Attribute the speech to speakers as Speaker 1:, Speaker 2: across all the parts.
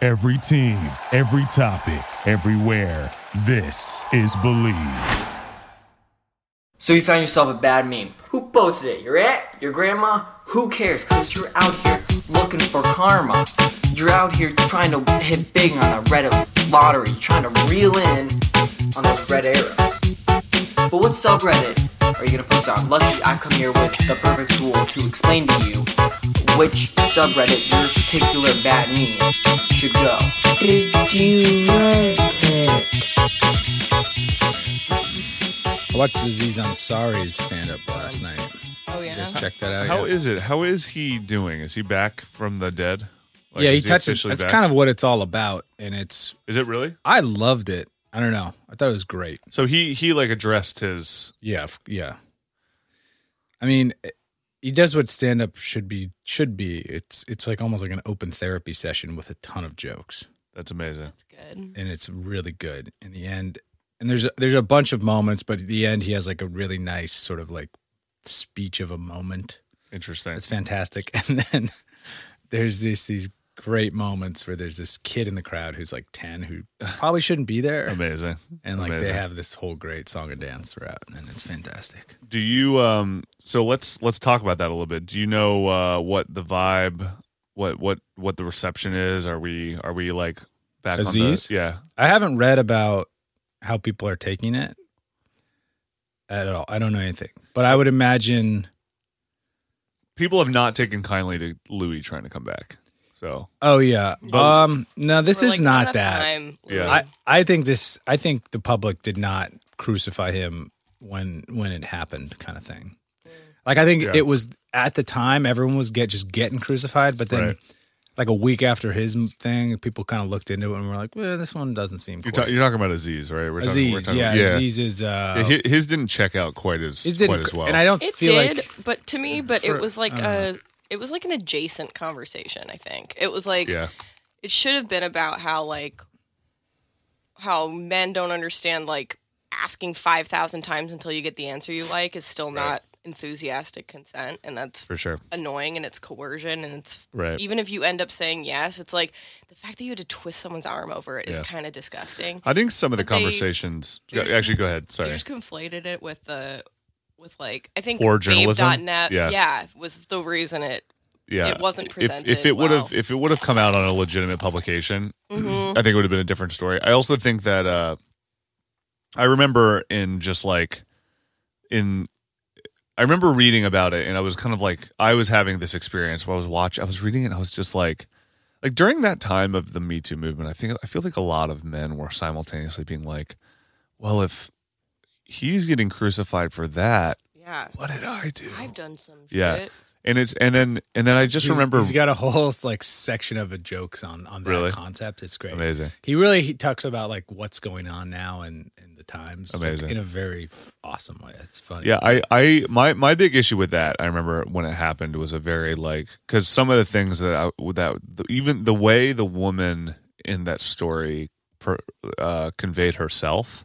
Speaker 1: Every team, every topic, everywhere. This is Believe.
Speaker 2: So you found yourself a bad meme. Who posted it? Your aunt? Your grandma? Who cares? Cause you're out here looking for karma. You're out here trying to hit big on a Reddit lottery, trying to reel in on those red arrows. But what subreddit are you gonna post on? Lucky I've come here with the perfect tool to explain to you which subreddit your particular bad meme should go.
Speaker 3: Did you like it?
Speaker 4: I watched Aziz Ansari's stand up last night.
Speaker 5: Oh yeah.
Speaker 4: Just check that out.
Speaker 6: How
Speaker 4: yeah.
Speaker 6: is it? How is he doing? Is he back from the dead? Like,
Speaker 4: yeah, he
Speaker 6: is
Speaker 4: touches.
Speaker 6: officially
Speaker 4: That's
Speaker 6: back?
Speaker 4: kind of what it's all about, and it's.
Speaker 6: Is it really?
Speaker 4: I loved it. I don't know. I thought it was great.
Speaker 6: So he he like addressed his.
Speaker 4: Yeah, f- yeah. I mean, it- he does what stand up should be. Should be. It's it's like almost like an open therapy session with a ton of jokes.
Speaker 6: That's amazing.
Speaker 5: That's good.
Speaker 4: and it's really good in the end. And there's a, there's a bunch of moments, but at the end he has like a really nice sort of like speech of a moment.
Speaker 6: Interesting.
Speaker 4: It's fantastic. And then there's this these great moments where there's this kid in the crowd who's like 10 who probably shouldn't be there
Speaker 6: amazing.
Speaker 4: and like
Speaker 6: amazing.
Speaker 4: they have this whole great song and dance throughout and it's fantastic.
Speaker 6: Do you um? So let's let's talk about that a little bit. Do you know uh what the vibe, what what what the reception is? Are we are we like back on
Speaker 4: Aziz?
Speaker 6: the yeah?
Speaker 4: I haven't read about how people are taking it at all. I don't know anything. But I would imagine
Speaker 6: People have not taken kindly to Louis trying to come back. So
Speaker 4: oh yeah.
Speaker 6: But-
Speaker 4: Um no this
Speaker 5: We're
Speaker 4: is
Speaker 5: like,
Speaker 4: not
Speaker 5: enough
Speaker 4: that.
Speaker 5: time.
Speaker 6: Yeah.
Speaker 4: I, I think this I think the public did not crucify him when when it happened kind of thing.
Speaker 5: Mm.
Speaker 4: Like I think
Speaker 6: Yeah.
Speaker 4: it was at the time everyone was get just getting crucified, but then
Speaker 6: Right.
Speaker 4: like a week after his m- thing, people kind of looked into it and were like, "Well, this one doesn't seem."
Speaker 6: you're,
Speaker 4: quite-
Speaker 6: ta- you're talking about Aziz, right? We're talking- we're
Speaker 4: Aziz,
Speaker 6: talking-
Speaker 4: yeah, Aziz is. Uh,
Speaker 6: Yeah, hi- His didn't check out quite as
Speaker 4: it didn't-
Speaker 6: quite as well.
Speaker 4: and I don't
Speaker 5: It
Speaker 4: feel
Speaker 5: did,
Speaker 4: like
Speaker 5: but to me, but
Speaker 4: for-
Speaker 5: it was like
Speaker 4: I don't
Speaker 5: a it was like an adjacent conversation, I think. It was like
Speaker 6: yeah.
Speaker 5: it should have been about how like how men don't understand like asking 5000 times until you get the answer you like is still not enthusiastic consent and that's
Speaker 6: for sure.
Speaker 5: annoying and it's coercion and it's
Speaker 6: Right.
Speaker 5: even if you end up saying yes it's like the fact that you had to twist someone's arm over it is
Speaker 6: Yeah.
Speaker 5: kind of disgusting
Speaker 6: I think some of the
Speaker 5: But they-
Speaker 6: conversations.
Speaker 5: they just-
Speaker 6: actually, go ahead.
Speaker 5: You
Speaker 6: Sorry.
Speaker 5: just conflated it with the with like I think
Speaker 6: Or journalism?
Speaker 5: Babe.net,
Speaker 6: Yeah.
Speaker 5: yeah. was the reason it.
Speaker 6: Yeah,
Speaker 5: it wasn't presented
Speaker 6: If, if it would have,
Speaker 5: well.
Speaker 6: if it would have come out on a legitimate publication,
Speaker 5: Mhm.
Speaker 6: I think it would have been a different story. I also think that uh, I remember in just like in. I remember reading about it, and I was kind of like, I was having this experience where I was watching, I was reading it, and I was just like, like during that time of the Me Too movement, I think I feel like a lot of men were simultaneously being like, well, if he's getting crucified for that,
Speaker 5: Yeah,
Speaker 6: what did I do?
Speaker 5: I've done some shit.
Speaker 6: Yeah. and it's and then and then I just
Speaker 4: he's-
Speaker 6: remember
Speaker 4: he's got a whole like section of the jokes on on that
Speaker 6: Really?
Speaker 4: concept. It's great.
Speaker 6: amazing.
Speaker 4: He really he talks about like what's going on now and and the times like,
Speaker 6: Amazing.
Speaker 4: in a very f- awesome way. It's funny.
Speaker 6: Yeah, I, I, my, my big issue with that, I remember when it happened was a very like because some of the things that I that the, even the way the woman in that story per, uh, conveyed herself,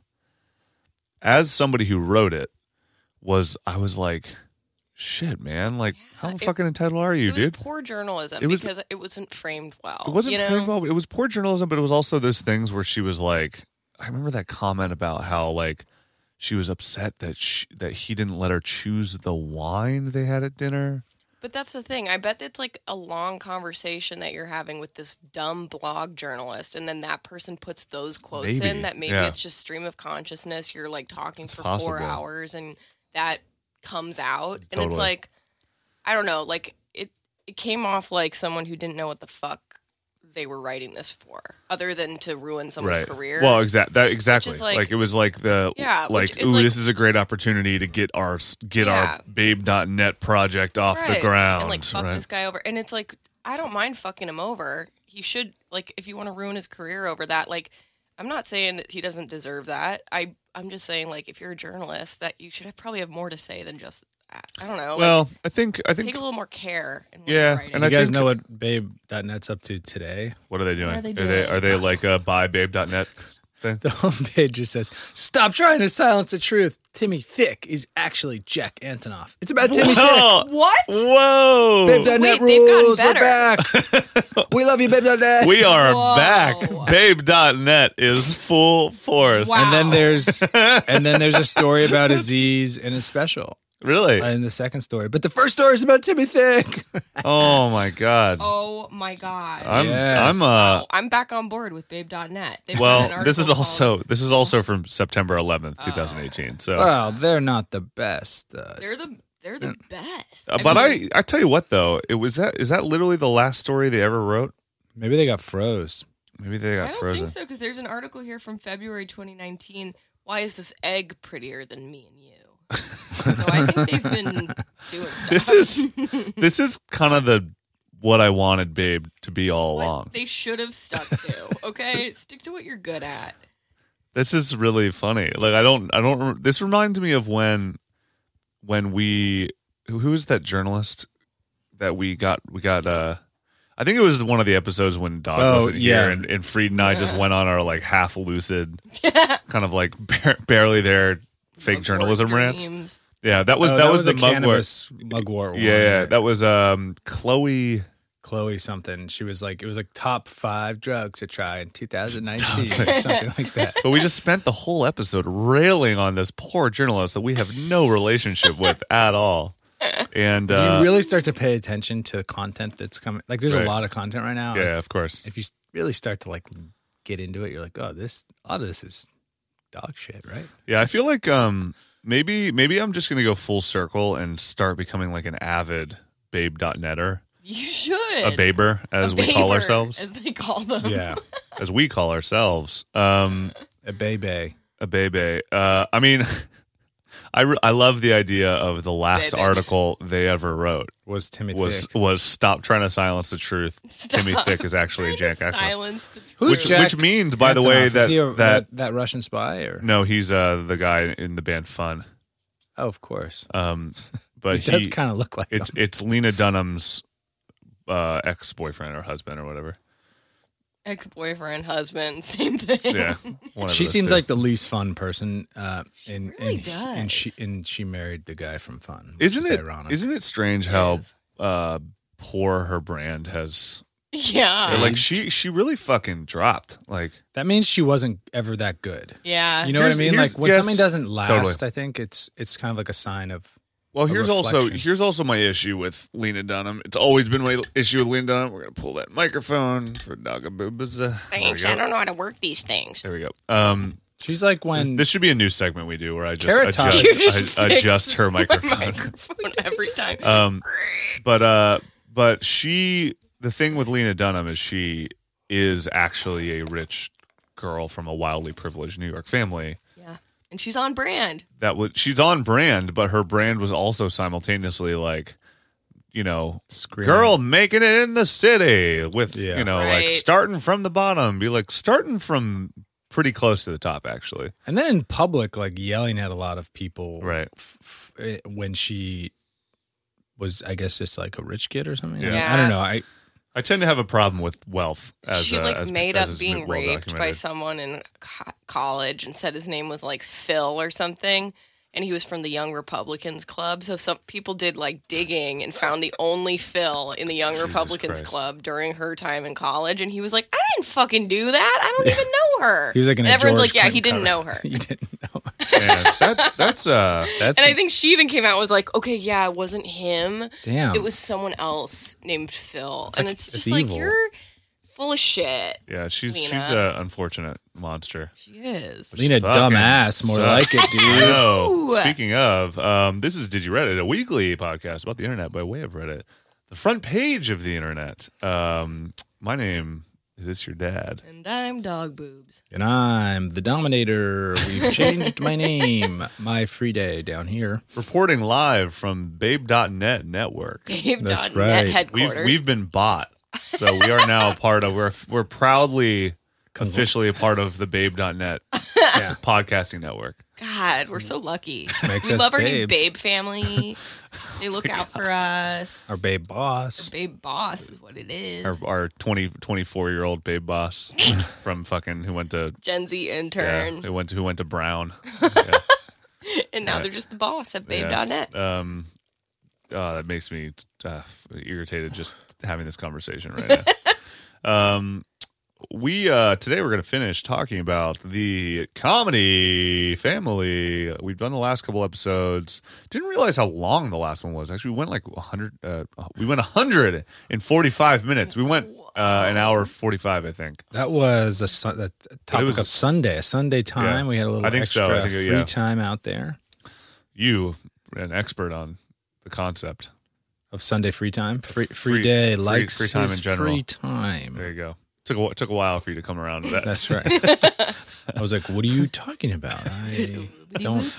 Speaker 6: as somebody who wrote it, was I was like, shit, man, like how
Speaker 5: it-
Speaker 6: fucking entitled are you,
Speaker 5: it was
Speaker 6: dude?
Speaker 5: poor journalism
Speaker 6: It was-
Speaker 5: because it wasn't framed well.
Speaker 6: It wasn't
Speaker 5: Oh, you know?
Speaker 6: framed well. It was poor journalism, but it was also those things where she was like, I remember that comment about how like she was upset that she, that he didn't let her choose the wine they had at dinner.
Speaker 5: But that's the thing. I bet it's like a long conversation that you're having with this dumb blog journalist, and then that person puts those quotes
Speaker 6: Maybe,
Speaker 5: in that maybe
Speaker 6: yeah.
Speaker 5: it's just stream of consciousness. You're like talking
Speaker 6: It's
Speaker 5: for
Speaker 6: possible.
Speaker 5: four hours, and that comes out, and
Speaker 6: Totally.
Speaker 5: it's like, I don't know, like it. It came off like someone who didn't know what the fuck they were writing this for, other than to ruin someone's career.
Speaker 6: Well, exactly. That exactly.
Speaker 5: is,
Speaker 6: Like,
Speaker 5: like-
Speaker 6: it was like the
Speaker 5: Yeah, which
Speaker 6: like
Speaker 5: is,
Speaker 6: ooh,
Speaker 5: like-
Speaker 6: this is a great opportunity to get our s- get
Speaker 5: Yeah.
Speaker 6: our babe.net project off the
Speaker 5: Right.
Speaker 6: ground.
Speaker 5: and like fuck
Speaker 6: right?
Speaker 5: this guy over and it's like i don't mind fucking him over he should like if you want to ruin his career over that like i'm not saying that he doesn't deserve that i i'm just saying like if you're a journalist that you should have, probably have more to say than just that i don't know like,
Speaker 6: well, I think I
Speaker 5: take
Speaker 6: think
Speaker 5: a little more care in what
Speaker 6: Yeah,
Speaker 5: you're writing.
Speaker 6: and
Speaker 4: You
Speaker 6: I
Speaker 4: guys
Speaker 6: think-
Speaker 4: know what Babe.net's up to today?
Speaker 6: what are they doing?
Speaker 5: What are they
Speaker 6: Are they
Speaker 5: doing?
Speaker 6: are they like uh, buy babe.net thing?
Speaker 4: The homepage just says, "Stop trying to silence the truth." Timmy Thick is actually Jack Antonoff. It's about Timmy Thick.
Speaker 5: What?
Speaker 6: Oh, Mm. Whoa.
Speaker 4: Babe.net
Speaker 5: Wait, they've gotten
Speaker 4: rules. We're
Speaker 5: better.
Speaker 4: back. we love you, Babe.net.
Speaker 6: We are
Speaker 5: Whoa.
Speaker 6: back. Babe.net is full force.
Speaker 5: Wow.
Speaker 4: and then there's and then there's a story about Aziz and his special
Speaker 6: Really?
Speaker 4: uh, in the second story. But the first story is about Timmy Thick.
Speaker 6: oh my god.
Speaker 5: Oh my god.
Speaker 6: I'm
Speaker 4: Yes.
Speaker 6: I'm uh
Speaker 5: Wow, I'm back on board with Babe.net. They've done
Speaker 6: well,
Speaker 5: an
Speaker 6: this is
Speaker 5: article called- Oh.
Speaker 6: also this is also from September 11th, 2018. So
Speaker 4: well, they're not the best. Uh,
Speaker 5: they're the they're the best.
Speaker 6: Uh, but
Speaker 5: mean,
Speaker 6: I, I tell you what though, it was that is that literally the last story they ever wrote?
Speaker 4: maybe they got froze.
Speaker 6: Maybe they
Speaker 5: I
Speaker 6: got
Speaker 5: don't
Speaker 6: frozen.
Speaker 5: think so because there's an article here from February 2019. Why is this egg prettier than me and you? so I think they've been doing stuff.
Speaker 6: This is this is kind of the what I wanted, babe, to be all
Speaker 5: what
Speaker 6: along.
Speaker 5: they should have stuck to. Okay, stick to what you're good at.
Speaker 6: This is really funny. Like I don't I don't this reminds me of when when we who who was that journalist that we got we got uh I think it was one of the episodes when Don
Speaker 4: Oh,
Speaker 6: wasn't
Speaker 4: yeah.
Speaker 6: here and, and Fried and I just went on our like half lucid kind of like bar- barely there fake
Speaker 5: Mugwort
Speaker 6: journalism rant.
Speaker 5: dreams.
Speaker 6: Yeah, that was
Speaker 4: Oh,
Speaker 6: that, was,
Speaker 4: a
Speaker 6: the mugwort.
Speaker 4: cannabis mugwort. one.
Speaker 6: Yeah, yeah, that was um Chloe.
Speaker 4: Chloe something. She was like, it was like top five drugs to try in 2019 or something like that.
Speaker 6: But we just spent the whole episode railing on this poor journalist that we have no relationship with at all. And uh,
Speaker 4: you really start to pay attention to the content that's coming. Like, there's
Speaker 6: Right.
Speaker 4: a lot of content right now.
Speaker 6: yeah,
Speaker 4: It's-
Speaker 6: of course.
Speaker 4: If you s- really start to like get into it, you're like, oh, this a lot of this is dog shit, right?
Speaker 6: Yeah, I feel like um maybe maybe I'm just gonna go full circle and start becoming like an avid babe.netter,
Speaker 5: You should.
Speaker 6: a baber as
Speaker 5: A
Speaker 6: we call
Speaker 5: baber,
Speaker 6: ourselves, as,
Speaker 5: As they call them.
Speaker 4: Yeah,
Speaker 6: we call ourselves. Um,
Speaker 4: a bay bay.
Speaker 6: a babe. Uh, I mean. I, re- I love the idea of the last
Speaker 5: Babe.
Speaker 6: article they ever wrote.
Speaker 4: was Timmy
Speaker 6: was
Speaker 4: Thick.
Speaker 6: was stop trying to silence the truth.
Speaker 5: Stop.
Speaker 6: Timmy Thick is actually
Speaker 5: Trying
Speaker 6: Jack
Speaker 5: to
Speaker 6: Ackman,
Speaker 5: silence the truth.
Speaker 4: Who's
Speaker 6: which
Speaker 4: Jack
Speaker 6: which means by the way
Speaker 4: Antonoff? Is
Speaker 6: that
Speaker 4: he a-
Speaker 6: that,
Speaker 4: that that Russian spy or
Speaker 6: no, he's uh the guy in the band Fun.
Speaker 4: oh, of course,
Speaker 6: Um,
Speaker 4: it
Speaker 6: but
Speaker 4: does
Speaker 6: he,
Speaker 4: kind of look like
Speaker 6: it's
Speaker 4: him.
Speaker 6: it's Lena Dunham's uh ex boyfriend or husband or whatever.
Speaker 5: Ex boyfriend, husband, same thing.
Speaker 6: Yeah, one of
Speaker 4: She
Speaker 6: those
Speaker 4: seems
Speaker 6: two.
Speaker 4: like the least fun person. Uh, and,
Speaker 5: really
Speaker 4: and, and she
Speaker 5: does.
Speaker 4: and she married the guy from Fun. which
Speaker 6: isn't
Speaker 4: is
Speaker 6: it
Speaker 4: ironic?
Speaker 6: not it strange
Speaker 5: It
Speaker 6: how
Speaker 5: is.
Speaker 6: uh poor her brand has
Speaker 5: Yeah.
Speaker 6: like she she really fucking dropped like
Speaker 4: that means she wasn't ever that good.
Speaker 5: yeah.
Speaker 4: You know what I
Speaker 6: Here's-
Speaker 4: mean?
Speaker 6: here's-
Speaker 4: Like when
Speaker 6: yes,
Speaker 4: something doesn't last,
Speaker 6: totally.
Speaker 4: I think it's it's kind of like a sign of
Speaker 6: Well,
Speaker 4: a
Speaker 6: here's also
Speaker 4: reflection.
Speaker 6: here's also my issue with Lena Dunham. It's always been my issue with Lena Dunham. We're gonna pull that microphone for Dagaboobas.
Speaker 5: Thanks. I don't know how to work these things.
Speaker 6: There we go. Um,
Speaker 4: she's like
Speaker 6: this,
Speaker 4: when
Speaker 6: this should be a new segment we do where I just
Speaker 4: Carrot Top.
Speaker 6: adjust,
Speaker 5: You just
Speaker 6: I,
Speaker 5: fixed
Speaker 6: adjust her
Speaker 5: my
Speaker 6: microphone.
Speaker 5: microphone every time.
Speaker 6: um, but uh, but she the thing with Lena Dunham is she is actually a rich girl from a wildly privileged New York family.
Speaker 5: yeah. And she's on brand.
Speaker 6: That was she's on brand, but her brand was also simultaneously like, you know,
Speaker 4: screaming.
Speaker 6: girl making it in the city with
Speaker 4: Yeah.
Speaker 6: you know like
Speaker 5: Right.
Speaker 6: starting from the bottom be like starting from pretty close to the top actually
Speaker 4: and then in public, like yelling at a lot of people,
Speaker 6: Right.
Speaker 4: F- f- eh, when she was, I guess, just like a rich kid or something. I,
Speaker 5: Yeah.
Speaker 4: I don't know. I
Speaker 6: i tend to have a problem with wealth as
Speaker 5: she
Speaker 6: uh,
Speaker 5: like
Speaker 6: as-
Speaker 5: made
Speaker 6: as
Speaker 5: up
Speaker 6: is
Speaker 5: being
Speaker 6: well
Speaker 5: raped by
Speaker 6: documented.
Speaker 5: someone in co- college and said his name was like Phil or something. And he was from the Young Republicans Club. So some people did like digging and found the only Phil in the Young Republicans
Speaker 6: Christ.
Speaker 5: Club during her time in college. And he was like, I didn't fucking do that. I don't even know her.
Speaker 4: he was like in
Speaker 5: and
Speaker 4: a
Speaker 5: everyone's
Speaker 4: George
Speaker 5: like, yeah, he
Speaker 4: Clinton
Speaker 5: didn't know
Speaker 4: cover.
Speaker 5: her.
Speaker 4: he didn't know. her.
Speaker 6: Man, that's that's uh that's
Speaker 5: And I think she even came out and was like, okay, yeah, it wasn't him.
Speaker 4: Damn,
Speaker 5: It was someone else named Phil.
Speaker 4: It's
Speaker 5: and
Speaker 4: like-
Speaker 5: it's
Speaker 4: it's
Speaker 5: just like,
Speaker 4: evil.
Speaker 5: you're full of shit.
Speaker 6: yeah she's
Speaker 5: Lena.
Speaker 6: she's a unfortunate monster
Speaker 5: She is.
Speaker 4: Lena
Speaker 6: Fucking
Speaker 4: dumbass, more like
Speaker 6: sucks.
Speaker 4: it, dude.
Speaker 6: No.
Speaker 5: Ooh.
Speaker 6: Speaking of, um, this is Did You Reddit, a weekly podcast about the internet by way of Reddit, the front page of the internet. Um, my name is This Your Dad.
Speaker 5: And I'm dog boobs.
Speaker 4: And I'm the Dominator. We've changed my name. My free day down here.
Speaker 6: reporting live from babe.net network.
Speaker 5: Dave
Speaker 4: That's right.
Speaker 5: Dodd net
Speaker 4: We've-
Speaker 6: We've
Speaker 5: headquarters.
Speaker 6: we've been bought. So we are now a part of we're we're proudly officially a part of the babe.net
Speaker 4: Yeah.
Speaker 6: podcasting network.
Speaker 5: God, we're so lucky.
Speaker 4: Makes
Speaker 5: we
Speaker 4: us
Speaker 5: love our new
Speaker 4: babes.
Speaker 5: babe family.
Speaker 6: Oh
Speaker 5: They look out for us.
Speaker 4: Our babe boss.
Speaker 5: Babe boss is what it is.
Speaker 6: Our, our 20, 24 year old babe boss from fucking who went to
Speaker 5: Gen Z
Speaker 6: yeah,
Speaker 5: intern,
Speaker 6: who went to who went to Brown. Yeah.
Speaker 5: and now
Speaker 6: yeah.
Speaker 5: they're just the boss at
Speaker 6: Yeah.
Speaker 5: Babe.net.
Speaker 6: Um, oh, that makes me uh, irritated just having this conversation right now. um, we uh, today we're going to finish talking about the comedy family. We've done the last couple episodes. Didn't realize how long the last one was. Actually, we went like 100. Uh, we went 100 in 45 minutes. We went uh, an hour 45, I think.
Speaker 4: That was a, sun, that topic
Speaker 6: was-
Speaker 4: of Sunday, a Sunday time. We had a little
Speaker 6: I think so.
Speaker 4: extra
Speaker 6: I think it-
Speaker 4: free
Speaker 6: yeah.
Speaker 4: time out there
Speaker 6: You, an expert on the concept.
Speaker 4: of Sunday free time, free free,
Speaker 6: Free-
Speaker 4: day,
Speaker 6: free-
Speaker 4: likes
Speaker 6: free time
Speaker 4: his
Speaker 6: in general.
Speaker 4: free time.
Speaker 6: There you go. Took a, wh- took a while for you to come around to that.
Speaker 4: That's right. I was like, "What are you talking about? I don't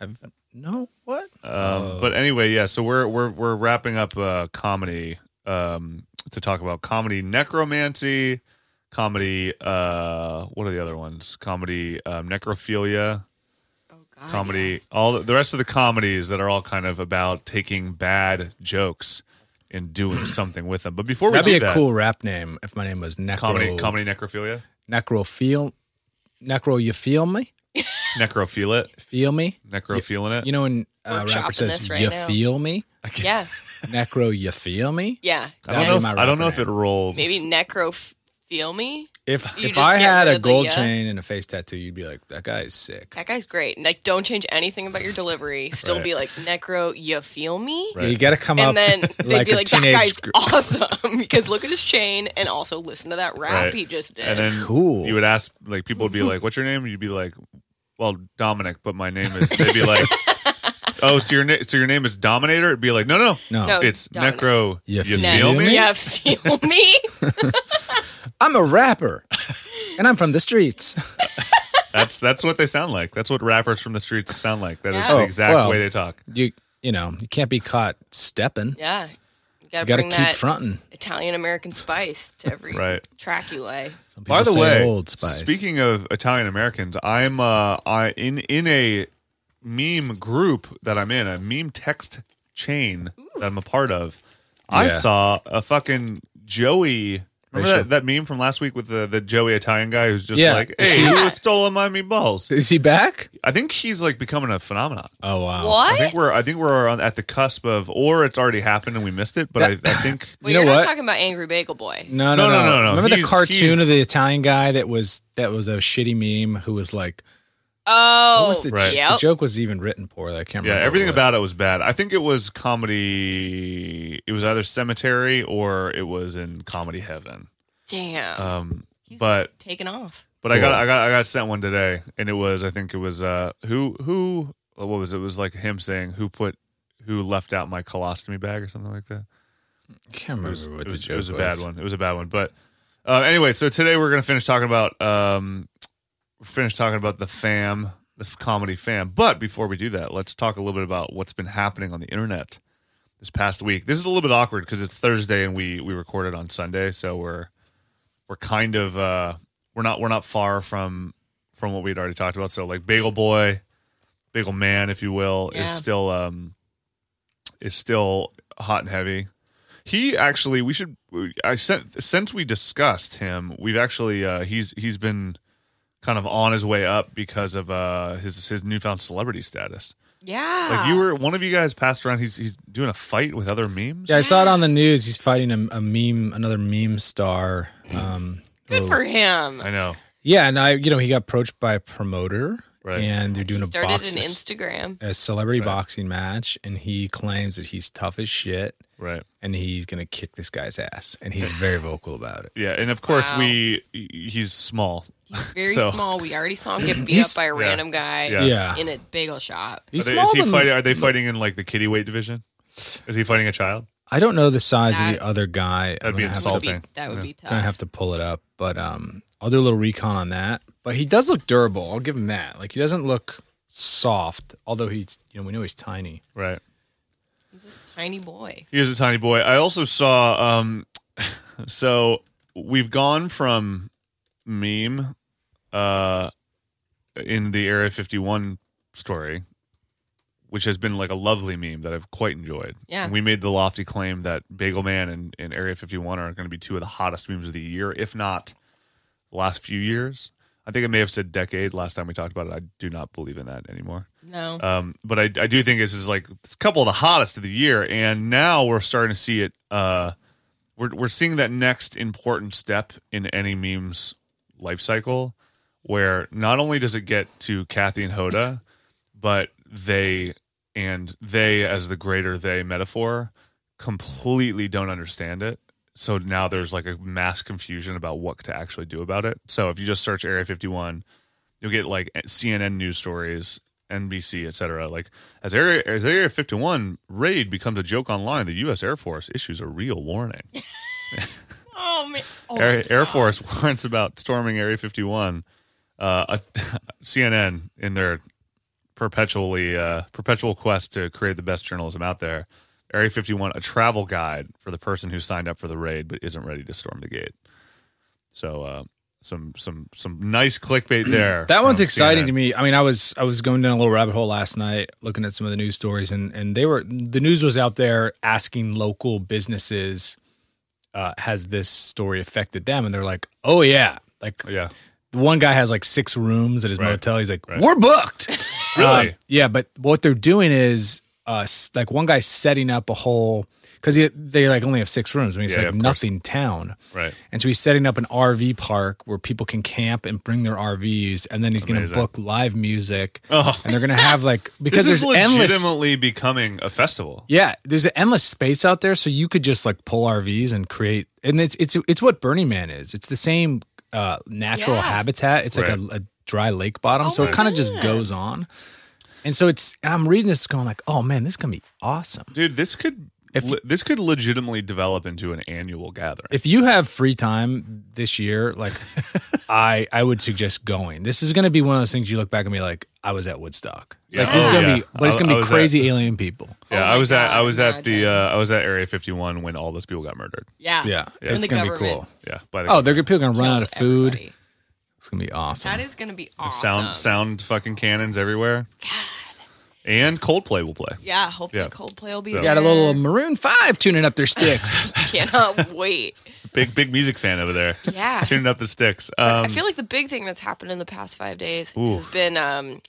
Speaker 4: have no what."
Speaker 5: Oh.
Speaker 6: Um, but anyway, yeah. So we're we're we're wrapping up uh, comedy um, to talk about comedy necromancy, comedy. Uh, what are the other ones? Comedy um, necrophilia,
Speaker 5: Oh God.
Speaker 6: comedy. All the, the rest of the comedies that are all kind of about taking bad jokes and doing something with them. But before
Speaker 4: That'd
Speaker 6: we
Speaker 4: be
Speaker 6: do
Speaker 4: a
Speaker 6: that,
Speaker 4: cool rap name if my name was Necro
Speaker 6: comedy comedy necrophilia
Speaker 4: Necrophil Necro. You feel me?
Speaker 6: necrophile it
Speaker 4: Feel me?
Speaker 6: necrophiling it.
Speaker 4: You know when uh,
Speaker 5: Workshopping
Speaker 4: rapper says
Speaker 5: this right
Speaker 4: "You
Speaker 5: now.
Speaker 4: feel me,"
Speaker 5: Yeah,
Speaker 4: Necro. You feel me?
Speaker 5: yeah.
Speaker 6: I
Speaker 4: that'd
Speaker 6: don't know.
Speaker 4: be
Speaker 6: If,
Speaker 4: my
Speaker 6: I don't know if
Speaker 4: rapper
Speaker 6: it rolls.
Speaker 5: Maybe necro feel me.
Speaker 4: If
Speaker 5: You
Speaker 4: if
Speaker 5: just
Speaker 4: I
Speaker 5: get
Speaker 4: had
Speaker 5: rid
Speaker 4: a
Speaker 5: of the
Speaker 4: gold
Speaker 5: yeah.
Speaker 4: chain and a face tattoo, you'd be like, "That guy is sick."
Speaker 5: That guy's great. Like, don't change anything about your delivery. Still
Speaker 6: Right.
Speaker 5: be like necro. You feel me?
Speaker 6: Right.
Speaker 4: You got to come
Speaker 5: And
Speaker 4: up
Speaker 5: then they'd
Speaker 4: like
Speaker 5: be
Speaker 4: a
Speaker 5: like, "That
Speaker 4: teenage
Speaker 5: guy's
Speaker 4: gr-
Speaker 5: awesome because look at his chain, and also listen to that rap
Speaker 6: Right.
Speaker 5: he just did."
Speaker 6: and then
Speaker 4: cool.
Speaker 6: You would ask like people would be like, "What's your name?" You'd be like, "Well, Dominic," but my name is. They'd be like, "Oh, so your na- so your name is Dominator?" It'd be like, "No, no,
Speaker 4: no.
Speaker 5: No.
Speaker 6: it's
Speaker 5: Oh, Dominic.
Speaker 6: Necro."
Speaker 4: You
Speaker 6: You,
Speaker 4: feel
Speaker 5: Ne-
Speaker 6: feel me?
Speaker 5: Yeah, feel me.
Speaker 4: I'm a rapper, and I'm from the streets.
Speaker 6: That's that's what they sound like. That's what rappers from the streets sound like. That is
Speaker 5: Yeah.
Speaker 6: the exact
Speaker 4: well.
Speaker 6: way they talk.
Speaker 4: you you know you can't be caught stepping.
Speaker 5: yeah, you gotta,
Speaker 4: You got to
Speaker 5: bring
Speaker 4: keep
Speaker 5: that
Speaker 4: fronting.
Speaker 5: Italian American spice to every
Speaker 6: Right.
Speaker 5: track you lay.
Speaker 4: Some
Speaker 6: By
Speaker 4: people say
Speaker 6: the way,
Speaker 4: Old Spice.
Speaker 6: speaking of Italian Americans, I'm uh I in in a meme group that I'm in, a meme text chain that I'm a part of. I
Speaker 4: Yeah.
Speaker 6: saw a fucking Joey. Remember
Speaker 4: Racial.
Speaker 6: that, that meme from last week with the, the Joey Italian guy who's just
Speaker 4: Yeah.
Speaker 6: like, "Hey,
Speaker 5: Yeah.
Speaker 6: who has stolen my meatballs?"
Speaker 4: is he back?
Speaker 6: I think he's like becoming a phenomenon.
Speaker 4: Oh wow!
Speaker 6: I
Speaker 5: What?
Speaker 6: think we're I think we're on, at the cusp of, or it's already happened and we missed it. But I, I think
Speaker 5: Well,
Speaker 4: You know
Speaker 5: are
Speaker 4: what?
Speaker 5: not talking about Angry Bagel Boy.
Speaker 4: No, no, no, no, no,
Speaker 6: no.
Speaker 4: Remember
Speaker 6: He's-
Speaker 4: the cartoon
Speaker 6: he's-
Speaker 4: of the Italian guy that was that was a shitty meme who was like,
Speaker 5: Oh,
Speaker 4: what was the,
Speaker 6: Right.
Speaker 4: the
Speaker 5: yep.
Speaker 4: joke was even written poorly. I can't
Speaker 6: Yeah,
Speaker 4: remember.
Speaker 6: everything
Speaker 4: what it was.
Speaker 6: about it was bad. I think it was comedy. It was either cemetery or it was in comedy heaven.
Speaker 5: Damn,
Speaker 6: Um,
Speaker 5: He's
Speaker 6: but
Speaker 5: taking off.
Speaker 6: but I got I got I got sent one today, and it was I think it was uh who who what was it? It was like him saying who put who left out my colostomy bag or something like that.
Speaker 4: I can't remember
Speaker 6: It was,
Speaker 4: what
Speaker 6: it
Speaker 4: the
Speaker 6: was,
Speaker 4: joke
Speaker 6: it was a bad one. It was a bad one. But uh, anyway, so today we're gonna finish talking about um, finish talking about the fam, the f- comedy fam. But before we do that, let's talk a little bit about what's been happening on the internet this past week. This is a little bit awkward because it's Thursday and we we recorded on Sunday, so we're we're kind of uh, we're not we're not far from from what we'd already talked about. So like Bagel Boy, Bagel Man, if you will,
Speaker 5: Yeah.
Speaker 6: is still um, is still hot and heavy. He actually, we should. I sent since we discussed him, we've actually uh, he's he's been kind of on his way up because of uh, his his newfound celebrity status.
Speaker 5: Yeah,
Speaker 6: Like you were one of you guys passed around. He's he's doing a fight with other memes.
Speaker 4: Yeah, I saw it on the
Speaker 5: Mm.
Speaker 4: news. He's fighting a, a meme, another meme star. Um,
Speaker 5: good
Speaker 4: who-
Speaker 5: for him.
Speaker 6: I know.
Speaker 4: yeah, and I, you know, he got approached by a promoter,
Speaker 6: Right.
Speaker 4: and they're doing
Speaker 5: He
Speaker 4: a
Speaker 5: started
Speaker 4: box,
Speaker 5: an Instagram.
Speaker 4: a celebrity
Speaker 6: Right.
Speaker 4: boxing match, and he claims that he's tough as shit.
Speaker 6: Right.
Speaker 4: and he's gonna kick this guy's ass, and he's very vocal about it.
Speaker 6: Yeah, and of course
Speaker 5: Wow.
Speaker 6: we he's small.
Speaker 5: He's very
Speaker 6: So-
Speaker 5: small. We already saw him get beat up
Speaker 4: He's-
Speaker 5: by a
Speaker 6: yeah.
Speaker 5: random guy
Speaker 6: Yeah.
Speaker 4: Yeah,
Speaker 5: in a bagel shop.
Speaker 4: he's
Speaker 6: are they, is
Speaker 4: smaller
Speaker 6: he
Speaker 4: than-
Speaker 6: fighting? Are they fighting in like the kitty weight division? Is he fighting a child?
Speaker 4: I don't know the size of
Speaker 5: That-
Speaker 4: the other guy. I'm
Speaker 6: That'd be
Speaker 4: gonna have to-
Speaker 5: Would be-
Speaker 6: Insulting.
Speaker 5: that would
Speaker 6: Yeah.
Speaker 5: be tough.
Speaker 4: Gonna have to pull it up, but um, I'll do a little recon on that. But he does look durable. I'll give him that. Like he doesn't look soft, although he's you know we know he's tiny.
Speaker 6: Right.
Speaker 5: Tiny boy.
Speaker 6: He is a tiny boy. I also saw. Um, so we've gone from meme, uh, in the Area 51 story, which has been like a lovely meme that I've quite enjoyed.
Speaker 5: Yeah.
Speaker 6: And we made the lofty claim that Bagel Man and, and Area 51 are going to be two of the hottest memes of the year, if not the last few years. I think I may have said decade last time we talked about it. I do not believe in that anymore.
Speaker 5: No.
Speaker 6: Um, but I, I do think this is like it's a couple of the hottest of the year, and now we're starting to see it. Uh, we're we're seeing that next important step in any meme's life cycle, where not only does it get to Kathy and Hoda, but they and they as the greater they metaphor completely don't understand it. So now there's like a mass confusion about what to actually do about it. So if you just search Area 51, you'll get like CNN news stories, NBC, etc. Like as Area as Area 51 raid becomes a joke online, the U.S. Air Force issues a real warning.
Speaker 5: oh man. Oh,
Speaker 6: Air, Air Force warns about storming Area 51. Uh, CNN in their perpetually uh, perpetual quest to create the best journalism out there. Area 51, a travel guide for the person who signed up for the raid but isn't ready to storm the gate. So uh, some some some nice clickbait there.
Speaker 4: That one's
Speaker 6: from
Speaker 4: exciting
Speaker 6: CNN.
Speaker 4: to me. I mean, I was I was going down a little rabbit hole last night looking at some of the news stories, and and they were the news was out there asking local businesses, uh, has this story affected them? And they're like, oh yeah, like
Speaker 6: Yeah,
Speaker 4: the one guy has like six rooms at his
Speaker 6: Right.
Speaker 4: motel. He's like,
Speaker 6: Right.
Speaker 4: we're booked.
Speaker 6: Really?
Speaker 4: Um, yeah, but what they're doing is uh, s- like one guy's setting up a whole because they like only have six rooms. I mean, it's
Speaker 6: Yeah, yeah,
Speaker 4: like
Speaker 6: of course.
Speaker 4: nothing town.
Speaker 6: right.
Speaker 4: And so he's setting up an RV park where people can camp and bring their RVs, and then he's going to
Speaker 6: Amazing.
Speaker 4: book live music,
Speaker 6: Oh.
Speaker 4: and they're going to have like because
Speaker 6: Because this is
Speaker 4: there's endless.
Speaker 6: legitimately becoming a festival.
Speaker 4: Yeah, there's an endless space out there, so you could just like pull RVs and create, and it's it's it's what Burning Man is. It's the same uh, natural
Speaker 5: Yeah.
Speaker 4: habitat. It's like a, a dry lake bottom,
Speaker 5: Oh
Speaker 4: so
Speaker 5: my
Speaker 4: it kind of just
Speaker 5: God.
Speaker 4: goes on. And so it's, and I'm reading this, going like, oh man, this is gonna be awesome.
Speaker 6: Dude, this could
Speaker 4: If-
Speaker 6: le- this could legitimately develop into an annual gathering.
Speaker 4: if you have free time this year, like I I would suggest going. This is going to be one of those things you look back and be like, I was at Woodstock.
Speaker 6: Yeah.
Speaker 4: Like this is
Speaker 6: Oh,
Speaker 4: going to
Speaker 6: yeah.
Speaker 4: be, but it's
Speaker 6: I-
Speaker 4: going to
Speaker 6: I
Speaker 4: be
Speaker 6: was at-
Speaker 4: crazy alien people.
Speaker 6: yeah,
Speaker 5: Oh my
Speaker 6: I was at
Speaker 5: God,
Speaker 6: I was at the
Speaker 5: imagine.
Speaker 6: uh, I was at Area 51 when all those people got murdered.
Speaker 5: yeah.
Speaker 4: Yeah,
Speaker 5: From
Speaker 4: it's
Speaker 5: the
Speaker 4: going to be cool.
Speaker 5: government.
Speaker 6: Yeah, by the
Speaker 4: Oh, they're gonna, people going to run out of
Speaker 5: Kill
Speaker 4: food.
Speaker 5: everybody.
Speaker 4: It's going to be awesome.
Speaker 5: That is going to be awesome.
Speaker 6: sound sound fucking cannons everywhere. God. And Coldplay will play.
Speaker 5: Yeah. Hopefully
Speaker 6: Yeah.
Speaker 5: Coldplay will be
Speaker 6: So-
Speaker 5: there.
Speaker 4: Got a little Maroon Five tuning up their sticks.
Speaker 5: Cannot wait.
Speaker 6: Big big music fan over there.
Speaker 5: Yeah.
Speaker 6: Tuning up the sticks. Um,
Speaker 5: I feel like the big thing that's happened in the past five days
Speaker 6: Ooh.
Speaker 5: has been um,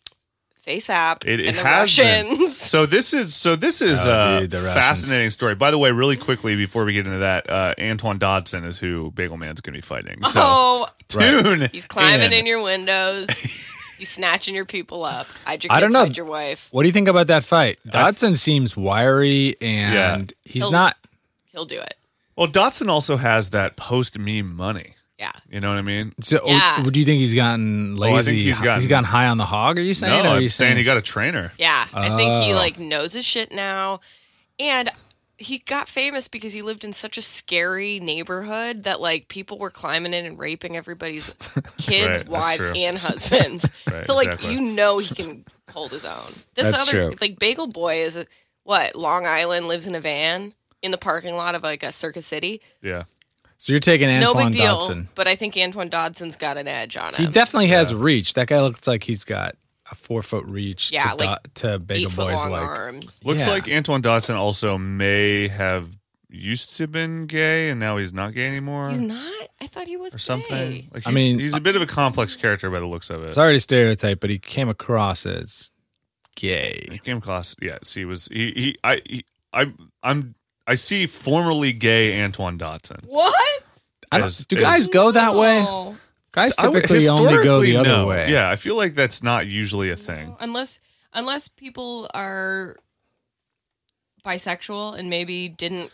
Speaker 5: face app
Speaker 6: It, it
Speaker 5: and the
Speaker 6: has been.
Speaker 5: Russians.
Speaker 6: So this is so this is
Speaker 4: Oh,
Speaker 6: a
Speaker 4: dude, the Russians.
Speaker 6: fascinating story. By the way, really quickly before we get into that, uh, Antoine Dodson is who Bagel Man's going to be fighting. So
Speaker 5: oh,
Speaker 6: tune.
Speaker 5: he's climbing in, your windows. he's snatching your people up. Hide your kids,
Speaker 4: I don't know.
Speaker 5: hide your wife.
Speaker 4: what do you think about that fight? Dodson seems wiry and he's
Speaker 5: He'll-
Speaker 4: not.
Speaker 5: He'll do it.
Speaker 6: Well, Dodson also has that post meme money.
Speaker 5: Yeah.
Speaker 6: You know what I mean?
Speaker 4: So, oh,
Speaker 5: Yeah.
Speaker 4: do you think he's gotten lazy?
Speaker 6: Oh, I think he's gotten-
Speaker 4: he's gotten high on the hog. Are you saying?
Speaker 6: no,
Speaker 4: or are
Speaker 6: I'm
Speaker 4: you
Speaker 6: saying he got a trainer.
Speaker 5: Yeah, I think he
Speaker 4: Oh.
Speaker 5: like knows his shit now, and he got famous because he lived in such a scary neighborhood that like people were climbing in and raping everybody's
Speaker 6: Right,
Speaker 5: kids,
Speaker 6: that's
Speaker 5: wives,
Speaker 6: true.
Speaker 5: and husbands.
Speaker 6: Right,
Speaker 5: so like
Speaker 6: exactly.
Speaker 5: you know he can hold his own. This
Speaker 4: That's
Speaker 5: other
Speaker 4: true.
Speaker 5: like Bagel Boy is a, what Long Island lives in a van in the parking lot of like a Circus City.
Speaker 6: Yeah.
Speaker 4: so you're taking
Speaker 5: no
Speaker 4: Antoine
Speaker 5: big deal,
Speaker 4: Dodson.
Speaker 5: but I think Antoine Dodson's got an edge on
Speaker 4: He
Speaker 5: him.
Speaker 4: definitely has reach. That guy looks like he's got a four foot reach.
Speaker 5: Yeah,
Speaker 4: to,
Speaker 5: like
Speaker 4: dot- to Bagel
Speaker 5: Eight foot
Speaker 4: Boy's
Speaker 5: long
Speaker 4: like.
Speaker 5: arms.
Speaker 6: Looks
Speaker 4: Yeah.
Speaker 6: like Antoine Dodson also may have used to been gay and now he's not gay anymore
Speaker 5: He's not. I thought he was
Speaker 6: or something.
Speaker 5: gay.
Speaker 6: Like
Speaker 4: I
Speaker 6: he's-
Speaker 4: mean-
Speaker 6: he's a bit of a complex character by the looks of it.
Speaker 4: Sorry to stereotype, but he came across as gay.
Speaker 6: Game class, yeah. See, was he? He, I, he, I, I'm, I see formerly gay Antoine Dodson.
Speaker 5: What?
Speaker 4: I don't-
Speaker 6: As-
Speaker 4: do
Speaker 6: as-
Speaker 4: guys go that way?
Speaker 5: No.
Speaker 4: Guys
Speaker 6: I would-
Speaker 4: typically only go
Speaker 6: historically,
Speaker 4: the other
Speaker 6: no.
Speaker 4: way.
Speaker 6: Yeah, I feel like that's not usually a thing.
Speaker 5: unless unless people are bisexual and maybe didn't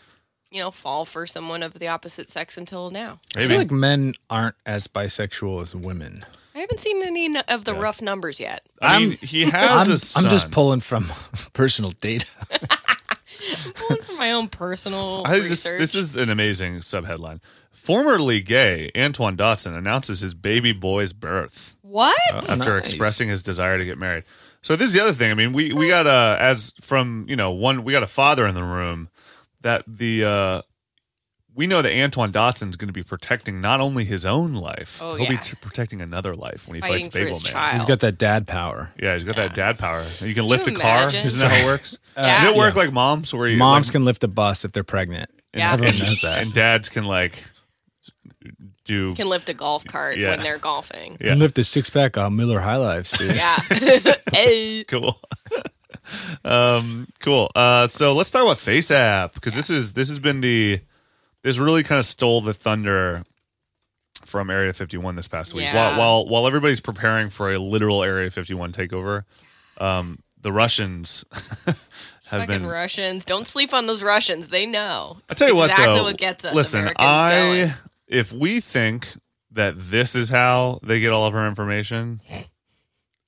Speaker 5: you know fall for someone of the opposite sex until now
Speaker 4: I
Speaker 6: Maybe
Speaker 4: feel like men aren't as bisexual as women.
Speaker 5: i haven't seen any n- of the
Speaker 6: Yeah.
Speaker 5: rough numbers yet
Speaker 6: I mean,
Speaker 4: I'm-
Speaker 6: he has
Speaker 4: I'm,
Speaker 6: a son.
Speaker 4: I'm just pulling from personal data.
Speaker 5: I'm pulling from my own personal
Speaker 6: I just,
Speaker 5: research
Speaker 6: this is an amazing subheadline. Formerly gay Antoine Dotson announces his baby boy's birth
Speaker 5: what
Speaker 6: uh, after
Speaker 4: nice.
Speaker 6: expressing his desire to get married. So this is the other thing. I mean, we we got uh as from you know one we got a father in the room that the uh we know that Antoine Dotson's going to be protecting not only his own life,
Speaker 5: Oh,
Speaker 6: he'll be
Speaker 5: yeah.
Speaker 6: t- protecting another life when he
Speaker 5: Fighting
Speaker 6: fights
Speaker 5: for
Speaker 6: Bagel
Speaker 5: his
Speaker 6: Man.
Speaker 5: child.
Speaker 4: He's got that dad power.
Speaker 6: Yeah, he's got that dad power. You can lift
Speaker 5: you
Speaker 6: a car.
Speaker 5: imagine?
Speaker 6: Isn't that how it works?
Speaker 5: Yeah.
Speaker 6: Does it work like moms? Where you,
Speaker 4: Moms
Speaker 6: like,
Speaker 4: can lift a bus if they're pregnant.
Speaker 5: Yeah.
Speaker 4: Everyone knows that.
Speaker 6: and dads can like do.
Speaker 5: Can lift a golf cart
Speaker 6: Yeah.
Speaker 5: when they're golfing.
Speaker 6: Yeah.
Speaker 4: Can lift a six pack of Miller High Life, dude.
Speaker 5: Yeah. hey.
Speaker 6: cool. um, cool. Uh, so let's talk about Face App because this is this has been the this really kind of stole the thunder from Area 51 this past week.
Speaker 5: Yeah.
Speaker 6: While while while everybody's preparing for a literal Area 51 takeover, um, the Russians have
Speaker 5: Fucking
Speaker 6: been.
Speaker 5: Russians. Don't sleep on those Russians. They know.
Speaker 6: I tell you what,
Speaker 5: exactly
Speaker 6: though.
Speaker 5: what gets us
Speaker 6: listen,
Speaker 5: Americans
Speaker 6: I
Speaker 5: going.
Speaker 6: if we think that this is how they get all of our information,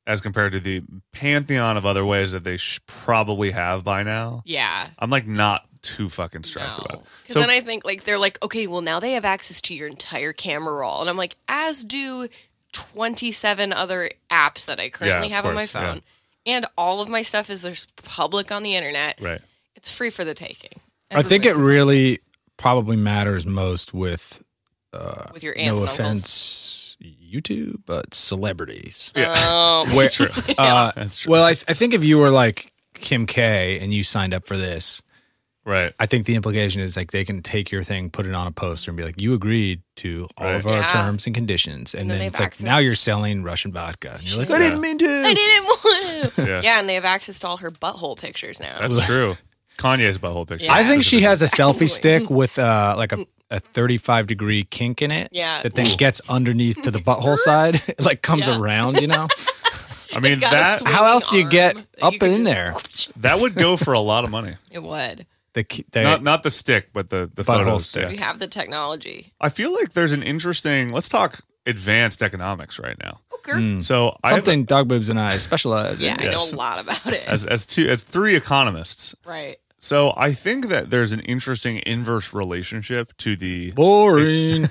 Speaker 6: as compared to the pantheon of other ways that they sh- probably have by now,
Speaker 5: Yeah.
Speaker 6: I'm like not too fucking stressed about it.
Speaker 5: Because
Speaker 6: So
Speaker 5: then I think like they're like, okay, well now they have access to your entire camera roll, and I'm like, as do 27 other apps that I currently
Speaker 6: of
Speaker 5: have on my
Speaker 6: course, yeah.
Speaker 5: phone, and all of my stuff is there's public on the internet.
Speaker 6: right,
Speaker 5: It's free for the taking.
Speaker 4: I think it
Speaker 5: Everybody-
Speaker 4: really probably matters most with uh,
Speaker 5: with your
Speaker 4: no
Speaker 5: aunts and offense.
Speaker 4: offense YouTube, but celebrities.
Speaker 6: yeah,
Speaker 5: uncles.
Speaker 4: Where, uh,
Speaker 6: that's true.
Speaker 4: well, I, th- I think if you were like Kim K and you signed up for this,
Speaker 6: right,
Speaker 4: I think the implication is like they can take your thing, put it on a poster, and be like, "You agreed to all of
Speaker 6: Right.
Speaker 4: our
Speaker 5: Yeah.
Speaker 4: terms and conditions," and,
Speaker 5: then
Speaker 4: then,
Speaker 5: they
Speaker 4: it's
Speaker 5: have
Speaker 4: like now
Speaker 5: access.
Speaker 4: you're selling Russian vodka, and you're like,
Speaker 6: Yeah.
Speaker 4: "I didn't mean to."
Speaker 5: I didn't want to.
Speaker 6: Yeah.
Speaker 5: Yeah. and they have access to all her butthole pictures now.
Speaker 6: that's true. Kanye's butthole picture.
Speaker 5: Yeah.
Speaker 4: I think she has a selfie
Speaker 5: Anyway.
Speaker 4: stick with uh, like a, a 35 degree kink in it.
Speaker 5: Yeah.
Speaker 4: That then gets underneath to the butthole side. It like comes
Speaker 5: Yeah.
Speaker 4: around, you know?
Speaker 6: I mean
Speaker 5: It's got a
Speaker 6: that
Speaker 5: swinging
Speaker 4: How else do you
Speaker 5: arm
Speaker 4: get
Speaker 5: that
Speaker 4: up
Speaker 5: could
Speaker 4: in
Speaker 5: just-
Speaker 4: there?
Speaker 6: that would go for a lot of money.
Speaker 5: It would.
Speaker 4: The, ki- the
Speaker 6: Not not the stick, but the the
Speaker 4: Butthole
Speaker 6: photo
Speaker 4: stick.
Speaker 5: We
Speaker 6: stick.
Speaker 5: have the technology.
Speaker 6: I feel like there's an interesting. Let's talk advanced economics right now.
Speaker 5: Okay.
Speaker 4: Mm.
Speaker 6: So I have-
Speaker 4: Hmm. something dog boobs and I specialize
Speaker 5: Yeah,
Speaker 4: in.
Speaker 5: I know
Speaker 6: Yes.
Speaker 5: a lot about it.
Speaker 6: as as two as three economists.
Speaker 5: right.
Speaker 6: So I think that there's an interesting inverse relationship to the
Speaker 4: Boring.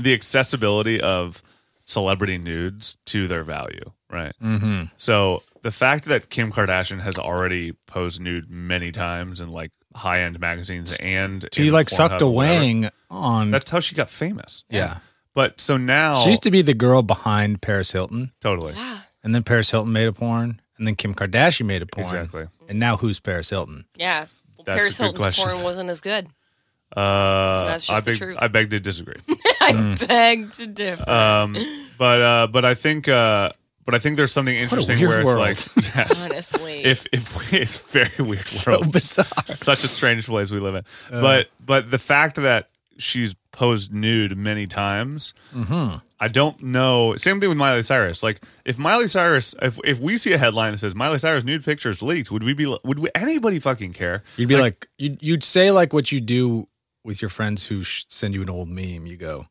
Speaker 6: the accessibility of celebrity nudes to their value, right?
Speaker 4: mm-hmm.
Speaker 6: So the fact that Kim Kardashian has already posed nude many times in like high end magazines and
Speaker 4: So you
Speaker 6: in
Speaker 4: like
Speaker 6: Pornhub
Speaker 4: sucked a
Speaker 6: or whatever,
Speaker 4: wang on.
Speaker 6: That's how she got famous.
Speaker 4: yeah.
Speaker 6: But so now
Speaker 4: She used to be the girl behind Paris Hilton.
Speaker 6: totally
Speaker 5: Yeah.
Speaker 4: And then Paris Hilton made a porn. And then Kim Kardashian made a porn.
Speaker 6: exactly.
Speaker 4: And now who's Paris Hilton?
Speaker 5: Yeah. Well,
Speaker 6: That's a
Speaker 5: Paris
Speaker 6: good
Speaker 5: Hilton's
Speaker 6: question.
Speaker 5: porn wasn't as good.
Speaker 6: Uh,
Speaker 5: That's
Speaker 6: I
Speaker 5: just the
Speaker 6: beg,
Speaker 5: truth.
Speaker 6: I beg to disagree.
Speaker 5: I
Speaker 4: Mm.
Speaker 5: beg to differ.
Speaker 6: um, but uh, but I think uh, but I think there's something interesting
Speaker 4: weird
Speaker 6: where it's
Speaker 4: world.
Speaker 6: like yes,
Speaker 5: honestly.
Speaker 6: if if we, it's very weird
Speaker 4: So
Speaker 6: world.
Speaker 4: bizarre. Uh.
Speaker 6: such a strange place we live in but but the fact that she's posed nude many times
Speaker 4: Mm-hmm.
Speaker 6: i don't know same thing with miley cyrus like if miley cyrus if if we see a headline that says miley cyrus nude pictures leaked would we be would we, anybody fucking care
Speaker 4: You'd be like, you'd, you'd say like what you do with your friends who sh- send you an old meme. You go,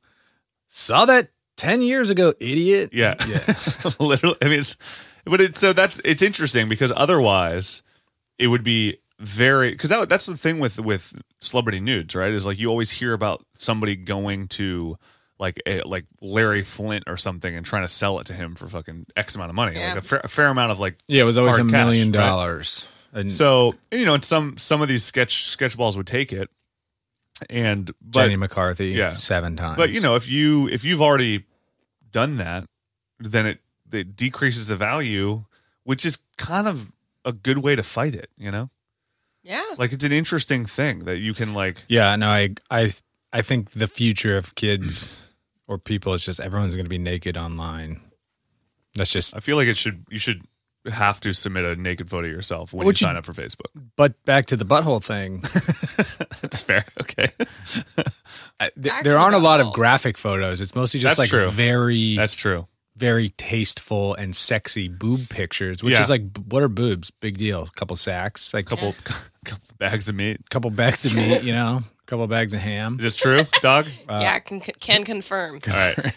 Speaker 4: saw that 10 years ago, idiot.
Speaker 6: yeah
Speaker 4: Yeah.
Speaker 6: literally i mean it's but it's so that's it's interesting because otherwise it would be very because that, that's the thing with with celebrity nudes right is like you always hear about somebody going to like a, like larry flint or something and trying to sell it to him for fucking x amount of money
Speaker 5: Yeah.
Speaker 6: like a fair, a fair amount of like
Speaker 4: Yeah, it was always
Speaker 6: Hard
Speaker 4: a
Speaker 6: cash,
Speaker 4: million
Speaker 6: right?
Speaker 4: dollars. And
Speaker 6: so you know and some some of these sketch sketch balls would take it and but
Speaker 4: Jenny McCarthy
Speaker 6: Yeah.
Speaker 4: seven times.
Speaker 6: But you know, if you if you've already done that, then it it decreases the value, which is kind of a good way to fight it. You know,
Speaker 5: yeah.
Speaker 6: like it's an interesting thing that you can like.
Speaker 4: Yeah, no, I, I, I think the future of kids or people is just everyone's going to be naked online. That's just,
Speaker 6: I feel like it should you should have to submit a naked photo of yourself when
Speaker 4: Which
Speaker 6: you
Speaker 4: you-
Speaker 6: sign up for Facebook.
Speaker 4: but back to the butthole thing.
Speaker 6: That's fair. Okay,
Speaker 4: I- th-
Speaker 5: Back to
Speaker 4: there
Speaker 5: the
Speaker 4: aren't a lot of
Speaker 5: buttholes.
Speaker 4: graphic photos. It's mostly just
Speaker 6: That's
Speaker 4: like
Speaker 6: true.
Speaker 4: very,
Speaker 6: that's true.
Speaker 4: very tasteful and sexy boob pictures, which
Speaker 6: Yeah.
Speaker 4: is like, b- what are boobs? Big deal. A couple sacks, like
Speaker 6: Couple couple bags of meat.
Speaker 4: couple bags of meat, you know, couple bags of ham.
Speaker 6: Is this true, dog?
Speaker 5: yeah, can, can confirm.
Speaker 6: uh, All right.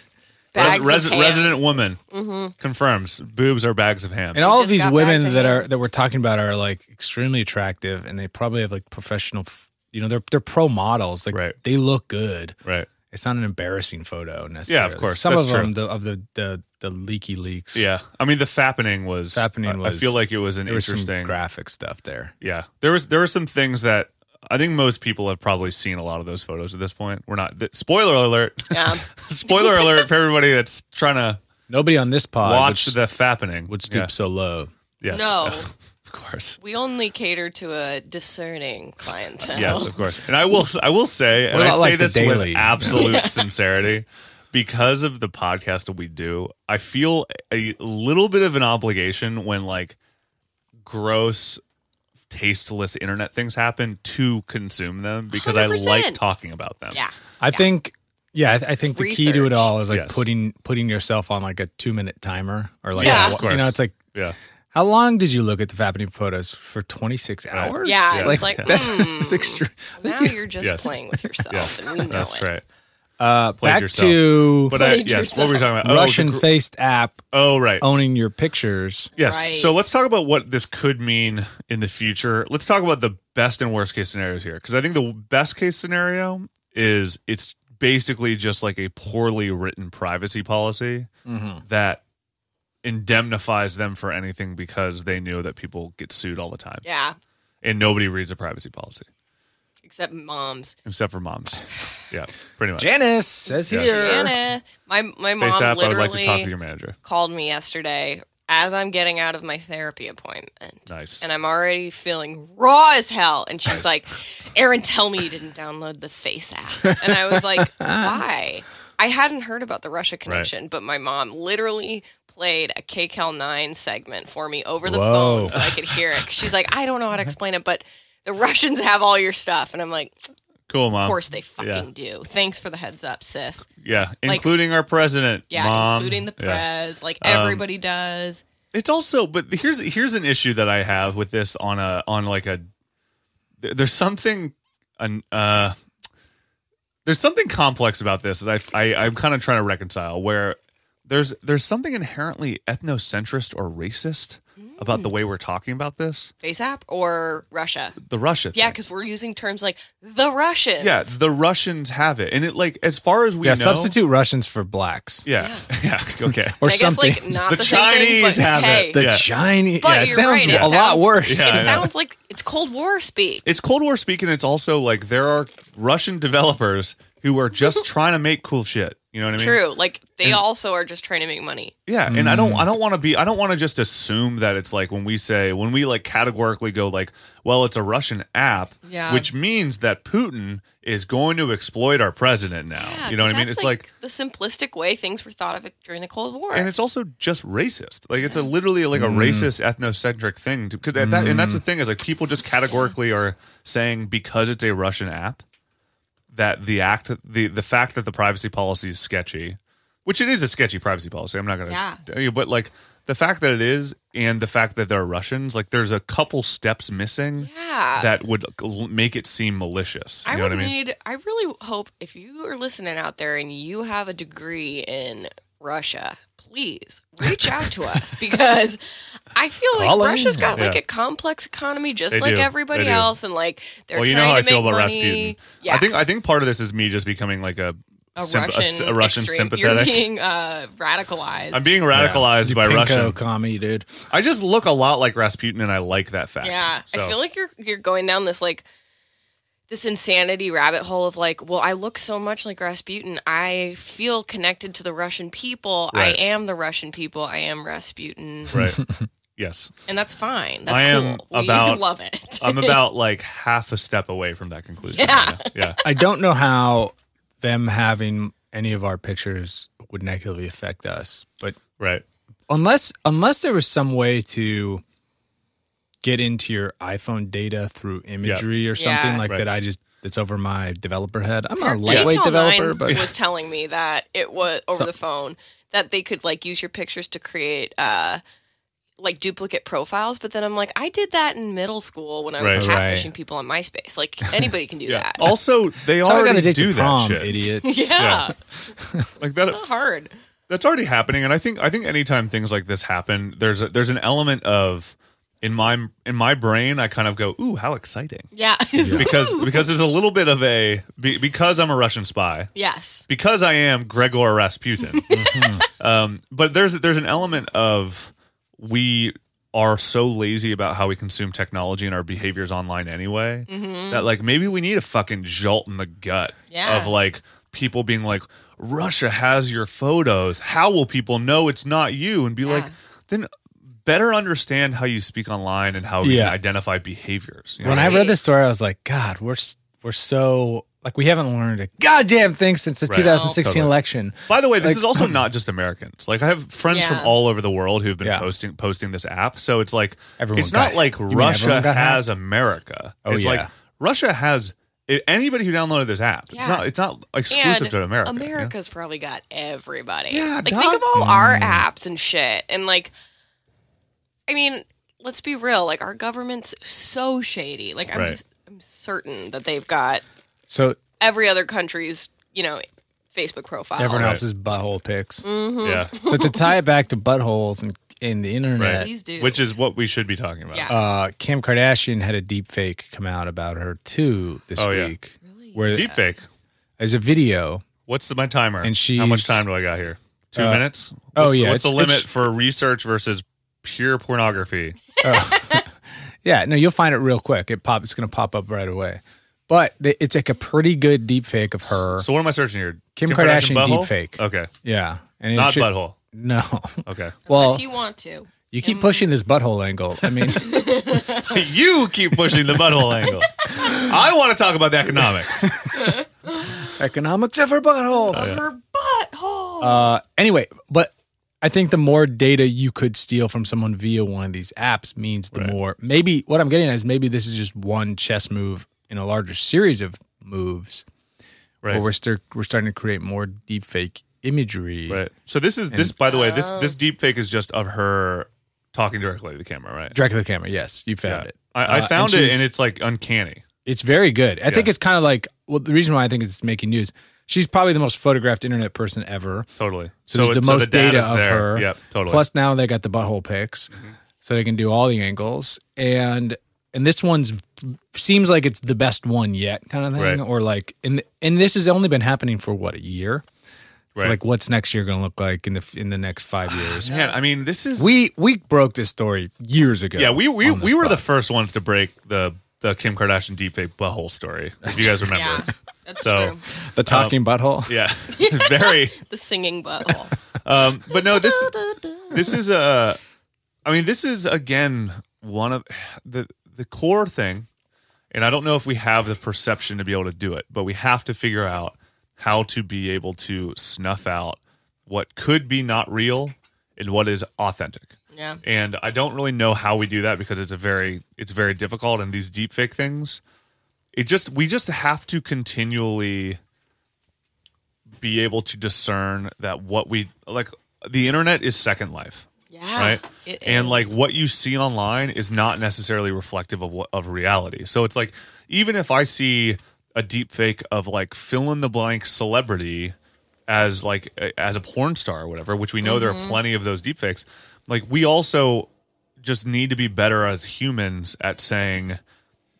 Speaker 5: Bags
Speaker 6: Res- res-
Speaker 5: of ham. Mm-hmm.
Speaker 6: resident woman confirms boobs are bags of ham.
Speaker 4: And all of
Speaker 5: just
Speaker 4: these
Speaker 5: got bags
Speaker 4: women
Speaker 5: of
Speaker 4: that
Speaker 5: ham.
Speaker 4: are that we're talking about are like extremely attractive, and they probably have like professional, f- you know, they're they're pro models. Like
Speaker 6: Right.
Speaker 4: they look good.
Speaker 6: right.
Speaker 4: It's not an embarrassing photo necessarily.
Speaker 6: course.
Speaker 4: Some
Speaker 6: That's
Speaker 4: of
Speaker 6: true.
Speaker 4: them the, of the the the leaky leaks.
Speaker 6: Yeah, I mean the fappening was
Speaker 4: Fappening
Speaker 6: I- I
Speaker 4: was-
Speaker 6: feel like it was an
Speaker 4: there was some
Speaker 6: interesting.
Speaker 4: graphic stuff there.
Speaker 6: yeah, there was there were some things that I think most people have probably seen a lot of those photos at this point. We're not. Th- spoiler alert.
Speaker 5: Yeah.
Speaker 6: spoiler alert for everybody that's trying to
Speaker 4: Nobody on this pod
Speaker 6: watch
Speaker 4: would,
Speaker 6: the fappening.
Speaker 4: would stoop
Speaker 6: Yeah.
Speaker 4: so low.
Speaker 6: Yes.
Speaker 5: No.
Speaker 6: of course.
Speaker 5: We only cater to a discerning clientele.
Speaker 6: Yes, of course. And I will I will say, and
Speaker 4: What
Speaker 6: I
Speaker 4: about,
Speaker 6: say
Speaker 4: like, the
Speaker 6: this
Speaker 4: daily?
Speaker 6: with absolute sincerity, because of the podcast that we do, I feel a little bit of an obligation when like gross tasteless internet things happen to consume them because I like
Speaker 5: 100%.
Speaker 6: talking about them.
Speaker 5: Yeah.
Speaker 4: I think, yeah, I, th- I think the key to it
Speaker 5: Research.
Speaker 4: all is like
Speaker 6: Yes.
Speaker 4: putting putting yourself on like a two minute timer or like
Speaker 5: Yeah.
Speaker 4: a-
Speaker 6: Of
Speaker 4: you
Speaker 6: course.
Speaker 4: know, it's like
Speaker 6: Yeah.
Speaker 4: how long did you look at the Fappening photos for twenty six hours?
Speaker 5: Yeah,
Speaker 6: Yeah.
Speaker 4: like,
Speaker 5: like,
Speaker 4: that's,
Speaker 5: hmm.
Speaker 4: that's extreme.
Speaker 5: Now you're just
Speaker 6: Yes.
Speaker 5: playing with yourself,
Speaker 6: Yes.
Speaker 5: and we know
Speaker 6: That's
Speaker 5: it.
Speaker 6: right.
Speaker 4: Uh,
Speaker 6: Played
Speaker 4: back
Speaker 6: yourself.
Speaker 4: to
Speaker 6: But I,
Speaker 5: Played
Speaker 6: yes, what were we talking about? Oh, the
Speaker 4: Russian
Speaker 6: gr-
Speaker 4: faced app
Speaker 6: Oh, right.
Speaker 4: owning your pictures.
Speaker 6: Yes.
Speaker 5: Right.
Speaker 6: So let's talk about what this could mean in the future. Let's talk about the best and worst case scenarios here. Because I think the best case scenario is it's basically just like a poorly written privacy policy
Speaker 5: Mm-hmm.
Speaker 6: that indemnifies them for anything because they know that people get sued all the time
Speaker 5: Yeah,
Speaker 6: and nobody reads a privacy policy
Speaker 5: except moms.
Speaker 6: except for moms. Yeah, pretty much.
Speaker 4: Janice says
Speaker 6: Yes.
Speaker 4: here.
Speaker 5: Anna, my my mom
Speaker 6: Face app, I would
Speaker 5: literally
Speaker 6: like to talk to your manager.
Speaker 5: called me yesterday as I'm getting out of my therapy appointment.
Speaker 6: Nice.
Speaker 5: And I'm already feeling raw as hell. And she's like, Aaron, tell me you didn't download the Face app. And I was like, why? I hadn't heard about the Russia connection, but my mom literally played a KCAL 9 segment for me over the
Speaker 4: Whoa.
Speaker 5: phone so I could hear it. 'Cause She's like, I don't know how to explain it, but the Russians have all your stuff. And I'm like,
Speaker 6: cool, mom.
Speaker 5: of course they fucking
Speaker 6: Um, yeah.
Speaker 5: do. Thanks for the heads up, sis.
Speaker 6: Yeah,
Speaker 5: Like-
Speaker 6: including our president.
Speaker 5: Yeah,
Speaker 6: Mom.
Speaker 5: including the
Speaker 6: Yeah. Um,
Speaker 5: press. Like everybody does.
Speaker 6: It's also, but here's here's an issue that I have with this on a on like a. there- There's something, an uh, there's something complex about this that I, I I'm kind of trying to reconcile. Where there's there's something inherently ethnocentrist or racist about the way we're talking about this.
Speaker 5: Face app or Russia.
Speaker 6: The Russia,
Speaker 5: Yeah,
Speaker 6: thing.
Speaker 5: because we're using terms like the Russians.
Speaker 6: yeah, the Russians have it, and it like as far as we
Speaker 4: yeah,
Speaker 6: know,
Speaker 4: substitute Russians for blacks
Speaker 6: Yeah, yeah, okay.
Speaker 4: or
Speaker 5: I guess
Speaker 4: something.
Speaker 5: like not
Speaker 6: The
Speaker 5: the, same thing,
Speaker 6: Chinese
Speaker 5: but
Speaker 6: have it.
Speaker 5: hey,
Speaker 4: the
Speaker 6: Yeah.
Speaker 4: Chinese.
Speaker 5: But
Speaker 4: yeah, it
Speaker 5: you're
Speaker 4: sounds
Speaker 5: right,
Speaker 4: a
Speaker 5: it
Speaker 4: lot
Speaker 5: sounds-
Speaker 4: worse.
Speaker 6: Yeah, I know.
Speaker 5: it sounds like it's Cold War speak.
Speaker 6: it's Cold War speaking. It's also like there are Russian developers who are just trying to make cool shit. You know what I mean?
Speaker 5: True. Like they
Speaker 6: And-
Speaker 5: also are just trying to make money.
Speaker 6: Yeah, and I don't I don't want to be I don't want to just assume that it's like when we say when we like categorically go like, well, it's a Russian app,
Speaker 5: Yeah.
Speaker 6: which means that Putin is going to exploit our president now.
Speaker 5: Yeah,
Speaker 6: you know what
Speaker 5: 'cause
Speaker 6: I mean?
Speaker 5: that's,
Speaker 6: It's like,
Speaker 5: the simplistic way things were thought of during the Cold War.
Speaker 6: and it's also just racist. Like it's a literally like a racist ethnocentric thing because that, that and that's the thing is like people just categorically are saying because it's a Russian app that the act the the fact that the privacy policy is sketchy, which it is a sketchy privacy policy. I'm not gonna
Speaker 5: Yeah.
Speaker 6: tell you, but like the fact that it is and the fact that there are Russians, like there's a couple steps missing
Speaker 5: yeah.
Speaker 6: that would l- make it seem malicious. You
Speaker 5: I
Speaker 6: know
Speaker 5: would
Speaker 6: what I mean?
Speaker 5: need. I really hope if you are listening out there and you have a degree in Russia, please reach out to us because I feel like
Speaker 4: Call in.
Speaker 5: Russia's got like
Speaker 6: Yeah.
Speaker 5: a complex economy, just
Speaker 6: They
Speaker 5: like
Speaker 6: do.
Speaker 5: everybody
Speaker 6: They do.
Speaker 5: else, and like they're
Speaker 6: well, you know
Speaker 5: trying
Speaker 6: how I
Speaker 5: to make
Speaker 6: feel about
Speaker 5: money.
Speaker 6: Rasputin.
Speaker 5: Yeah,
Speaker 6: I think I think part of this is me just becoming like a
Speaker 5: a
Speaker 6: symp- a s-
Speaker 5: Russian,
Speaker 6: a Russian
Speaker 5: extreme-
Speaker 6: sympathetic.
Speaker 5: You're being uh, radicalized.
Speaker 6: I'm being radicalized
Speaker 4: You
Speaker 6: by
Speaker 4: pinko
Speaker 6: Russian.
Speaker 4: commie, dude.
Speaker 6: I just look a lot like Rasputin, and I like that fact.
Speaker 5: Yeah,
Speaker 6: So,
Speaker 5: I feel like you're you're going down this like this insanity rabbit hole of like, well, I look so much like Rasputin. I feel connected to the Russian people.
Speaker 6: Right.
Speaker 5: I am the Russian people. I am Rasputin,
Speaker 6: right. yes,
Speaker 5: and that's fine. That's
Speaker 6: I am
Speaker 5: cool. We
Speaker 6: about-
Speaker 5: love it.
Speaker 6: I'm about like half a step away from that conclusion.
Speaker 5: Yeah.
Speaker 6: right now. yeah.
Speaker 4: I don't know how them having any of our pictures would negatively affect us, but
Speaker 6: Right.
Speaker 4: unless unless there was some way to get into your iPhone data through imagery or something
Speaker 5: Yeah.
Speaker 4: like
Speaker 6: Right.
Speaker 4: that, I just that's over my developer head. I'm not
Speaker 5: Our
Speaker 4: a lightweight
Speaker 5: PayPal
Speaker 4: developer,
Speaker 5: nine
Speaker 4: but
Speaker 5: was telling me that it was over
Speaker 4: So-
Speaker 5: the phone that they could like use your pictures to create uh like duplicate profiles. But then I'm like, I did that in middle school when I was
Speaker 6: Right.
Speaker 5: catfishing
Speaker 4: Right.
Speaker 5: people on MySpace. Like anybody can do
Speaker 6: Yeah.
Speaker 5: that.
Speaker 6: Also, they
Speaker 4: that's how I got
Speaker 6: already
Speaker 4: addicted
Speaker 6: do
Speaker 4: to prom,
Speaker 6: that shit.
Speaker 4: idiots.
Speaker 5: yeah.
Speaker 6: Like that.
Speaker 5: Not hard.
Speaker 6: that's already happening and i think i think anytime things like this happen there's a, there's an element of in my in my brain i kind of go ooh how exciting
Speaker 5: Yeah.
Speaker 6: because because there's a little bit of a be, because i'm a russian spy
Speaker 5: yes.
Speaker 6: because i am gregor
Speaker 5: Mm-hmm.
Speaker 6: rasputin um, but there's there's an element of we are so lazy about how we consume technology and our behaviors online anyway
Speaker 5: Mm-hmm.
Speaker 6: that like maybe we need a fucking jolt in the gut
Speaker 5: Yeah.
Speaker 6: of like people being like Russia has your photos. How will people know it's not you? And be like,
Speaker 5: Yeah.
Speaker 6: then better understand how you speak online and how you
Speaker 4: Yeah.
Speaker 6: can identify behaviors. you know?
Speaker 4: When I
Speaker 5: Right.
Speaker 4: read this story, I was like, God, we're s- we're so like we haven't learned a goddamn thing since the
Speaker 6: Right. Oh,
Speaker 4: 2016
Speaker 6: Totally.
Speaker 4: election.
Speaker 6: By the way, this
Speaker 4: Like-
Speaker 6: is also not just Americans. Like I have friends from
Speaker 5: Yeah.
Speaker 6: all over the world who've been
Speaker 4: Yeah.
Speaker 6: posting posting this app. So it's like
Speaker 4: Everyone
Speaker 6: it's
Speaker 4: got
Speaker 6: not
Speaker 4: it.
Speaker 6: like
Speaker 4: You mean
Speaker 6: Russia
Speaker 4: everyone got
Speaker 6: has America.
Speaker 4: Oh,
Speaker 6: it's like
Speaker 4: yeah.
Speaker 6: Russia has i- anybody who downloaded this app. It's
Speaker 5: Yeah.
Speaker 6: not it's not exclusive
Speaker 5: And
Speaker 6: to America. you know?
Speaker 5: America's probably got everybody.
Speaker 6: Yeah,
Speaker 5: like
Speaker 6: dog.
Speaker 5: think of all our
Speaker 6: Mm.
Speaker 5: apps and shit, and like, I mean, let's be real. Like our government's so shady. Like I'm,
Speaker 6: Right.
Speaker 5: just, I'm certain that they've got
Speaker 4: So
Speaker 5: every other country's, you know, Facebook profile.
Speaker 4: everyone
Speaker 6: Right.
Speaker 4: else's butthole pics.
Speaker 5: Mm-hmm.
Speaker 6: Yeah.
Speaker 4: So to tie it back to buttholes and in the internet,
Speaker 5: Please do.
Speaker 6: Which is what we should be talking about.
Speaker 5: Yeah.
Speaker 4: uh, Kim Kardashian had a deep fake come out about her too this
Speaker 6: Oh, yeah.
Speaker 4: week. Where
Speaker 6: Deep fake.
Speaker 4: there's a video.
Speaker 6: What's the, my timer?
Speaker 4: And
Speaker 6: how much
Speaker 4: she's-
Speaker 6: time do I got here? Two
Speaker 4: Uh,
Speaker 6: minutes.
Speaker 4: oh,
Speaker 6: What's-
Speaker 4: yeah,
Speaker 6: What's the
Speaker 4: it's-
Speaker 6: limit
Speaker 4: it's-
Speaker 6: for research versus pure pornography?
Speaker 4: Yeah, no, you'll find it real quick. It pop. It's gonna pop up right away. But th- it's like a pretty good deep fake of her.
Speaker 6: So what am I searching here?
Speaker 4: Kim Kardashian
Speaker 6: butthole?
Speaker 4: deepfake.
Speaker 6: Okay,
Speaker 4: yeah, and it
Speaker 6: not
Speaker 4: should-
Speaker 6: butthole.
Speaker 4: No.
Speaker 6: Okay,
Speaker 4: Well,
Speaker 5: you want to.
Speaker 4: you keep pushing this butthole angle. I mean,
Speaker 6: you keep pushing the butthole angle. I want to talk about the economics.
Speaker 4: economics of her butthole.
Speaker 6: Oh,
Speaker 5: Of her butthole.
Speaker 4: Uh, anyway, but I think the more data you could steal from someone via one of these apps means the
Speaker 6: Right.
Speaker 4: more maybe what I'm getting at is maybe this is just one chess move in a larger series of moves
Speaker 6: Right.
Speaker 4: where we're still we're starting to create more deep fake imagery.
Speaker 6: Right. So this is this. By the way, this this deep fake is just of her talking directly to the camera, right?
Speaker 4: Directly to the camera. Yes, you found it.
Speaker 6: I, I
Speaker 4: Uh,
Speaker 6: found it,
Speaker 4: she's-
Speaker 6: and it's like uncanny.
Speaker 4: it's very good. I think
Speaker 6: Yeah.
Speaker 4: it's kind of like well, the reason why I think it's making news. She's probably the most photographed internet person ever.
Speaker 6: Totally.
Speaker 4: So, there's
Speaker 6: it-
Speaker 4: the most data
Speaker 6: data's
Speaker 4: of her.
Speaker 6: Yep. Totally. Mm-hmm.
Speaker 4: Plus now they got the butthole pics, so they can do all the angles. And and this one's seems like it's the best one yet, kind of thing.
Speaker 6: Right.
Speaker 4: Or like and and this has only been happening for what a year. So
Speaker 6: Right.
Speaker 4: like, what's next year going to look like in the in the next five years?
Speaker 6: man, I mean, this is
Speaker 4: we we broke this story years ago.
Speaker 6: Yeah, we we,
Speaker 4: on this
Speaker 6: we were the
Speaker 4: pod.
Speaker 6: first ones to break the the Kim Kardashian deepfake butthole story. If you guys remember?
Speaker 5: that's
Speaker 6: so-
Speaker 5: true.
Speaker 4: the talking butthole.
Speaker 6: um, Yeah, very.
Speaker 5: The singing butthole.
Speaker 6: Um, but no, this
Speaker 5: Da-da-da.
Speaker 6: this is a. I mean, this is again one of the the core thing, and I don't know if we have the perception to be able to do it, but we have to figure out how to be able to snuff out what could be not real and what is authentic.
Speaker 5: yeah.
Speaker 6: and I don't really know how we do that because it's a very it's very difficult and these deepfake things it just we just have to continually be able to discern that what we like the internet is second life
Speaker 5: Yeah.
Speaker 6: right
Speaker 5: It
Speaker 6: and
Speaker 5: is.
Speaker 6: like what you see online is not necessarily reflective of what of reality so it's like even if i see a deep fake of like fill in the blank celebrity as like a- as a porn star or whatever which we know there
Speaker 5: Mm-hmm.
Speaker 6: are plenty of those deep fakes like we also just need to be better as humans at saying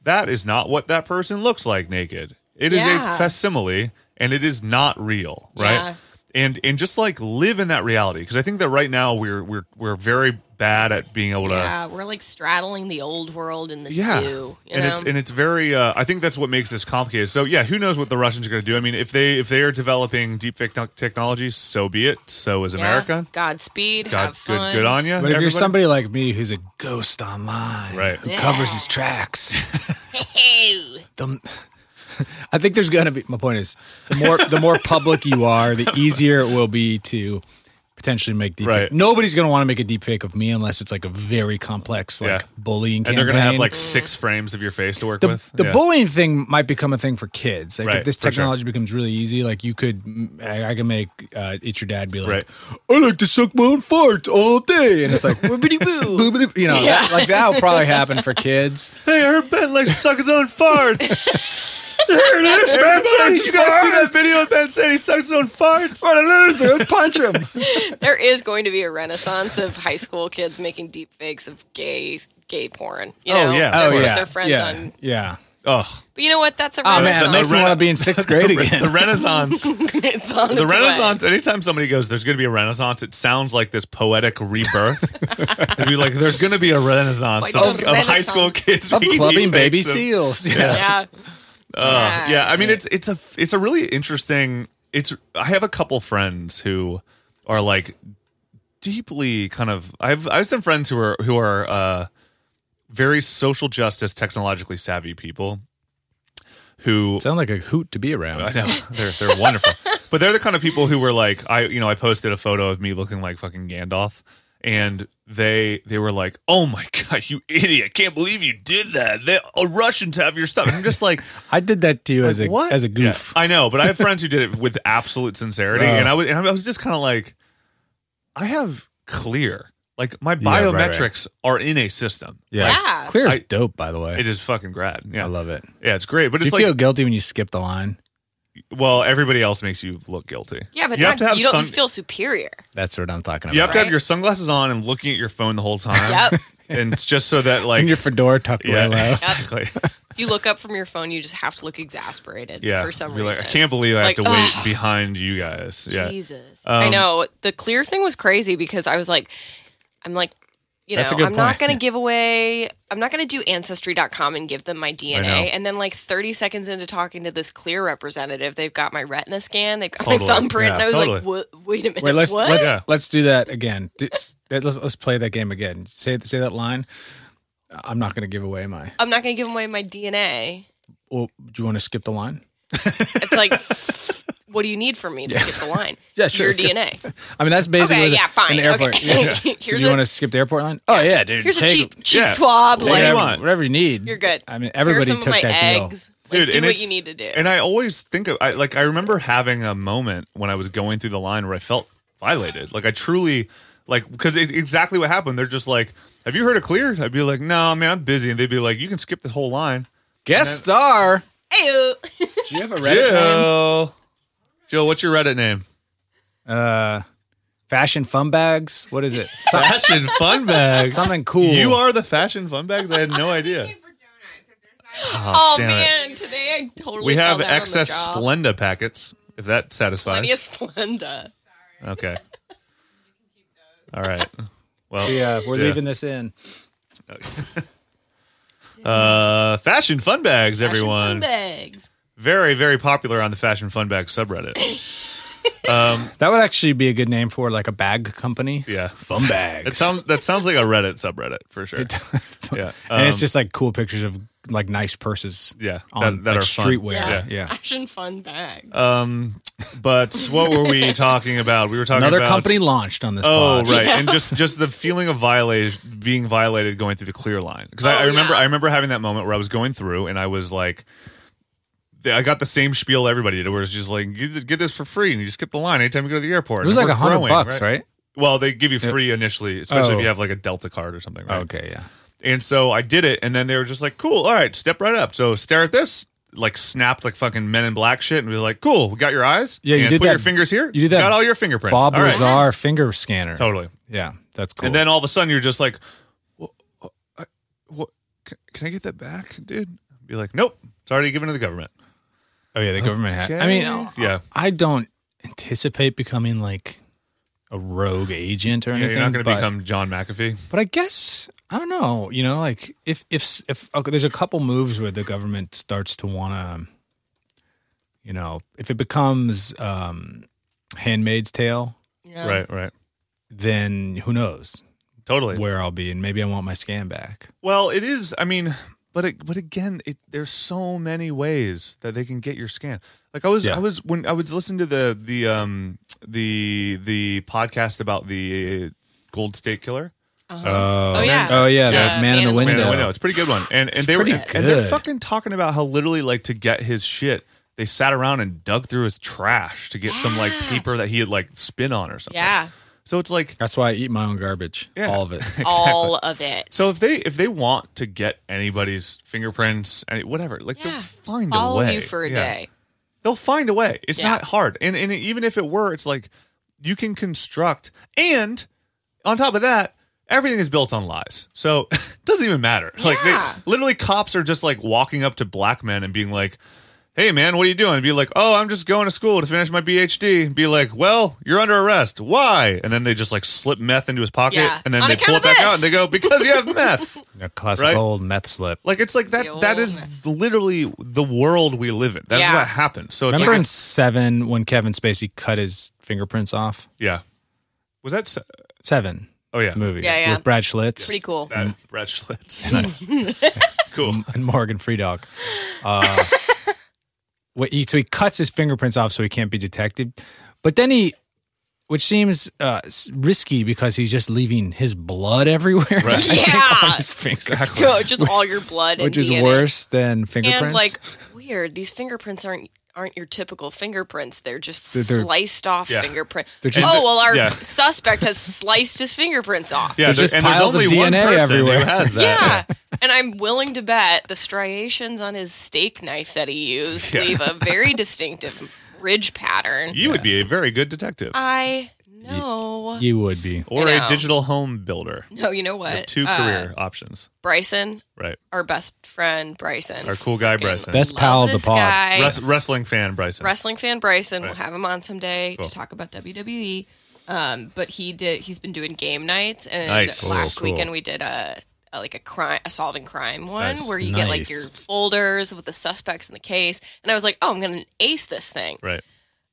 Speaker 6: that is not what that person looks like naked It is
Speaker 5: Yeah.
Speaker 6: a facsimile and it is not real right
Speaker 5: Yeah.
Speaker 6: and and just like live in that reality because I think that right now we're we're we're very bad at being able to
Speaker 5: Yeah, we're like straddling the old world and the
Speaker 6: uh, yeah,
Speaker 5: new. You
Speaker 6: and
Speaker 5: know?
Speaker 6: it's and it's very uh, I think that's what makes this complicated. So yeah, who knows what the Russians are going to do? I mean, if they if they are developing deepfake tech- technology, so be it. So is
Speaker 5: Yeah.
Speaker 6: America.
Speaker 5: Godspeed.
Speaker 6: God,
Speaker 5: have
Speaker 6: good
Speaker 5: fun.
Speaker 6: good on you.
Speaker 4: But if you're somebody like me who's a ghost online,
Speaker 6: Right.
Speaker 4: who covers his tracks,
Speaker 5: Hey.
Speaker 4: the, I think there's gonna be. My point is, the more the more public you are, the easier it will be to potentially make deep.
Speaker 6: Right.
Speaker 4: Fake. Nobody's gonna want to make a deep fake of me unless it's like a very complex, like
Speaker 6: Yeah.
Speaker 4: bullying.
Speaker 6: and
Speaker 4: Campaign.
Speaker 6: they're going to have like six frames of your face to work
Speaker 4: the,
Speaker 6: with.
Speaker 4: the
Speaker 6: Yeah.
Speaker 4: bullying thing might become a thing for kids. Like
Speaker 6: Right,
Speaker 4: if this
Speaker 6: for sure.
Speaker 4: technology becomes really easy, like you could, mm, I, I can make uh, it's your dad be like,
Speaker 6: Right.
Speaker 4: I like to suck my own farts all day, and it's like boobity boo, boobity, you know, that, like that'll probably happen for kids.
Speaker 6: Hey, her Ben likes to suck his own farts. There it is, Ben. Did you guys see that video of Ben saying he sucks his own farts?
Speaker 4: What a loser! Let's punch him.
Speaker 5: There is going to be a renaissance of high school kids making deep fakes of gay gay porn. You
Speaker 6: Oh,
Speaker 5: know?
Speaker 6: yeah, of
Speaker 5: They're
Speaker 4: Oh
Speaker 5: with
Speaker 4: yeah,
Speaker 5: their friends
Speaker 4: yeah,
Speaker 5: on
Speaker 4: yeah.
Speaker 6: Oh,
Speaker 5: But you know what? That's a
Speaker 4: Oh man, it
Speaker 5: renaissance.
Speaker 4: makes me
Speaker 6: rena-
Speaker 4: want to be in sixth grade again.
Speaker 6: the Renaissance.
Speaker 5: it's on
Speaker 6: the
Speaker 5: its way.
Speaker 6: Renaissance. Anytime somebody goes, "There's going to be a Renaissance," it sounds like this poetic rebirth. It'd be like, "There's going to be a Renaissance
Speaker 5: Like
Speaker 6: of,
Speaker 5: the
Speaker 6: of high school
Speaker 5: Renaissance.
Speaker 6: kids
Speaker 4: Of
Speaker 6: making
Speaker 4: clubbing baby
Speaker 6: deepfakes of-
Speaker 4: seals. Yeah.
Speaker 5: Yeah.
Speaker 6: Uh, yeah, I mean it's it's a it's a really interesting. It's I have a couple friends who are like deeply kind of I've I have some friends who are who are uh, very social justice technologically savvy people who
Speaker 4: Sound like a hoot to be around.
Speaker 6: I know they're they're wonderful, but they're the kind of people who were like, I you know I posted a photo of me looking like fucking Gandalf, and they they were like, oh my god, you idiot! Can't believe you did that. They, oh, Russians have your stuff. I'm just like,
Speaker 4: I did that to you as a
Speaker 6: like, what?
Speaker 4: as a goof.
Speaker 6: Yeah, I know, but I have friends who did it with absolute sincerity,
Speaker 4: Wow.
Speaker 6: and I was and I was just kind of like, I have clear. Like my
Speaker 4: Yeah, right, right.
Speaker 6: biometrics are in a system.
Speaker 5: Yeah.
Speaker 4: Clear is
Speaker 6: I-
Speaker 4: dope, by the way.
Speaker 6: It is fucking rad. Yeah,
Speaker 4: I love it. Do
Speaker 6: yeah, it's great. But
Speaker 4: you
Speaker 6: it's like,
Speaker 4: feel guilty when you skip the line?
Speaker 6: well, everybody else makes you look guilty.
Speaker 5: Yeah, but
Speaker 6: you have
Speaker 5: not-
Speaker 6: to have
Speaker 5: you don't
Speaker 6: some.
Speaker 5: feel superior.
Speaker 4: That's what I'm talking about.
Speaker 6: you have to have
Speaker 5: Right.
Speaker 6: your sunglasses on and looking at your phone the whole time.
Speaker 5: Yep.
Speaker 6: And it's just so that like
Speaker 4: and your fedora tucked
Speaker 6: yeah,
Speaker 4: away low.
Speaker 6: exactly.
Speaker 5: If you look up from your phone, you just have to look exasperated
Speaker 6: Yeah.
Speaker 5: for some
Speaker 6: Be like,
Speaker 5: reason.
Speaker 6: I can't believe I
Speaker 5: Like,
Speaker 6: have to wait
Speaker 5: ugh.
Speaker 6: behind you guys. Yeah.
Speaker 5: Jesus.
Speaker 4: Um,
Speaker 5: I know. The clear thing was crazy because I was like, I'm like, you know,
Speaker 4: That's a good
Speaker 5: I'm not
Speaker 4: point.
Speaker 5: going to give away, I'm not going to do ancestry.com and give them my DNA. And then, like, 30 seconds into talking to this clear representative, they've got my retina scan, they've got
Speaker 6: Totally.
Speaker 5: my thumbprint.
Speaker 6: Yeah,
Speaker 5: and I was
Speaker 6: totally.
Speaker 5: like, what, wait a minute.
Speaker 4: Wait, let's
Speaker 5: what?
Speaker 4: let's
Speaker 6: Yeah.
Speaker 4: let's do that again. D- s- Let's let's play that game again. Say say that line. I'm not going to give away my.
Speaker 5: I'm not going to give away my DNA.
Speaker 4: Well, do you want to skip the line?
Speaker 5: It's like, what do you need from me to skip the line?
Speaker 4: Yeah, sure.
Speaker 5: Your DNA.
Speaker 4: I mean, that's basically
Speaker 5: Okay,
Speaker 4: what-
Speaker 5: yeah, fine.
Speaker 4: in the airport.
Speaker 5: Okay.
Speaker 4: Yeah. So do
Speaker 5: Here's
Speaker 4: you
Speaker 5: a-
Speaker 4: want to skip the airport line? Oh yeah, dude.
Speaker 5: Here's
Speaker 4: take,
Speaker 5: a cheap, cheap
Speaker 6: yeah.
Speaker 5: swab.
Speaker 6: Take
Speaker 5: Like,
Speaker 4: whatever,
Speaker 6: you want.
Speaker 4: whatever you need.
Speaker 5: You're good.
Speaker 4: I mean,
Speaker 5: Here's
Speaker 4: everybody
Speaker 5: some of
Speaker 4: took
Speaker 5: my
Speaker 4: that deal.
Speaker 5: eggs. Like, do what
Speaker 6: it's-
Speaker 5: you need to do.
Speaker 6: And I always think of I like I remember having a moment when I was going through the line where I felt violated. Like I truly like because it, exactly what happened. They're just like, "Have you heard of Clear?" I'd be like, "No, man, I'm busy," and they'd be like, "You can skip this whole line."
Speaker 4: Guest star.
Speaker 5: Ayo.
Speaker 4: Do you have a
Speaker 6: Jill, Jill, what's your Reddit name?
Speaker 4: Uh, fashion fun bags. What is it? So-
Speaker 6: Fashion fun bags.
Speaker 4: Something cool.
Speaker 6: You are the fashion fun bags. I had no idea.
Speaker 5: Oh,
Speaker 6: damn it.
Speaker 5: man, today I totally
Speaker 6: We have
Speaker 5: fell down on the
Speaker 6: excess
Speaker 5: job.
Speaker 6: Splenda packets. If that satisfies.
Speaker 5: Plenty of Splenda.
Speaker 6: Okay. All right. Well,
Speaker 4: Yeah, we're
Speaker 6: yeah.
Speaker 4: leaving this in.
Speaker 6: Uh, fashion fun bags, everyone.
Speaker 5: Fashion bags.
Speaker 6: Very, very popular on the fashion fun bag subreddit.
Speaker 4: That would actually be a good name for like a bag company.
Speaker 6: Yeah,
Speaker 4: Fun bags.
Speaker 6: That sounds that sounds like a Reddit subreddit for sure. Yeah,
Speaker 4: and
Speaker 6: Um,
Speaker 4: it's just like cool pictures of like nice purses.
Speaker 6: Yeah, that-
Speaker 4: on
Speaker 6: that
Speaker 4: like
Speaker 6: are fun.
Speaker 4: streetwear.
Speaker 6: Yeah.
Speaker 4: Yeah,
Speaker 5: Fashion fun bags.
Speaker 6: Um, but what were we talking about? We were talking
Speaker 4: another
Speaker 6: about
Speaker 4: company launched on this.
Speaker 6: Oh
Speaker 4: pod.
Speaker 6: right, and just just the feeling of violation, being violated, going through the clear line. Because I, I
Speaker 5: Oh,
Speaker 6: remember,
Speaker 5: yeah.
Speaker 6: I remember having that moment where I was going through, and I was like, I got the same spiel everybody did, where it's just like, you get this for free, and you skip the line anytime you go to the airport.
Speaker 4: it was
Speaker 6: and
Speaker 4: like a
Speaker 6: we're
Speaker 4: hundred
Speaker 6: growing,
Speaker 4: bucks, right?
Speaker 6: Well, they give you free initially, especially if
Speaker 4: Oh.
Speaker 6: you have like a Delta card or something. Right?
Speaker 4: Okay, yeah.
Speaker 6: And so I did it, and then they were just like, "Cool, all right, step right up." So stare at this, like snapped like fucking Men in Black shit, and be like, "Cool, we got your eyes.
Speaker 4: Yeah, you
Speaker 6: and
Speaker 4: did
Speaker 6: put
Speaker 4: that-
Speaker 6: your fingers here.
Speaker 4: you did that
Speaker 6: Got all your fingerprints.
Speaker 4: Bob
Speaker 6: all right,
Speaker 4: Lazar finger scanner.
Speaker 6: totally."
Speaker 4: Yeah, that's cool.
Speaker 6: And then all of a sudden, you're just like, "Wha- I- "What? Can, can I get that back, dude?" Be like, "Nope, it's already given to the government."
Speaker 4: oh yeah, the government hat. I mean,
Speaker 6: yeah,
Speaker 4: I don't anticipate becoming like a rogue agent or
Speaker 6: Yeah,
Speaker 4: anything.
Speaker 6: you're not going to
Speaker 4: but-
Speaker 6: become John McAfee.
Speaker 4: But I guess I don't know. You know, like if if if okay, there's a couple moves where the government starts to want to, you know, if it becomes um, Handmaid's Tale,
Speaker 5: Yeah.
Speaker 6: Right, right,
Speaker 4: then who knows
Speaker 6: totally.
Speaker 4: where I'll be, and maybe I want my scan back.
Speaker 6: Well, it is. I mean, but it, but again, it, there's so many ways that they can get your scan. Like I was,
Speaker 4: Yeah.
Speaker 6: I was when I was listening to the the um the the podcast about the uh, Gold State Killer.
Speaker 4: Oh,
Speaker 5: yeah.
Speaker 4: oh yeah,
Speaker 5: Yeah.
Speaker 4: the man, in the window.
Speaker 6: Man in the Window. It's a pretty good one. And and
Speaker 4: It's
Speaker 6: they were
Speaker 4: pretty
Speaker 6: and, and they're
Speaker 4: good.
Speaker 6: fucking talking about how literally like to get his shit, they sat around and dug through his trash to get some like
Speaker 5: Yeah.
Speaker 6: paper that he had like spin on or something.
Speaker 5: Yeah.
Speaker 6: So it's like
Speaker 4: That's why I eat my own garbage,
Speaker 6: Yeah.
Speaker 4: all of it.
Speaker 5: All of it.
Speaker 6: So if they if they want to get anybody's fingerprints and whatever, like
Speaker 5: Yeah.
Speaker 6: they'll find
Speaker 5: follow
Speaker 6: a way.
Speaker 5: you for a
Speaker 6: Yeah.
Speaker 5: day.
Speaker 6: They'll find a way. It's
Speaker 5: Yeah.
Speaker 6: not hard. And and even if it were, it's like you can construct and on top of that, everything is built on lies. So it doesn't even matter. Like they,
Speaker 5: Yeah.
Speaker 6: literally cops are just like walking up to black men and being like, Hey man, what are you doing? And be like, Oh, I'm just going to school to finish my PhD. And be like, Well, you're under arrest. Why? And then they just like slip meth into his pocket
Speaker 5: Yeah.
Speaker 6: and then
Speaker 5: On
Speaker 6: they
Speaker 5: account
Speaker 6: pull it
Speaker 5: of
Speaker 6: back
Speaker 5: this.
Speaker 6: out and they go, Because you have meth.
Speaker 4: A classic
Speaker 6: Right?
Speaker 4: old meth slip.
Speaker 6: Like it's like that
Speaker 5: The
Speaker 6: that
Speaker 5: old
Speaker 6: is
Speaker 5: meth.
Speaker 6: literally the world we live in. That's
Speaker 5: Yeah.
Speaker 6: what happens. So it's
Speaker 4: Remember
Speaker 6: like
Speaker 4: in Seven when Kevin Spacey cut his fingerprints off?
Speaker 6: Yeah. Was that se-
Speaker 4: Seven
Speaker 6: oh yeah.
Speaker 4: the movie
Speaker 5: Yeah, yeah.
Speaker 4: with Brad Schlitz
Speaker 5: Pretty cool.
Speaker 6: That Brad Schlitz. Nice. cool.
Speaker 4: and Morgan Freedog. Uh, what he, so he cuts his fingerprints off so he can't be detected, but then he, which seems uh, s- risky because he's just leaving his blood everywhere.
Speaker 6: Right.
Speaker 5: Yeah.
Speaker 4: on his fingers,
Speaker 5: So just all your blood, and
Speaker 4: which is
Speaker 5: DNA.
Speaker 4: worse than fingerprints.
Speaker 5: And like weird, these fingerprints aren't aren't your typical fingerprints. They're just
Speaker 4: They're- they're-
Speaker 5: sliced off
Speaker 6: Yeah.
Speaker 5: fingerprint.
Speaker 4: They're just-
Speaker 5: oh well, our
Speaker 6: yeah.
Speaker 5: suspect has sliced his fingerprints off.
Speaker 6: Yeah,
Speaker 4: There's
Speaker 6: there-
Speaker 4: just piles of DNA everywhere.
Speaker 6: who has that.
Speaker 5: Yeah. And I'm willing to bet the striations on his steak knife that he used
Speaker 6: Yeah.
Speaker 5: leave a very distinctive ridge pattern.
Speaker 6: You would be a very good detective
Speaker 5: I know.
Speaker 4: you would be.
Speaker 6: or
Speaker 5: I
Speaker 6: a
Speaker 5: know.
Speaker 6: digital home builder.
Speaker 5: No, you know
Speaker 6: You have
Speaker 5: what?
Speaker 6: two
Speaker 5: Uh,
Speaker 6: career options.
Speaker 5: Bryson,
Speaker 6: Right.
Speaker 5: our best friend Bryson.
Speaker 6: Our cool guy,
Speaker 5: Fucking
Speaker 6: Bryson.
Speaker 4: Best
Speaker 5: love
Speaker 4: pal of the
Speaker 5: this
Speaker 4: pod.
Speaker 5: guy.
Speaker 6: Wres- wrestling fan, Bryson.
Speaker 5: Wrestling fan Bryson. We'll
Speaker 6: Right.
Speaker 5: have him on someday
Speaker 6: Cool.
Speaker 5: to talk about WWE. Um, but he did. He's been doing game nights, and
Speaker 6: Nice. Oh,
Speaker 5: last
Speaker 4: cool.
Speaker 5: weekend we did a, a like a crime, a solving crime one
Speaker 6: Nice.
Speaker 5: where you get like
Speaker 4: Nice.
Speaker 5: your folders with the suspects in the case. And I was like, oh, I'm gonna ace this thing.
Speaker 6: Right.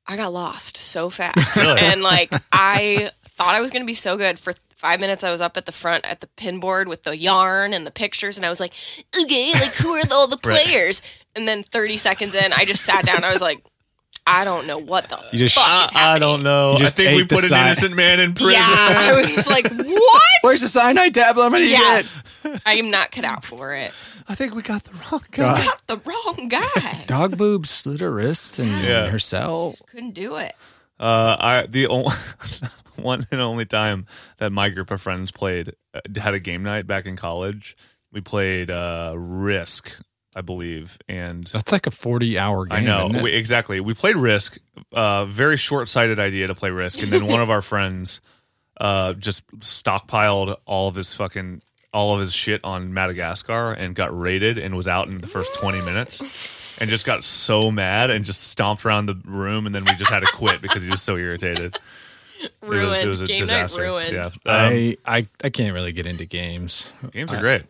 Speaker 5: I got lost so fast.
Speaker 6: Really?
Speaker 5: And like I thought I was gonna be so good for five minutes. I was up at the front at the pin board with the yarn and the pictures, and I was like, okay, like who are all the
Speaker 6: Right.
Speaker 5: players? And then 30 seconds in, I just sat down. I was like, I don't know what the
Speaker 4: You just
Speaker 5: fuck
Speaker 4: sh-
Speaker 5: is
Speaker 6: I, I
Speaker 5: happening.
Speaker 6: don't know.
Speaker 4: You just
Speaker 6: I think we
Speaker 4: ate the
Speaker 6: put an
Speaker 4: side.
Speaker 6: innocent man in prison.
Speaker 5: Yeah, I was just like, what?
Speaker 4: Where's the cyanide tablet? I'm gonna
Speaker 5: yeah, I am not cut out for it.
Speaker 6: I think we got the wrong
Speaker 5: I
Speaker 6: guy.
Speaker 5: got the wrong guy.
Speaker 4: Dog boob slit her wrist and
Speaker 6: Yeah.
Speaker 4: herself.
Speaker 5: Couldn't do it.
Speaker 6: Uh, I the only one and only time that my group of friends played uh, had a game night back in college. We played uh, Risk, I believe, and
Speaker 4: That's like a 40 hour game.
Speaker 6: I know
Speaker 4: Oh, isn't it?
Speaker 6: we, exactly. We played Risk. Uh, very short-sighted idea to play Risk, and then one of our friends uh, just stockpiled all of his fucking all of his shit on Madagascar and got raided and was out in the first twenty minutes, and just got so mad and just stomped around the room, and then we just had to quit because he was so irritated.
Speaker 5: Ruined. Game night ruined.
Speaker 6: Yeah, um,
Speaker 4: I, I I can't really get into games.
Speaker 6: games are great.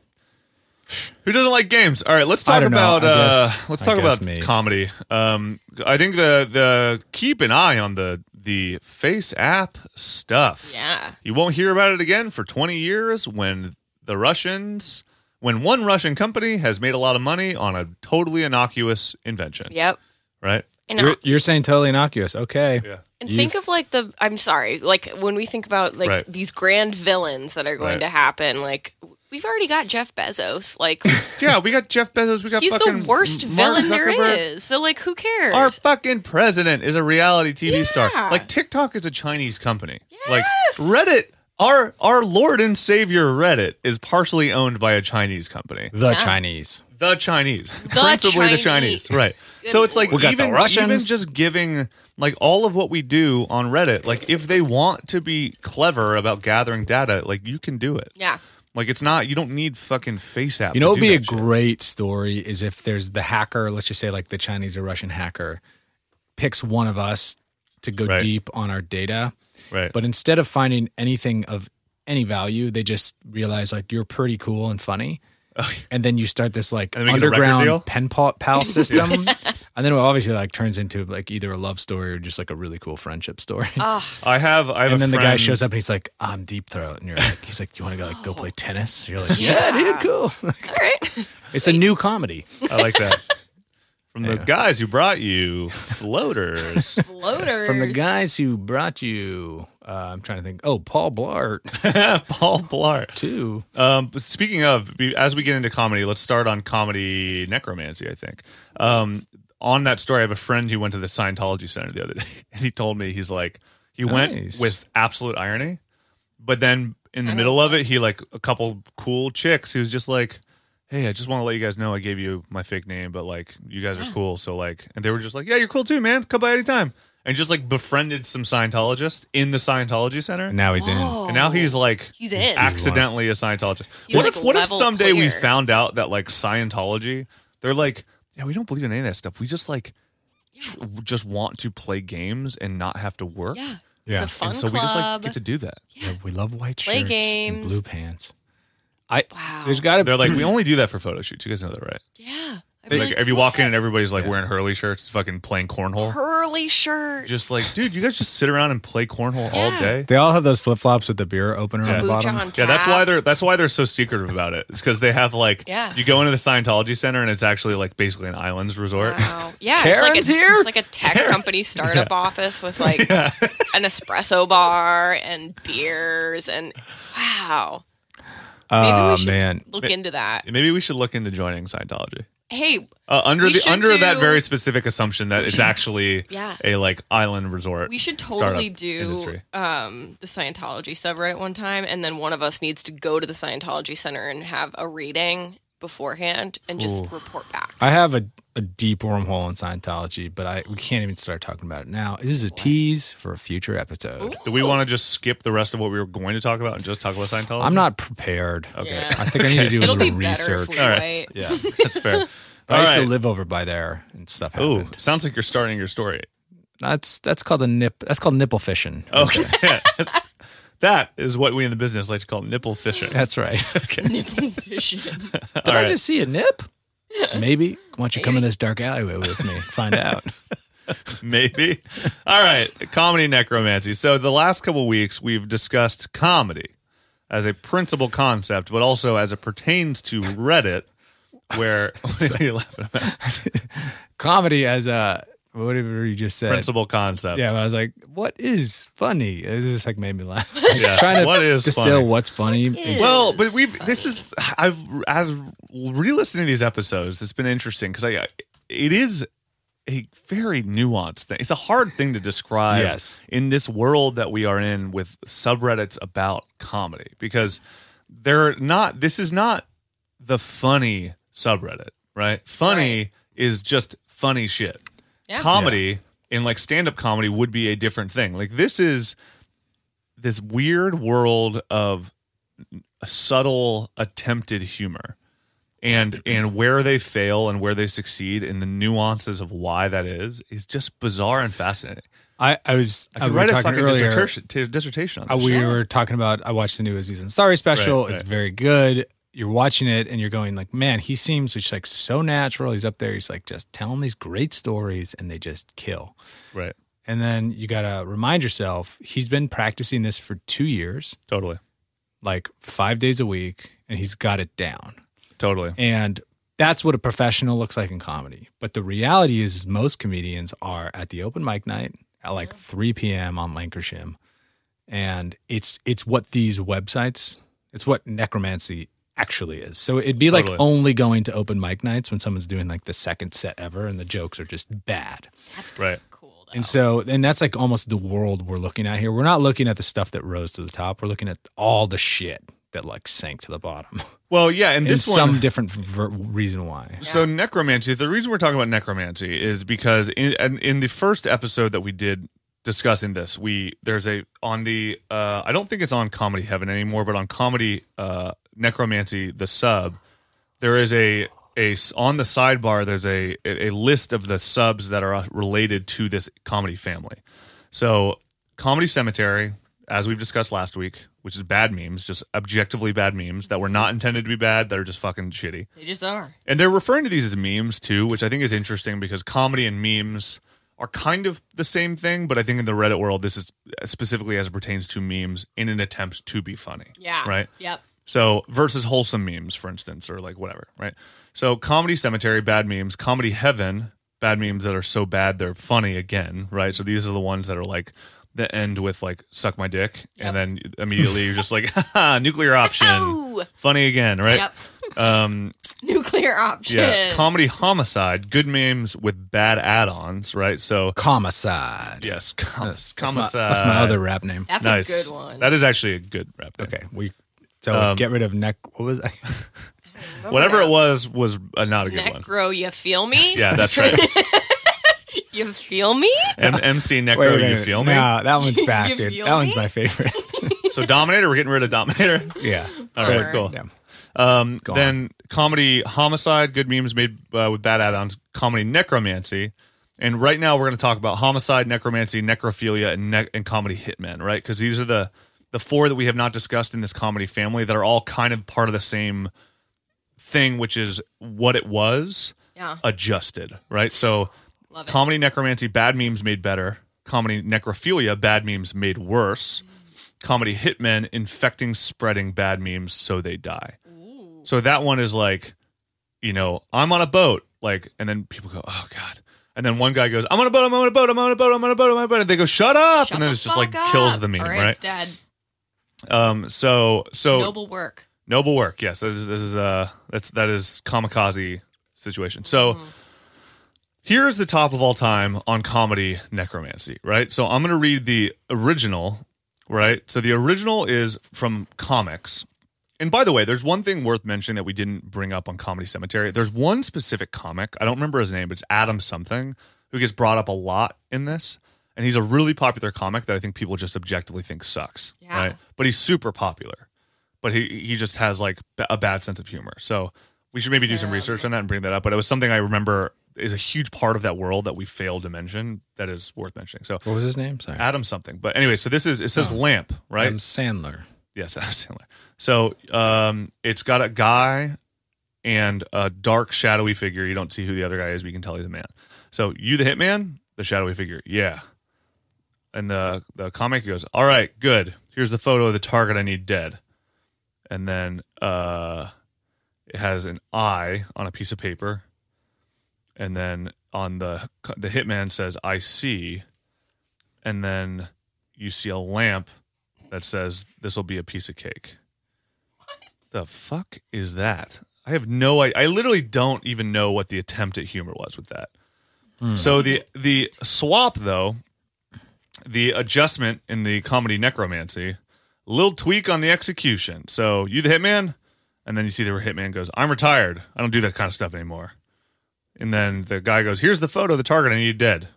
Speaker 6: Who doesn't like games? All right, let's talk
Speaker 4: I don't know.
Speaker 6: about
Speaker 4: I
Speaker 6: uh,
Speaker 4: guess-
Speaker 6: let's
Speaker 4: I
Speaker 6: talk
Speaker 4: guess
Speaker 6: about
Speaker 4: me.
Speaker 6: comedy. Um, I think the the keep an eye on the the face app stuff.
Speaker 5: Yeah.
Speaker 6: you won't hear about it again for twenty years when the Russians when one Russian company has made a lot of money on a totally innocuous invention.
Speaker 5: Yep.
Speaker 6: Right.
Speaker 5: And
Speaker 4: You're, you're saying totally innocuous. Okay.
Speaker 6: Yeah.
Speaker 5: And
Speaker 4: You've-
Speaker 5: think of like the I'm sorry, like when we think about like
Speaker 6: Right.
Speaker 5: these grand villains that are going
Speaker 6: Right.
Speaker 5: to happen, like we've already got Jeff Bezos. Like
Speaker 6: Yeah, we got Jeff Bezos. We got
Speaker 5: he's
Speaker 6: fucking
Speaker 5: the worst
Speaker 6: Mark
Speaker 5: villain
Speaker 6: Zuckerberg.
Speaker 5: there is. So like who cares?
Speaker 6: Our fucking president is a reality TV star.
Speaker 5: Yeah.
Speaker 6: Like TikTok is a Chinese company. Like Reddit, our our Lord and Savior Reddit is partially owned by a Chinese company.
Speaker 4: The Chinese.
Speaker 6: The Chinese, principally the Chinese,
Speaker 5: Chinese.
Speaker 6: right? so it's like
Speaker 4: We got the
Speaker 6: even even
Speaker 4: Russians.
Speaker 6: just giving like all of what we do on Reddit. Like if they want to be clever about gathering data, like you can do it.
Speaker 5: yeah.
Speaker 6: Like it's not you don't need fucking face app.
Speaker 4: You know,
Speaker 6: to
Speaker 4: it'd
Speaker 6: do
Speaker 4: be a
Speaker 6: that shit.
Speaker 4: great story is if there's the hacker, let's just say like the Chinese or Russian hacker, picks one of us to go
Speaker 6: Right.
Speaker 4: deep on our data,
Speaker 6: right.
Speaker 4: but instead of finding anything of any value, they just realize like you're pretty cool and funny. And then you start this like
Speaker 6: Oh, And they make it a record deal?
Speaker 4: underground pen pal, pal system, and then it obviously like turns into like either a love story or just like a really cool friendship story.
Speaker 6: I have I have
Speaker 4: and
Speaker 6: a
Speaker 4: then the guy
Speaker 6: friend-
Speaker 4: shows up and he's like, "I'm deep throat," and you're like, "He's like, you want to go like go play tennis?" you're like, "Yeah, dude, cool."
Speaker 5: All right.
Speaker 4: it's a new comedy.
Speaker 6: I like that. From the guys who brought you floaters.
Speaker 5: Floaters.
Speaker 4: from the guys who brought you. Uh, I'm trying to think. Oh, Paul Blart
Speaker 6: Paul Blart.
Speaker 4: too.
Speaker 6: Um, but speaking of, be- as we get into comedy, let's start on comedy necromancy, I think. Um, on that story, I have a friend who went to the Scientology Center the other day, and he told me he's like, he went
Speaker 4: Nice.
Speaker 6: with absolute irony, but then in the middle of it, he like a couple cool chicks He was just like, hey, I just want to let you guys know I gave you my fake name, but like you guys are cool. So like, and they were just like, yeah, you're cool too, man. Come by anytime. and just like befriended some Scientologists in the Scientology Center.
Speaker 4: And now he's in.
Speaker 5: Oh.
Speaker 6: And now he's like
Speaker 5: He's in.
Speaker 6: accidentally a Scientologist.
Speaker 5: He's,
Speaker 6: What
Speaker 5: like,
Speaker 6: if what if
Speaker 5: level
Speaker 6: someday we
Speaker 5: clear.
Speaker 6: found out that like Scientology, they're like, yeah, we don't believe in any of that stuff. We just like tr- just want to play games and not have to work.
Speaker 5: Yeah.
Speaker 4: Yeah.
Speaker 5: It's a
Speaker 4: And
Speaker 5: fun
Speaker 6: And so we just like
Speaker 5: club.
Speaker 6: get to do that.
Speaker 4: Yeah, we love white shirts
Speaker 5: Play
Speaker 4: and
Speaker 5: games.
Speaker 4: blue pants. I
Speaker 5: Wow.
Speaker 4: there's got to
Speaker 6: They're like, we only do that for photo shoots. You guys know that, right?
Speaker 5: yeah. I'd be
Speaker 6: Like, if you walk in and
Speaker 5: "What?
Speaker 6: everybody's like wearing Hurley shirts, fucking playing cornhole.
Speaker 5: Curly shirt.
Speaker 6: Just like, dude, you guys just sit around and play cornhole all
Speaker 5: Yeah.
Speaker 6: day.
Speaker 4: they all have those flip flops with the beer opener on the
Speaker 5: Booch
Speaker 4: bottom.
Speaker 5: on
Speaker 6: Yeah, that's why
Speaker 5: tap.
Speaker 6: they're that's why they're so secretive about it. It's because they have like
Speaker 5: Yeah.
Speaker 6: you go into the Scientology Center and it's actually like basically an islands resort.
Speaker 5: Wow. Yeah,
Speaker 4: Karen's
Speaker 5: it's like a,
Speaker 4: here?
Speaker 5: It's like a tech company startup office with like an espresso bar and beers and wow. Maybe
Speaker 4: Oh
Speaker 5: we should
Speaker 4: man,
Speaker 5: look into that.
Speaker 6: Maybe we should look into joining Scientology
Speaker 5: Hey,
Speaker 6: uh, under
Speaker 5: We
Speaker 6: the
Speaker 5: should
Speaker 6: under that
Speaker 5: do-
Speaker 6: very specific assumption that it's actually
Speaker 5: Yeah.
Speaker 6: a like island resort.
Speaker 5: we should
Speaker 6: startup
Speaker 5: totally do
Speaker 6: industry.
Speaker 5: um, the Scientology subreddit one time, and then one of us needs to go to the Scientology Center and have a reading beforehand and just report back.
Speaker 4: I have a, a deep wormhole in Scientology, but I we can't even start talking about it now. This is a tease for a future episode.
Speaker 6: Do we want to just skip the rest of what we were going to talk about and just talk about Scientology?
Speaker 4: I'm not prepared.
Speaker 6: Okay,
Speaker 5: Yeah.
Speaker 4: I think I need to do a
Speaker 5: It'll be
Speaker 4: little
Speaker 5: better
Speaker 4: research.
Speaker 5: if we
Speaker 6: All right.
Speaker 5: wait.
Speaker 4: Yeah,
Speaker 6: that's fair.
Speaker 4: I
Speaker 6: All
Speaker 4: used
Speaker 6: right.
Speaker 4: to live over by there, and stuff
Speaker 6: Ooh,
Speaker 4: happened.
Speaker 6: sounds like you're starting your story.
Speaker 4: That's that's called a nip. That's called nipple fishing.
Speaker 6: Okay, That's- that is what we in the business like to call nipple fishing.
Speaker 4: That's right.
Speaker 6: Okay,
Speaker 4: Did
Speaker 6: All
Speaker 4: I
Speaker 6: right.
Speaker 4: just see a nip? Maybe. Why don't you come in this dark alleyway with me? Find out.
Speaker 6: maybe. All right, comedy necromancy. So the last couple weeks we've discussed comedy as a principal concept, but also as it pertains to Reddit, where what are you laughing about?
Speaker 4: Comedy as a whatever you just said.
Speaker 6: principal concept.
Speaker 4: Yeah, but I was like, what is funny? It just like made me laugh.
Speaker 6: Yeah.
Speaker 4: Trying to
Speaker 6: What is
Speaker 4: distill
Speaker 6: funny?
Speaker 4: what's funny. is-
Speaker 6: Well, but we've this is I've as re-listening to these episodes, it's been interesting because I it is a very nuanced thing. It's a hard thing to describe
Speaker 4: Yes.
Speaker 6: in this world that we are in with subreddits about comedy because they're not this is not the funny subreddit, right? Funny
Speaker 5: Right.
Speaker 6: is just funny shit.
Speaker 5: Yeah.
Speaker 6: Comedy and like stand-up comedy would be a different thing. Like this is this weird world of subtle attempted humor and and where they fail and where they succeed and the nuances of why that is is just bizarre and fascinating.
Speaker 4: I, I was
Speaker 6: I
Speaker 4: I Uh,
Speaker 6: could
Speaker 4: we were
Speaker 6: write a
Speaker 4: talking
Speaker 6: fucking
Speaker 4: earlier.
Speaker 6: dissertation, t- dissertation on
Speaker 4: uh,
Speaker 6: this.
Speaker 4: we
Speaker 6: shit.
Speaker 4: were talking about I watched the new Aziz Ansari special.
Speaker 6: Right,
Speaker 4: it's
Speaker 6: right.
Speaker 4: very good. You're watching it and you're going like, man, he seems just like so natural. He's up there. He's like just telling these great stories and they just kill.
Speaker 6: right,
Speaker 4: And then you gotta remind yourself he's been practicing this for two years,
Speaker 6: totally,
Speaker 4: like five days a week, and he's got it down.
Speaker 6: totally.
Speaker 4: And that's what a professional looks like in comedy. But the reality is, is most comedians are at the open mic night at like 3 p.m. on Lancashire. And it's it's what these websites, it's what necromancy actually is. So it'd be
Speaker 6: Totally.
Speaker 4: like only going to open mic nights when someone's doing like the second set ever and the jokes are just bad.
Speaker 6: Right,
Speaker 5: Cool.
Speaker 4: And so, and that's like almost the world we're looking at here. We're not looking at the stuff that rose to the top. We're looking at all the shit that like sank to the bottom.
Speaker 6: well, yeah, and
Speaker 4: In
Speaker 6: this
Speaker 4: some
Speaker 6: one,
Speaker 4: different ver- reason why.
Speaker 6: So necromancy. The reason we're talking about necromancy is because in, in in the first episode that we did discussing this, we there's a on the uh, I don't think it's on Comedy Heaven anymore, but on Comedy uh, Necromancy the sub, there is a a s- on the sidebar there's a a list of the subs that are related to this comedy family. So Comedy Cemetery, as we've discussed last week, which is bad memes, just objectively bad memes that were not intended to be bad, that are just fucking shitty.
Speaker 5: They just are.
Speaker 6: And they're referring to these as memes too, which I think is interesting because comedy and memes are kind of the same thing, but I think in the Reddit world, this is specifically as it pertains to memes in an attempt to be funny.
Speaker 5: Yeah.
Speaker 6: Right?
Speaker 5: Yep.
Speaker 6: So versus wholesome memes, for instance, or like whatever, right? So comedy cemetery, bad memes, comedy heaven, bad memes that are so bad they're funny again, right? So these are the ones that are like that end with like suck my dick, and then immediately you're just like, Haha, nuclear option,
Speaker 5: Oh.
Speaker 6: funny again, right?
Speaker 5: Yep.
Speaker 6: Um,
Speaker 5: Nuclear option.
Speaker 6: yeah, comedy homicide, good memes with bad add-ons, right? So
Speaker 4: Comicide.
Speaker 6: yes, com-
Speaker 4: That's my,
Speaker 6: homicide.
Speaker 4: that's my other rap name.
Speaker 5: That's
Speaker 6: nice.
Speaker 5: a good one.
Speaker 6: That is actually a good rap. name.
Speaker 4: Okay, we so
Speaker 6: Um,
Speaker 4: get rid of neck. What was I?
Speaker 5: Remember
Speaker 6: whatever
Speaker 5: that?
Speaker 6: it was was uh, not a good one.
Speaker 5: Necro, you feel me?
Speaker 6: Yeah, that's right.
Speaker 5: You feel me?
Speaker 6: M- MC Necro,
Speaker 4: Wait a
Speaker 6: you
Speaker 4: minute.
Speaker 6: feel me?
Speaker 4: Nah, that one's back,
Speaker 5: You
Speaker 4: dude.
Speaker 5: feel
Speaker 4: That one's
Speaker 5: me?
Speaker 4: my favorite.
Speaker 6: So Dominator, we're getting rid of Dominator.
Speaker 4: yeah.
Speaker 6: All right,
Speaker 5: Sure.
Speaker 6: cool.
Speaker 4: Yeah.
Speaker 6: Um,
Speaker 4: Go
Speaker 6: then comedy Homicide, good memes made uh, with bad add-ons. Comedy Necromancy, and right now we're going to talk about Homicide, Necromancy, Necrophilia, and ne- and comedy Hitmen, right? Because these are the the four that we have not discussed in this comedy family that are all kind of part of the same thing, which is what it was
Speaker 5: Yeah.
Speaker 6: adjusted, right? So
Speaker 5: Love it.
Speaker 6: comedy necromancy, bad memes made better. Comedy necrophilia, bad memes made worse. Comedy hitmen, infecting, spreading bad memes so they die. So that one is like, you know, I'm on a boat, like, and then people go, oh god. And then one guy goes, I'm on a boat, I'm on a boat, I'm on a boat, I'm on a boat, I'm on a boat. And they go, shut up.
Speaker 5: Shut
Speaker 6: and then
Speaker 5: the
Speaker 6: it's just like
Speaker 5: fuck
Speaker 6: kills
Speaker 5: up.
Speaker 6: the meme,
Speaker 5: All
Speaker 6: right?
Speaker 5: It's dead.
Speaker 6: Um, so, so
Speaker 5: Noble work.
Speaker 6: Noble work. Yes, that is, this is uh that's that is kamikaze situation. So here is the top of all time on comedy necromancy, right? So I'm going to read the original, right? So the original is from comics. And by the way, there's one thing worth mentioning that we didn't bring up on Comedy Cemetery. There's one specific comic, I don't remember his name, but it's Adam something, who gets brought up a lot in this. And he's a really popular comic that I think people just objectively think sucks,
Speaker 5: Yeah.
Speaker 6: right? But he's super popular but he he just has like b- a bad sense of humor. So we should maybe do some research on that and bring that up. But it was something I remember is a huge part of that world that we failed to mention that is worth mentioning. So
Speaker 4: What was his name? Sorry. Oh.
Speaker 6: Adam something, but anyway, so this is it says lamp, right?
Speaker 4: Adam Sandler.
Speaker 6: yes, Adam Sandler. So um, it's got a guy and a dark shadowy figure. You don't see who the other guy is, but you can tell he's a man. So you the hitman, the shadowy figure, yeah. And the the comic goes, all right, good. Here's the photo of the target I need dead and then uh, it has an eye on a piece of paper, and then on the the hitman says "I see," and then you see a lamp that says "This will be a piece of cake." What the fuck is that? I have no. I, I literally don't even know what the attempt at humor was with that. So the the swap though, the adjustment in the comedy necromancy little tweak on the execution. So you the hitman, and then you see the hitman goes, "I'm retired. I don't do that kind of stuff anymore." And then the guy goes, "Here's the photo of the target. I need dead."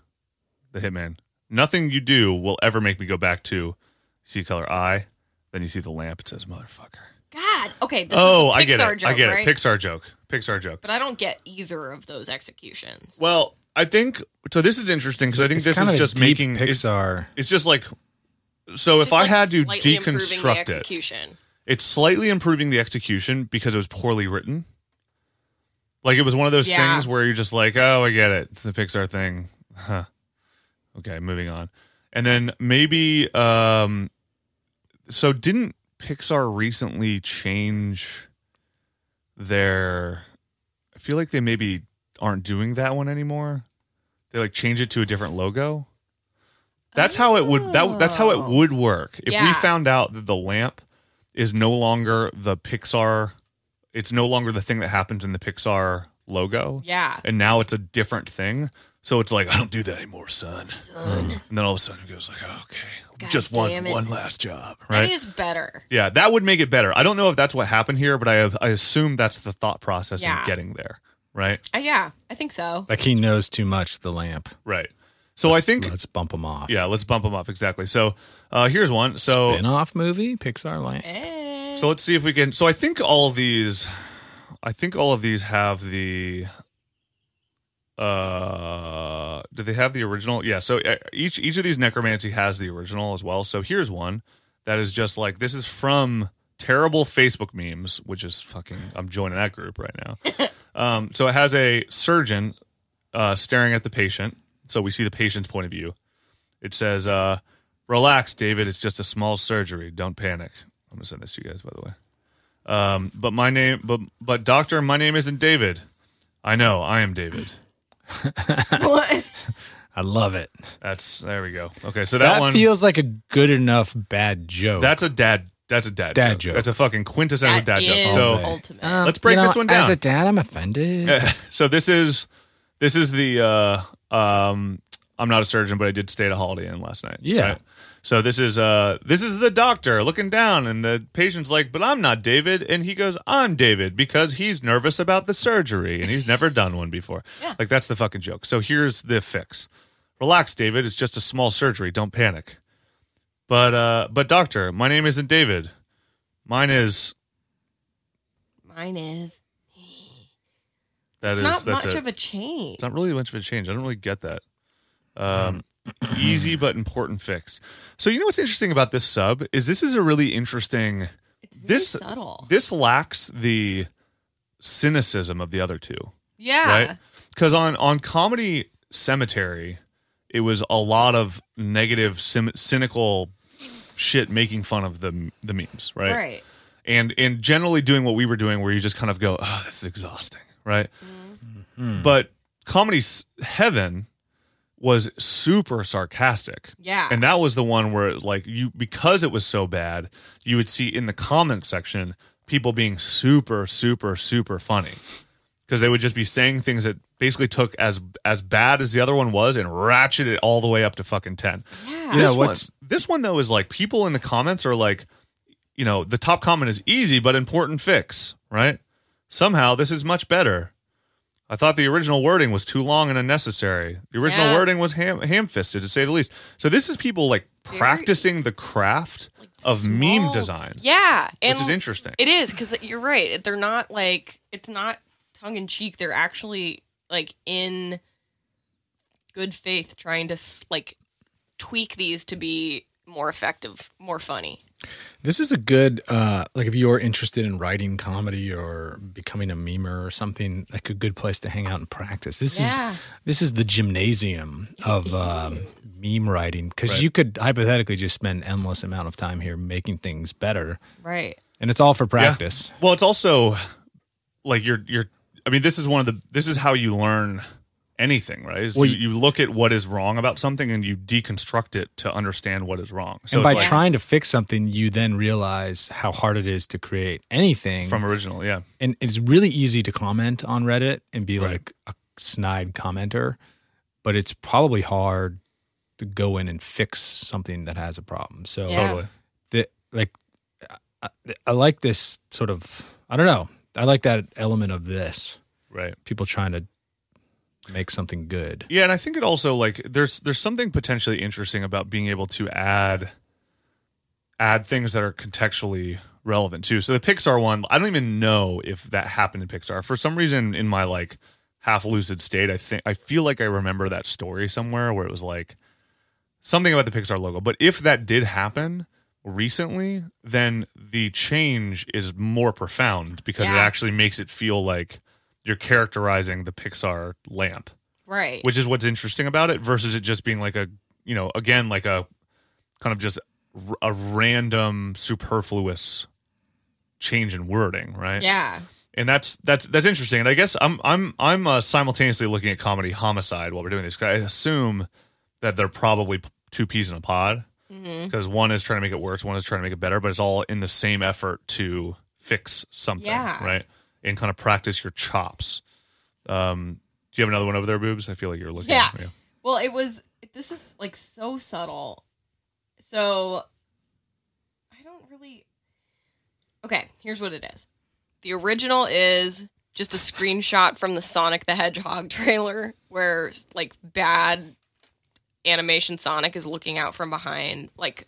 Speaker 6: The hitman, nothing you do will ever make me go back to see color eye. Then you see the lamp. It says, "Motherfucker."
Speaker 5: God. Okay. This
Speaker 6: oh,
Speaker 5: is a Pixar
Speaker 6: I get it.
Speaker 5: joke,
Speaker 6: I get
Speaker 5: right?
Speaker 6: it. Pixar joke. Pixar joke.
Speaker 5: but I don't get either of those executions.
Speaker 6: Well, I think so. This is interesting because I think
Speaker 4: It's
Speaker 6: this
Speaker 4: kind
Speaker 6: is
Speaker 4: of a
Speaker 6: just
Speaker 4: deep
Speaker 6: making it's,
Speaker 4: Pixar.
Speaker 6: it's just like. So if
Speaker 5: Just,
Speaker 6: I
Speaker 5: like,
Speaker 6: had to
Speaker 5: slightly improving the
Speaker 6: deconstruct it,
Speaker 5: execution.
Speaker 6: it's slightly improving the execution because it was poorly written. Like it was one of those
Speaker 5: Yeah.
Speaker 6: things where you're just like, oh, I get it. It's the Pixar thing. Huh. Okay, moving on. And then maybe um so didn't Pixar recently change their I feel like they maybe aren't doing that one anymore. They like change it to a different logo. That's how it would that that's how it would work. If we
Speaker 5: Oh. Yeah.
Speaker 6: found out that the lamp is no longer the Pixar it's no longer the thing that happens in the Pixar logo.
Speaker 5: Yeah.
Speaker 6: And now it's a different thing. So it's like, I don't do that anymore, son. And then all of a sudden it goes like, oh, okay, just one
Speaker 5: damn it.
Speaker 6: one last job,
Speaker 5: That
Speaker 6: right?
Speaker 5: is better.
Speaker 6: yeah, that would make it better. I don't know if that's what happened here, but I have, I assume that's the thought process in
Speaker 5: Yeah.
Speaker 6: getting there, right?
Speaker 5: Uh, yeah, I think so.
Speaker 4: Like he knows too much. The lamp.
Speaker 6: Right. So I think,
Speaker 4: let's bump him off.
Speaker 6: yeah, let's bump them up exactly. So uh, here's one. So
Speaker 4: Spin-off movie, Pixar lamp.
Speaker 5: Eh.
Speaker 6: So let's see if we can. So I think all of these, I think all of these have the. Uh, do they have the original? Yeah. So uh, each each of these necromancy has the original as well. So here's one that is just like this is from terrible Facebook memes, which is fucking. I'm joining that group right now. Um, so it has a surgeon uh, staring at the patient. So we see the patient's point of view. It says, uh, "Relax, David. It's just a small surgery. Don't panic." I'm gonna send this to you guys, by the way. Um, but my name, but but doctor, my name isn't David. I know, I am David.
Speaker 5: What?
Speaker 4: I love it.
Speaker 6: That's there we go. Okay, so that,
Speaker 4: That,
Speaker 6: one,
Speaker 4: feels like a good enough bad joke.
Speaker 6: that's a dad. That's a dad.
Speaker 4: Dad
Speaker 6: joke.
Speaker 4: joke.
Speaker 6: That's a fucking quintessential
Speaker 5: That
Speaker 6: dad joke.
Speaker 5: is
Speaker 6: So
Speaker 5: ultimate.
Speaker 4: Um,
Speaker 6: let's break
Speaker 4: you know,
Speaker 6: this one down.
Speaker 4: As a dad, I'm offended.
Speaker 6: so this is this is the uh um I'm not a surgeon, but I did stay at a Holiday Inn last night.
Speaker 4: Yeah.
Speaker 6: So this is uh this is the doctor looking down and the patient's like, "But I'm not David." And he goes, "I'm David because he's nervous about the surgery and he's never done one before." Like that's the fucking joke. So here's the fix. Relax, David. It's just a small surgery. Don't panic. But uh but doctor, my name isn't David. Mine is
Speaker 5: Mine is.
Speaker 6: that is
Speaker 5: it's not
Speaker 6: that's
Speaker 5: much
Speaker 6: it.
Speaker 5: of a change.
Speaker 6: It's not really much of a change. I don't really get that. Um, easy but important fix. So you know what's interesting about this sub is this is a really interesting.
Speaker 5: It's very
Speaker 6: this-
Speaker 5: subtle.
Speaker 6: This lacks the cynicism of the other two,
Speaker 5: yeah.
Speaker 6: right? Because on on comedy cemetery, it was a lot of negative, sim- cynical shit making fun of the the memes, right?
Speaker 5: Right.
Speaker 6: and and generally doing what we were doing where you just kind of go oh this is exhausting right but comedy S- heaven was super sarcastic
Speaker 5: Yeah.
Speaker 6: and that was the one where it, like you because it was so bad you would see in the comment section people being super super super funny because they would just be saying things that basically took as as bad as the other one was and ratcheted it all the way up to fucking 10
Speaker 5: yeah.
Speaker 4: Yeah,
Speaker 6: this one,
Speaker 4: what's-
Speaker 6: this one though is like people in the comments are like, you know, the top comment is easy but important fix, right? Somehow this is much better. I thought the original wording was too long and unnecessary. The original
Speaker 5: Yeah.
Speaker 6: wording was ham ham-fisted to say the least. So this is people like
Speaker 5: Very-
Speaker 6: practicing the craft of meme
Speaker 5: Small-
Speaker 6: design,
Speaker 5: Yeah. And
Speaker 6: which is interesting.
Speaker 5: It is because you're right. They're not like it's not tongue in cheek. They're actually like in good faith trying to s- like tweak these to be more effective, more funny.
Speaker 4: This is a good uh like if you're interested in writing comedy or becoming a memer or something, like a good place to hang out and practice. This
Speaker 5: Yeah.
Speaker 4: is this is the gymnasium of um, meme writing because you could hypothetically just spend endless amount of time here making things better,
Speaker 5: Right.
Speaker 4: and it's all for practice.
Speaker 6: Well, it's also like you're you're. I mean, this is one of the. This is how you learn anything, right? Is
Speaker 4: Well,
Speaker 6: you, you look at what is wrong about something and you deconstruct it to understand what is wrong. So
Speaker 4: and
Speaker 6: it's
Speaker 4: by
Speaker 6: like
Speaker 4: trying to fix something, you then realize how hard it is to create anything.
Speaker 6: from original, yeah.
Speaker 4: and it's really easy to comment on Reddit and be like a snide commenter, but it's probably hard to go in and fix something that has a problem. So
Speaker 5: Yeah.
Speaker 6: Totally.
Speaker 4: the, like I, I like this sort of I don't know. I like that element of this.
Speaker 6: Right.
Speaker 4: People trying to make something good.
Speaker 6: Yeah, and I think it also like there's there's something potentially interesting about being able to add add things that are contextually relevant too. So the Pixar one, I don't even know if that happened in Pixar. For some reason in my like half lucid state, I think I feel like I remember that story somewhere where it was like something about the Pixar logo. But if that did happen recently, then the change is more profound because it
Speaker 5: Yeah.
Speaker 6: actually makes it feel like you're characterizing the Pixar lamp
Speaker 5: Right.
Speaker 6: which is what's interesting about it versus it just being like a you know again like a kind of just r- a random superfluous change in wording right
Speaker 5: yeah.
Speaker 6: and that's that's that's interesting and i guess i'm i'm i'm uh, simultaneously looking at comedy homicide while we're doing this 'cause i assume that they're probably p- two peas in a pod
Speaker 5: hmm
Speaker 6: because one is trying to make it worse one is trying to make it better but it's all in the same effort to fix something
Speaker 5: Yeah.
Speaker 6: right and kind of practice your chops um do you have another one over there boobs i feel like you're looking
Speaker 5: Yeah. Well, it was. This is like so subtle. So I don't really. Okay, here's what it is. The original is just a screenshot from the Sonic the Hedgehog trailer where like bad animation Sonic is looking out from behind, like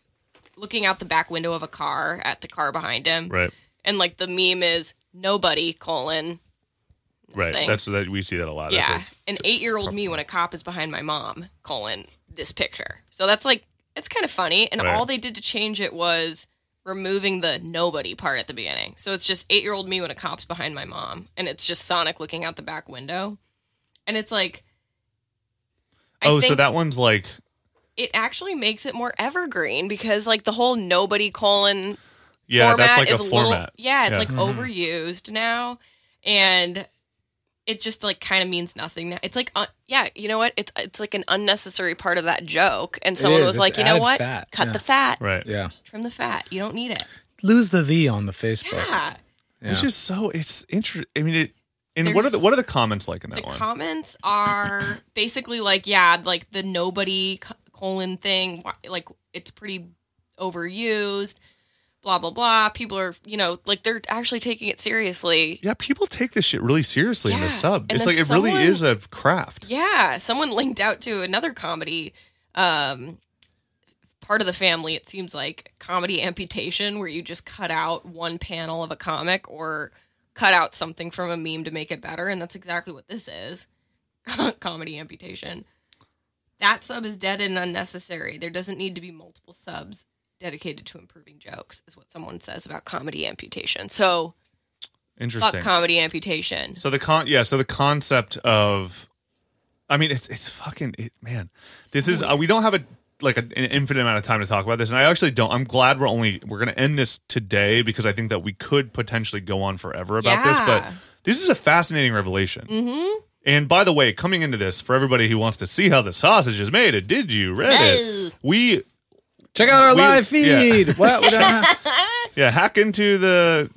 Speaker 5: looking out the back window of a car at the car behind him.
Speaker 6: right
Speaker 5: And like the meme is nobody colon.
Speaker 6: Right.
Speaker 5: thing.
Speaker 6: That's that we see that a lot.
Speaker 5: Yeah,
Speaker 6: Oh, That's
Speaker 5: an eight-year-old me when a cop is behind my mom. Colon this picture. So that's like it's kind of funny, and
Speaker 6: Right.
Speaker 5: all they did to change it was removing the nobody part at the beginning. So it's just eight-year-old me when a cop's behind my mom, and it's just Sonic looking out the back window, and it's like,
Speaker 6: a- oh, so
Speaker 5: think-
Speaker 6: that one's like
Speaker 5: it actually makes it more evergreen because like the whole nobody colon
Speaker 6: yeah,
Speaker 5: format
Speaker 6: that's like
Speaker 5: is
Speaker 6: a
Speaker 5: little
Speaker 6: format.
Speaker 5: yeah, it's
Speaker 6: Yeah.
Speaker 5: like
Speaker 4: Mm-hmm.
Speaker 5: overused now, and it just like kind of means nothing now. It's like uh, yeah, you know what? It's it's like an unnecessary part of that joke, and someone
Speaker 4: is.
Speaker 5: was
Speaker 4: It's
Speaker 5: like, you know
Speaker 4: added
Speaker 5: what?
Speaker 4: fat.
Speaker 5: Cut
Speaker 4: Yeah.
Speaker 5: the fat,
Speaker 6: Right.
Speaker 4: Yeah.
Speaker 5: Just trim the fat. You don't need it.
Speaker 4: Lose the V on the Facebook.
Speaker 5: Yeah,
Speaker 6: Which is so it's interesting. I mean, it. And what
Speaker 5: There's-
Speaker 6: are the what are the comments like in that
Speaker 5: the
Speaker 6: one?
Speaker 5: comments are basically like yeah, like the nobody co- colon thing. wh- Like it's pretty overused. blah blah blah. People are, you know, like they're actually taking it seriously.
Speaker 6: Yeah, people take this shit really seriously in
Speaker 5: Yeah,
Speaker 6: the sub.
Speaker 5: and
Speaker 6: It's
Speaker 5: then
Speaker 6: like it really
Speaker 5: someone-
Speaker 6: is a craft.
Speaker 5: Yeah, someone linked out to another comedy, um, part of the family. It seems like comedy amputation, where you just cut out one panel of a comic or cut out something from a meme to make it better, and that's exactly what this is. comedy amputation. That sub is dead and unnecessary. There doesn't need to be multiple subs dedicated to improving jokes, is what someone says about comedy amputation. So fuck
Speaker 6: Interesting.
Speaker 5: comedy amputation.
Speaker 6: so the con, yeah. So the concept of, I mean, it's it's fucking it, man. This is uh, we don't have a like an infinite amount of time to talk about this, and I actually don't. I'm glad we're only we're gonna end this today because I think that we could potentially go on forever about this,
Speaker 5: Yeah. Mm-hmm.
Speaker 6: but this is a fascinating revelation. And by the way, coming into this for everybody who wants to see how the sausage is made, it did you read
Speaker 5: No.
Speaker 6: it? We
Speaker 4: Check out our
Speaker 6: We-
Speaker 4: live
Speaker 6: yeah.
Speaker 4: feed. What? We don't have-
Speaker 6: yeah hack into the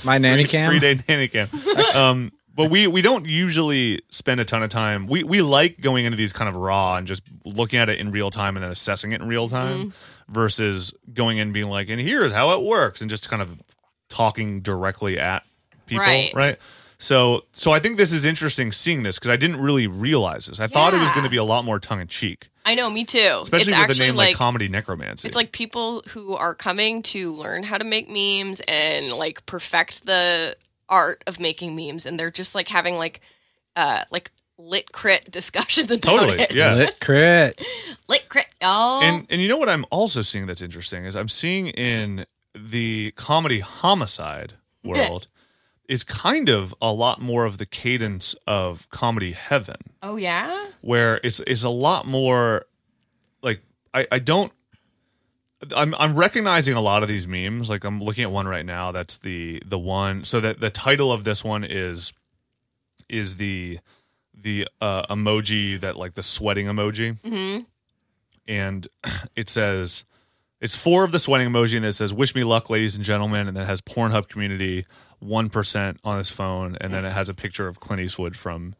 Speaker 4: My nanny cam.
Speaker 6: Three day nanny cam. um, but we we don't usually spend a ton of time. We we like going into these kind of raw and just looking at it in real time and then assessing it in real time
Speaker 5: Mm-hmm.
Speaker 6: versus going in and being like, and here's how it works, and just kind of talking directly at people,
Speaker 5: Right.
Speaker 6: right? So so I think this is interesting seeing this because I didn't really realize this. I thought it was
Speaker 5: Yeah.
Speaker 6: going to be a lot more tongue in cheek,
Speaker 5: I know, me too.
Speaker 6: especially
Speaker 5: it's
Speaker 6: with a
Speaker 5: actually
Speaker 6: name like, comedy necromancy.
Speaker 5: It's like people who are coming to learn how to make memes and like perfect the art of making memes, and they're just like having like uh like lit crit discussions about
Speaker 6: Totally,
Speaker 5: it.
Speaker 6: yeah.
Speaker 4: Lit crit.
Speaker 5: Lit crit, y'all.
Speaker 6: And and you know what I'm also seeing that's interesting is I'm seeing in the comedy homicide world is kind of a lot more of the cadence of comedy heaven
Speaker 5: oh yeah,
Speaker 6: where it's it's a lot more like I, I don't I'm I'm recognizing a lot of these memes. Like I'm looking at one right now that's the the one so that the title of this one is is the the uh, emoji that like the sweating emoji. And it says it's four of the sweating emoji and it says wish me luck ladies and gentlemen and then it has Pornhub community 1% on his phone and then it has a picture of Clint Eastwood from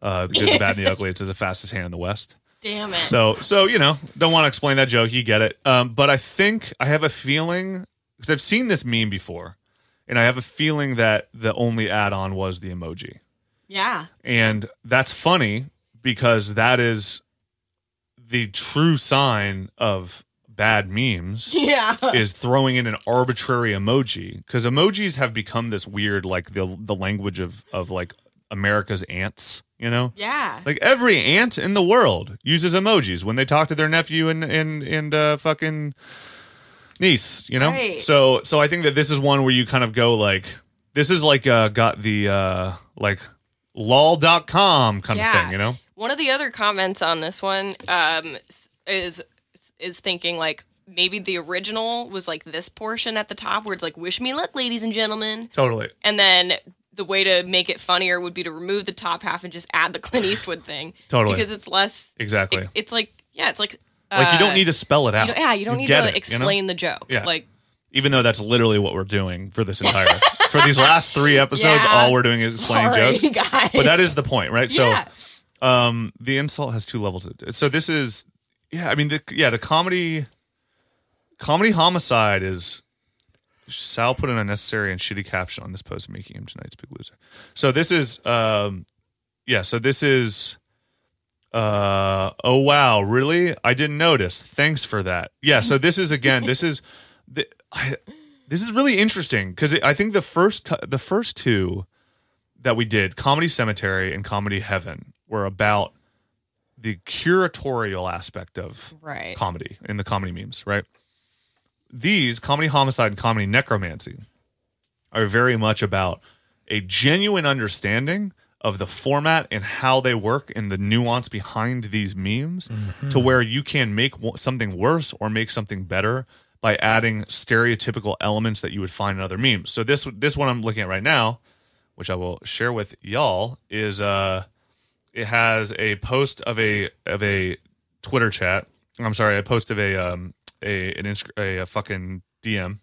Speaker 6: uh, the good, the bad, and the ugly. It says the fastest hand in the West.
Speaker 5: damn it.
Speaker 6: So, so you know, don't want to explain that joke. You get it. Um, but I think I have a feeling because I've seen this meme before, and I have a feeling that the only add-on was the emoji,
Speaker 5: yeah,
Speaker 6: and that's funny because that is the true sign of bad memes
Speaker 5: yeah.
Speaker 6: is throwing in an arbitrary emoji because emojis have become this weird like the the language of of like America's ants, you know.
Speaker 5: Yeah.
Speaker 6: Like every aunt in the world uses emojis when they talk to their nephew and and and uh, fucking niece, you know.
Speaker 5: Right.
Speaker 6: So so I think that this is one where you kind of go like, this is like uh, got the uh, like lol.com kind of
Speaker 5: Yeah.
Speaker 6: thing, you know.
Speaker 5: One of the other comments on this one um, s- is is thinking like maybe the original was like this portion at the top where it's like wish me luck, ladies and gentlemen.
Speaker 6: Totally.
Speaker 5: And then the way to make it funnier would be to remove the top half and just add the Clint Eastwood thing.
Speaker 6: Totally.
Speaker 5: Because it's less.
Speaker 6: Exactly.
Speaker 5: it- it's like yeah, it's like
Speaker 6: like you
Speaker 5: uh,
Speaker 6: don't need to spell it
Speaker 5: you
Speaker 6: out.
Speaker 5: don't- yeah, you don't need
Speaker 6: get
Speaker 5: to
Speaker 6: it, you know?
Speaker 5: explain the joke.
Speaker 6: Yeah.
Speaker 5: Like
Speaker 6: even though that's literally what we're doing for this entire for these last three episodes
Speaker 5: Yeah.
Speaker 6: all we're doing is explaining
Speaker 5: Sorry,
Speaker 6: jokes
Speaker 5: guys.
Speaker 6: but that is the point right
Speaker 5: Yeah.
Speaker 6: so um the insult has two levels so this is yeah i mean the yeah the comedy comedy homicide is sal put an unnecessary and shitty caption on this post making him tonight's big loser so this is um yeah so this is uh oh wow really i didn't notice thanks for that yeah so this is again this is the, I, this is really interesting because i think the first t- the first two that we did comedy cemetery and comedy heaven were about the curatorial aspect of
Speaker 5: right.
Speaker 6: comedy in the comedy memes right these comedy homicide and comedy necromancy are very much about a genuine understanding of the format and how they work and the nuance behind these memes to where you can make wo- something worse or make something better by adding stereotypical elements that you would find in other memes. So this this one I'm looking at right now, which I will share with y'all is uh it has a post of a of a Twitter chat. I'm sorry, a post of a um a an insc- a, a fucking DM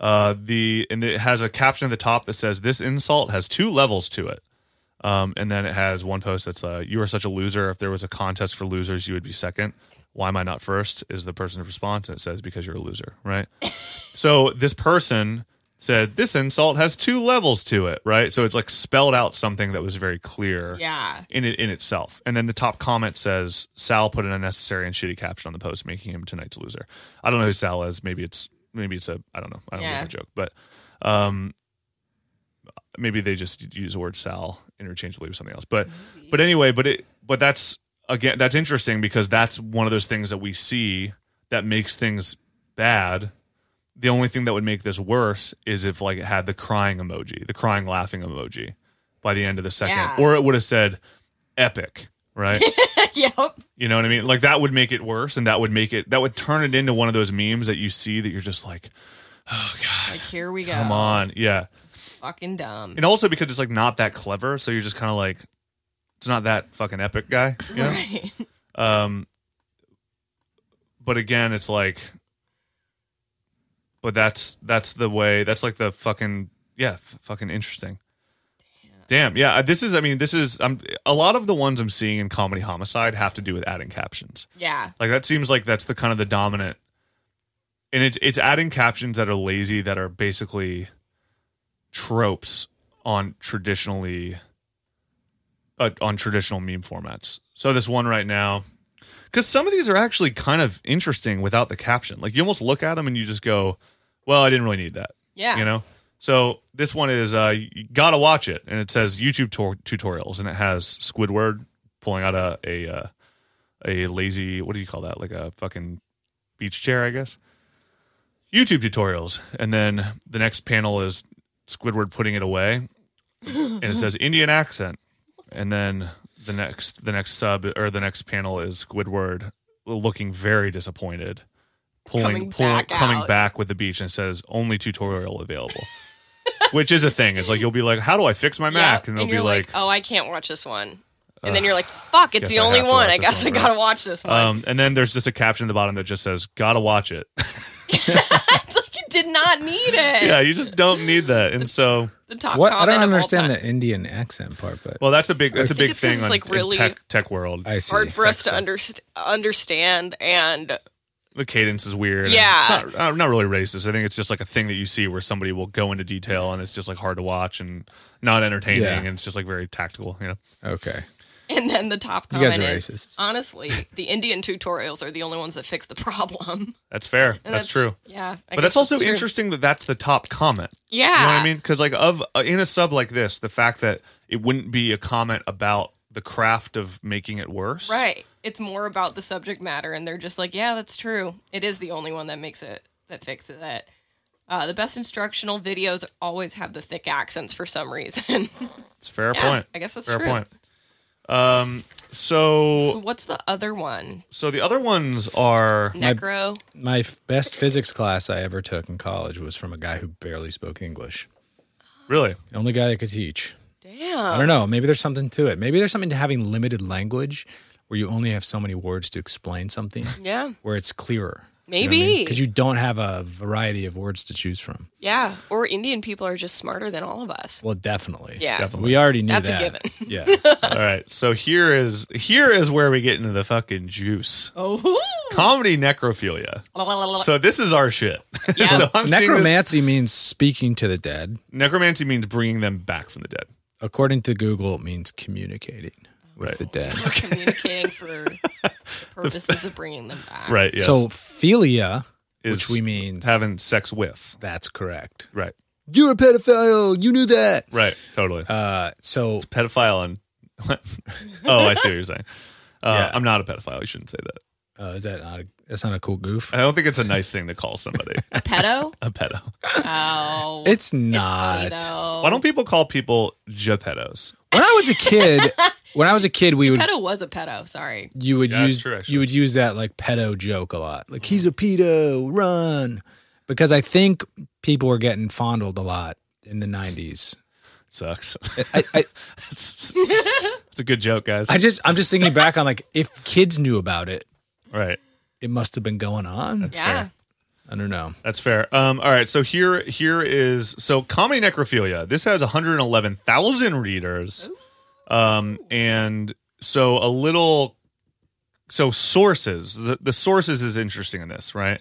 Speaker 6: uh, the and it has a caption at the top that says this insult has two levels to it Um, and then it has one post that's uh, "You are such a loser. If there was a contest for losers, you would be second. Why am I not first? Is the person's response, and it says because you're a loser, right? so this person said this insult has two levels to it, right? So it's like spelled out something that was very clear
Speaker 7: Yeah.
Speaker 6: in it in itself. And then the top comment says Sal put an unnecessary and shitty caption on the post, making him tonight's loser. I don't know who Sal is. Maybe it's maybe it's a I don't know. I don't know
Speaker 7: Yeah.
Speaker 6: the joke, but um, maybe they just use the word Sal interchangeably with something else. But but anyway, but it but that's again that's interesting because that's one of those things that we see that makes things bad. The only thing that would make this worse is if like it had the crying emoji, the crying laughing emoji by the end of the second,
Speaker 7: Yeah.
Speaker 6: or it would have said epic, right?
Speaker 7: yep.
Speaker 6: you know what I mean? Like that would make it worse, and that would make it that would turn it into one of those memes that you see that you're just like, oh god,
Speaker 7: Like here we go.
Speaker 6: come on, yeah.
Speaker 7: Fucking dumb.
Speaker 6: And also because it's like not that clever, so you're just kind of like, it's not that fucking epic guy, you know?
Speaker 7: Right.
Speaker 6: Um, but again, it's like, but that's that's the way. That's like the fucking yeah, f- fucking interesting. Damn, yeah. uh, This is, I mean, this is. I'm a lot of the ones I'm seeing in comedy homicide have to do with adding captions.
Speaker 7: Yeah.
Speaker 6: Like that seems like that's the kind of the dominant. And it's it's adding captions that are lazy that are basically tropes on traditionally uh, on traditional meme formats. So this one right now cuz some of these are actually kind of interesting without the caption. Like you almost look at them and you just go, "Well, I didn't really need that."
Speaker 7: Yeah.
Speaker 6: You know? So this one is uh you gotta watch it, and it says YouTube tor- tutorials, and it has Squidward pulling out a a uh, a lazy what do you call that? Like a fucking beach chair, I guess. YouTube tutorials, and then the next panel is Squidward putting it away, and it says Indian accent, and then the next the next sub or the next panel is Squidward looking very disappointed, pulling
Speaker 7: Coming
Speaker 6: pulling
Speaker 7: back
Speaker 6: coming
Speaker 7: out.
Speaker 6: back with the beach, and it says only tutorial available. Which is a thing. It's like you'll be like, "How do I fix my Mac?"
Speaker 5: Yep.
Speaker 6: And it'll be
Speaker 5: you're
Speaker 6: like,
Speaker 5: oh, I can't watch this one. And then you're like, fuck, it's
Speaker 6: guess
Speaker 5: the
Speaker 6: I
Speaker 5: only
Speaker 6: have to
Speaker 5: one.
Speaker 6: watch
Speaker 5: I
Speaker 6: this
Speaker 5: guess
Speaker 6: one,
Speaker 5: I
Speaker 6: right?
Speaker 5: gotta watch this one.
Speaker 6: Um, and then there's just a caption at the bottom that just says, "Gotta watch it."
Speaker 5: it's like you did not need it.
Speaker 6: yeah, you just don't need that. And so,
Speaker 5: The top
Speaker 4: What I
Speaker 5: comment
Speaker 4: don't
Speaker 5: of all
Speaker 4: understand
Speaker 5: time.
Speaker 4: the Indian accent part, but
Speaker 6: well, that's a big that's a big
Speaker 5: it's 'cause
Speaker 6: thing
Speaker 5: it's,
Speaker 6: on,
Speaker 5: like,
Speaker 6: in
Speaker 5: really-
Speaker 6: tech tech world.
Speaker 4: I see.
Speaker 5: Hard for us to
Speaker 6: Text.
Speaker 5: underst- understand and
Speaker 6: the cadence is weird. and
Speaker 5: Yeah.
Speaker 6: it's not, uh, not really racist. I think it's just like a thing that you see where somebody will go into detail and it's just like hard to watch and not entertaining,
Speaker 4: Yeah.
Speaker 6: and it's just like very tactical. You know,
Speaker 4: okay.
Speaker 5: and then the top
Speaker 4: You guys
Speaker 5: comment
Speaker 4: are
Speaker 5: is
Speaker 4: racist.
Speaker 5: honestly, the Indian tutorials are the only ones that fix the problem.
Speaker 6: that's fair. That's,
Speaker 5: And
Speaker 6: true.
Speaker 5: Yeah. I
Speaker 6: But
Speaker 5: guess
Speaker 6: that's also
Speaker 5: true.
Speaker 6: interesting that that's the top comment.
Speaker 5: Yeah.
Speaker 6: You know what I mean? Because like of uh, in a sub like this, the fact that it wouldn't be a comment about the craft of making it worse,
Speaker 5: Right. It's more about the subject matter, and they're just like, yeah, that's true. It is the only one that makes it that fixes it. Uh, the best instructional videos always have the thick accents for some reason.
Speaker 6: It's a fair
Speaker 5: Yeah,
Speaker 6: point.
Speaker 5: I guess that's
Speaker 6: fair
Speaker 5: true.
Speaker 6: point. Um. So
Speaker 5: What's the other one?
Speaker 6: so the other ones are
Speaker 5: Necro.
Speaker 4: My f- best physics class I ever took in college was from a guy who barely spoke English.
Speaker 6: really
Speaker 4: The only guy that could teach. I
Speaker 5: Damn.
Speaker 4: don't know. Maybe there's something to it. Maybe there's something to having limited language where you only have so many words to explain something
Speaker 5: Yeah.
Speaker 4: where it's clearer.
Speaker 5: Maybe.
Speaker 4: Because you don't have a variety of words to choose from.
Speaker 5: Yeah. Or Indian people are just smarter than all of us.
Speaker 4: Well, definitely.
Speaker 5: Yeah.
Speaker 6: definitely
Speaker 4: We already knew
Speaker 5: That's a
Speaker 4: that.
Speaker 5: given.
Speaker 4: Yeah.
Speaker 6: All right, so here is here is where we get into the fucking juice.
Speaker 7: Oh.
Speaker 6: Comedy necrophilia.
Speaker 7: La, la, la, la.
Speaker 6: So this is our shit. so I'm seeing this-
Speaker 4: Necromancy means speaking to the dead.
Speaker 6: necromancy means bringing them back from the dead.
Speaker 4: According to Google, it means communicating with
Speaker 6: Right.
Speaker 4: the dead.
Speaker 5: We're communicating for the purposes of bringing them back.
Speaker 6: Right. Yes.
Speaker 4: So philia,
Speaker 6: Is
Speaker 4: which we means
Speaker 6: having sex with.
Speaker 4: that's correct.
Speaker 6: Right.
Speaker 4: You're a pedophile. You knew that.
Speaker 6: Right. Totally.
Speaker 4: Uh, so
Speaker 6: pedophile and oh, I see what you're saying. Uh,
Speaker 4: Yeah.
Speaker 6: I'm not a pedophile. You shouldn't say that.
Speaker 4: uh, is that not a, that's not a cool goof?
Speaker 6: I don't think it's a nice thing to call somebody
Speaker 7: A pedo?
Speaker 6: a pedo.
Speaker 7: Oh.
Speaker 4: It's
Speaker 7: funny,
Speaker 4: not.
Speaker 7: though.
Speaker 6: Why don't people call people gepetos?
Speaker 4: when I was a kid, when I was a kid, we would
Speaker 5: Pedo was a pedo. Sorry.
Speaker 4: you would
Speaker 6: Yeah, that's
Speaker 4: use
Speaker 6: true, actually.
Speaker 4: you would use that like pedo joke a lot. Like he's a pedo, run, because I think people were getting fondled a lot in the '90s.
Speaker 6: Sucks.
Speaker 4: I, I,
Speaker 6: it's, it's a good joke, guys.
Speaker 4: I just I'm just thinking back on like if kids knew about it,
Speaker 6: right.
Speaker 4: it must have been going on.
Speaker 5: Yeah.
Speaker 4: I don't know.
Speaker 6: That's fair. Um, all right, so here here is so comedy necrophilia. This has 111,000 readers. Um, and so a little, so sources, the, the sources is interesting in this, right?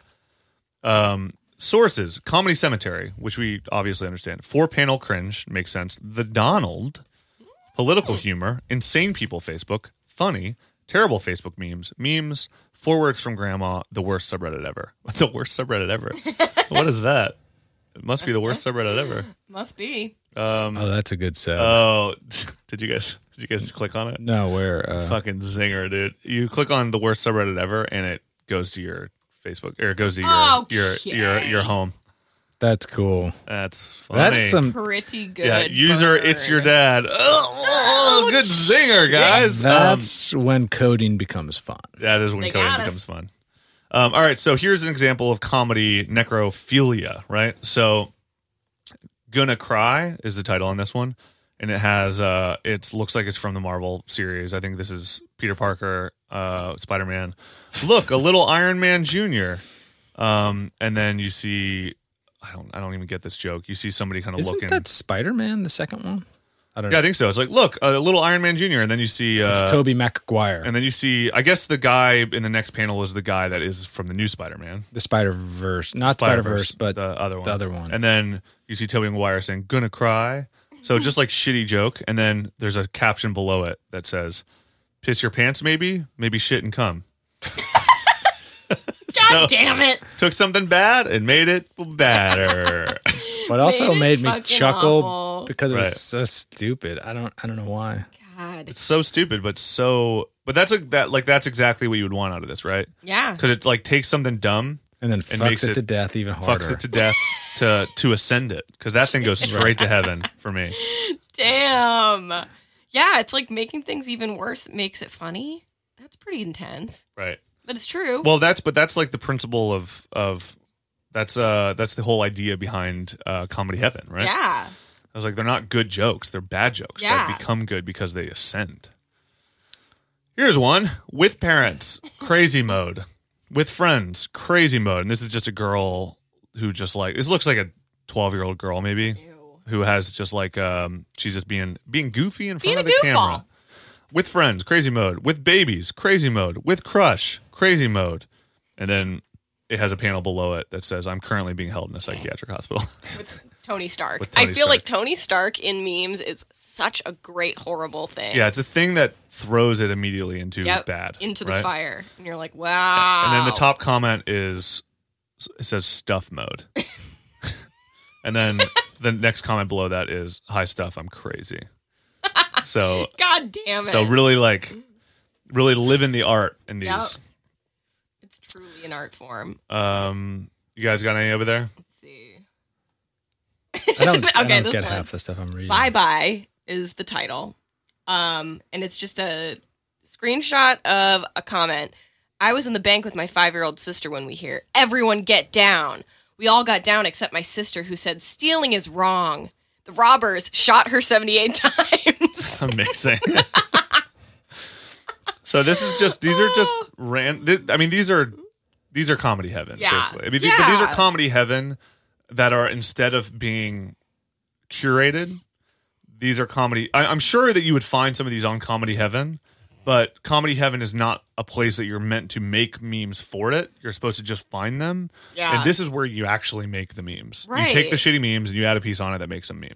Speaker 6: Um, sources, Comedy Cemetery, which we obviously understand. Four panel cringe makes sense. The Donald, political humor, insane people Facebook, funny, terrible Facebook memes, memes, four words from grandma, the worst subreddit ever. the worst subreddit ever. what is that? It must be the worst subreddit ever.
Speaker 7: Must be.
Speaker 4: Oh, that's a good set.
Speaker 6: Oh, did you guys did you guys click on it?
Speaker 4: no, where? Uh,
Speaker 6: Fucking zinger, dude. You click on the worst subreddit ever and it goes to your Facebook or it goes to your your your your home.
Speaker 4: that's cool.
Speaker 6: That's funny.
Speaker 4: That's some.
Speaker 7: Pretty good.
Speaker 6: Mm. yeah, user
Speaker 7: burn.
Speaker 6: it's your dad. Oh, oh, good zinger, guys. Um,
Speaker 4: That's when coding becomes fun.
Speaker 6: that is when
Speaker 7: They
Speaker 6: coding
Speaker 7: got us.
Speaker 6: becomes fun. Um, all right, so here's an example of comedy necrophilia, right? So Gonna Cry is the title on this one. And it has uh it looks like it's from the Marvel series. I think this is Peter Parker, uh Spider Man. Look, a little Iron Man Junior. Um, and then you see I don't I don't even get this joke. You see somebody kind of
Speaker 4: Isn't
Speaker 6: looking
Speaker 4: that Spider Man, the second one? I don't
Speaker 6: Yeah, I
Speaker 4: know.
Speaker 6: think so. It's like, look, a little Iron Man Junior, and then you see uh,
Speaker 4: it's Toby McGuire,
Speaker 6: and then you see I guess the guy in the next panel is the guy that is from the new Spider Man.
Speaker 4: the Spider Verse, not Spider Verse, but
Speaker 6: the other one.
Speaker 4: the other one.
Speaker 6: And then you see Toby Maguire saying, gonna cry. So just like shitty joke. And then there's a caption below it that says, piss your pants maybe, maybe shit and come.
Speaker 7: God damn it.
Speaker 6: Took something bad and made it better.
Speaker 4: but also
Speaker 7: made
Speaker 4: made,
Speaker 7: it
Speaker 4: me
Speaker 7: fucking
Speaker 4: chuckle
Speaker 7: awful.
Speaker 4: because it
Speaker 6: Right.
Speaker 4: was so stupid. I don't, I don't know why.
Speaker 7: God.
Speaker 6: it's so stupid, but so but that's a, that like that's exactly what you would want out of this, right?
Speaker 7: Yeah.
Speaker 6: Because it like takes something dumb,
Speaker 4: And then fucks
Speaker 6: makes
Speaker 4: it,
Speaker 6: it-
Speaker 4: to death even harder.
Speaker 6: fucks it to death to to ascend it. Because that thing goes straight to heaven for me.
Speaker 7: Damn. Yeah, it's like making things even worse makes it funny. That's pretty intense,
Speaker 6: Right.
Speaker 7: but it's true.
Speaker 6: Well, that's but that's like the principle of of that's uh that's the whole idea behind uh comedy heaven, right?
Speaker 7: Yeah.
Speaker 6: I was like, they're not good jokes; they're bad jokes.
Speaker 7: Yeah.
Speaker 6: They become good because they ascend. Here's one with parents, crazy mode. With friends, crazy mode. And this is just a girl who just like this looks like a twelve year old girl maybe who has just like um she's just being being goofy in front
Speaker 7: Being
Speaker 6: of
Speaker 7: a
Speaker 6: the
Speaker 7: goofball.
Speaker 6: camera. With friends, crazy mode. With babies, crazy mode. With crush, crazy mode. And then it has a panel below it that says, "I'm currently being held in a psychiatric hospital."
Speaker 7: With Tony Stark.
Speaker 6: With Tony
Speaker 7: I feel
Speaker 6: Stark.
Speaker 7: like Tony Stark in memes is such a great horrible thing.
Speaker 6: Yeah, it's a thing that throws it immediately into
Speaker 7: Yep.
Speaker 6: bad.
Speaker 7: Into the
Speaker 6: right?
Speaker 7: fire. And you're like, wow.
Speaker 6: And then the top comment is it says stuff mode. and then the next comment below that is hi stuff, I'm crazy. So
Speaker 7: God damn it.
Speaker 6: so really like really live in the art in
Speaker 7: Yep.
Speaker 6: these.
Speaker 7: it's truly an art form.
Speaker 6: Um you guys got any over there?
Speaker 7: Let's see.
Speaker 4: I don't, I
Speaker 7: Okay,
Speaker 4: don't
Speaker 7: this
Speaker 4: get
Speaker 7: one.
Speaker 4: half the stuff I'm reading.
Speaker 7: Bye Bye is the title. Um, and it's just a screenshot of a comment. I was in the bank with my five year old sister when we hear, everyone get down. We all got down except my sister, who said, stealing is wrong. The robbers shot her 78 times.
Speaker 6: Amazing. so this is just these are just ran. Th- I mean these are these are comedy heaven.
Speaker 7: Yeah.
Speaker 6: Basically, I mean, th- but these are
Speaker 7: Yeah.
Speaker 6: comedy heaven that are instead of being curated, these are comedy. I, I'm sure that you would find some of these on comedy heaven. But comedy heaven is not a place that you're meant to make memes for it. You're supposed to just find them.
Speaker 7: Yeah.
Speaker 6: And this is where you actually make the memes. You take
Speaker 7: Right.
Speaker 6: the shitty memes and you add a piece on it that makes them meme.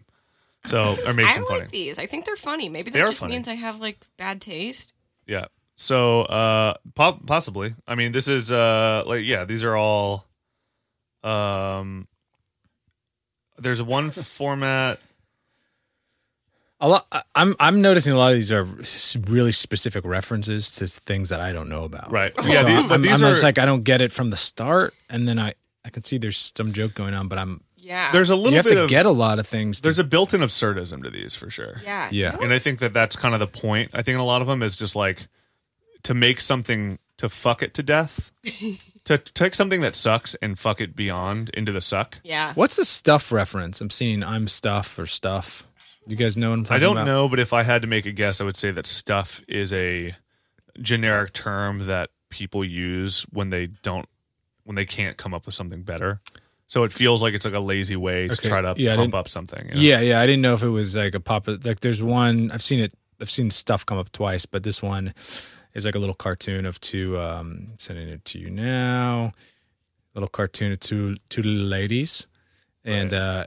Speaker 6: So or makes
Speaker 7: I
Speaker 6: them
Speaker 7: like
Speaker 6: funny.
Speaker 7: these. I think they're funny. Maybe
Speaker 6: They
Speaker 7: that
Speaker 6: are
Speaker 7: just
Speaker 6: funny.
Speaker 7: means I have like bad taste.
Speaker 6: Yeah. So, uh, po- possibly. I mean, this is uh, like yeah, these are all. Um, there's one format.
Speaker 4: A lot. I- I'm I'm noticing a lot of these are s- really specific references to things that I don't know about.
Speaker 6: Right.
Speaker 4: And
Speaker 6: Yeah,
Speaker 4: so
Speaker 6: the-
Speaker 4: I'm,
Speaker 6: but these
Speaker 4: I'm
Speaker 6: are-
Speaker 4: just like I don't get it from the start, and then I I can see there's some joke going on, but I'm
Speaker 7: Yeah.
Speaker 6: There's a little
Speaker 4: you have
Speaker 6: bit
Speaker 4: to
Speaker 6: of
Speaker 4: get a lot of things.
Speaker 6: there's
Speaker 4: to,
Speaker 6: a built-in absurdism to these for sure.
Speaker 7: yeah.
Speaker 4: yeah.
Speaker 6: And I think that that's kind of the point. I think in a lot of them is just like to make something to fuck it to death, to take something that sucks and fuck it beyond into the suck.
Speaker 7: Yeah.
Speaker 4: What's the stuff reference? I'm seeing I'm stuff or stuff. You guys know what I'm talking
Speaker 6: I don't
Speaker 4: about?
Speaker 6: know, but if I had to make a guess, I would say that stuff is a generic term that people use when they don't when they can't come up with something better. So it feels like it's like a lazy way to
Speaker 4: Okay.
Speaker 6: try to
Speaker 4: Yeah, I
Speaker 6: pump
Speaker 4: didn't-
Speaker 6: up something. you know?
Speaker 4: Yeah, yeah. I didn't know if it was like a pop. Like there's one I've seen it I've seen stuff come up twice, but this one is like a little cartoon of two. Um, sending it to you now. Little cartoon of two two little ladies, and uh,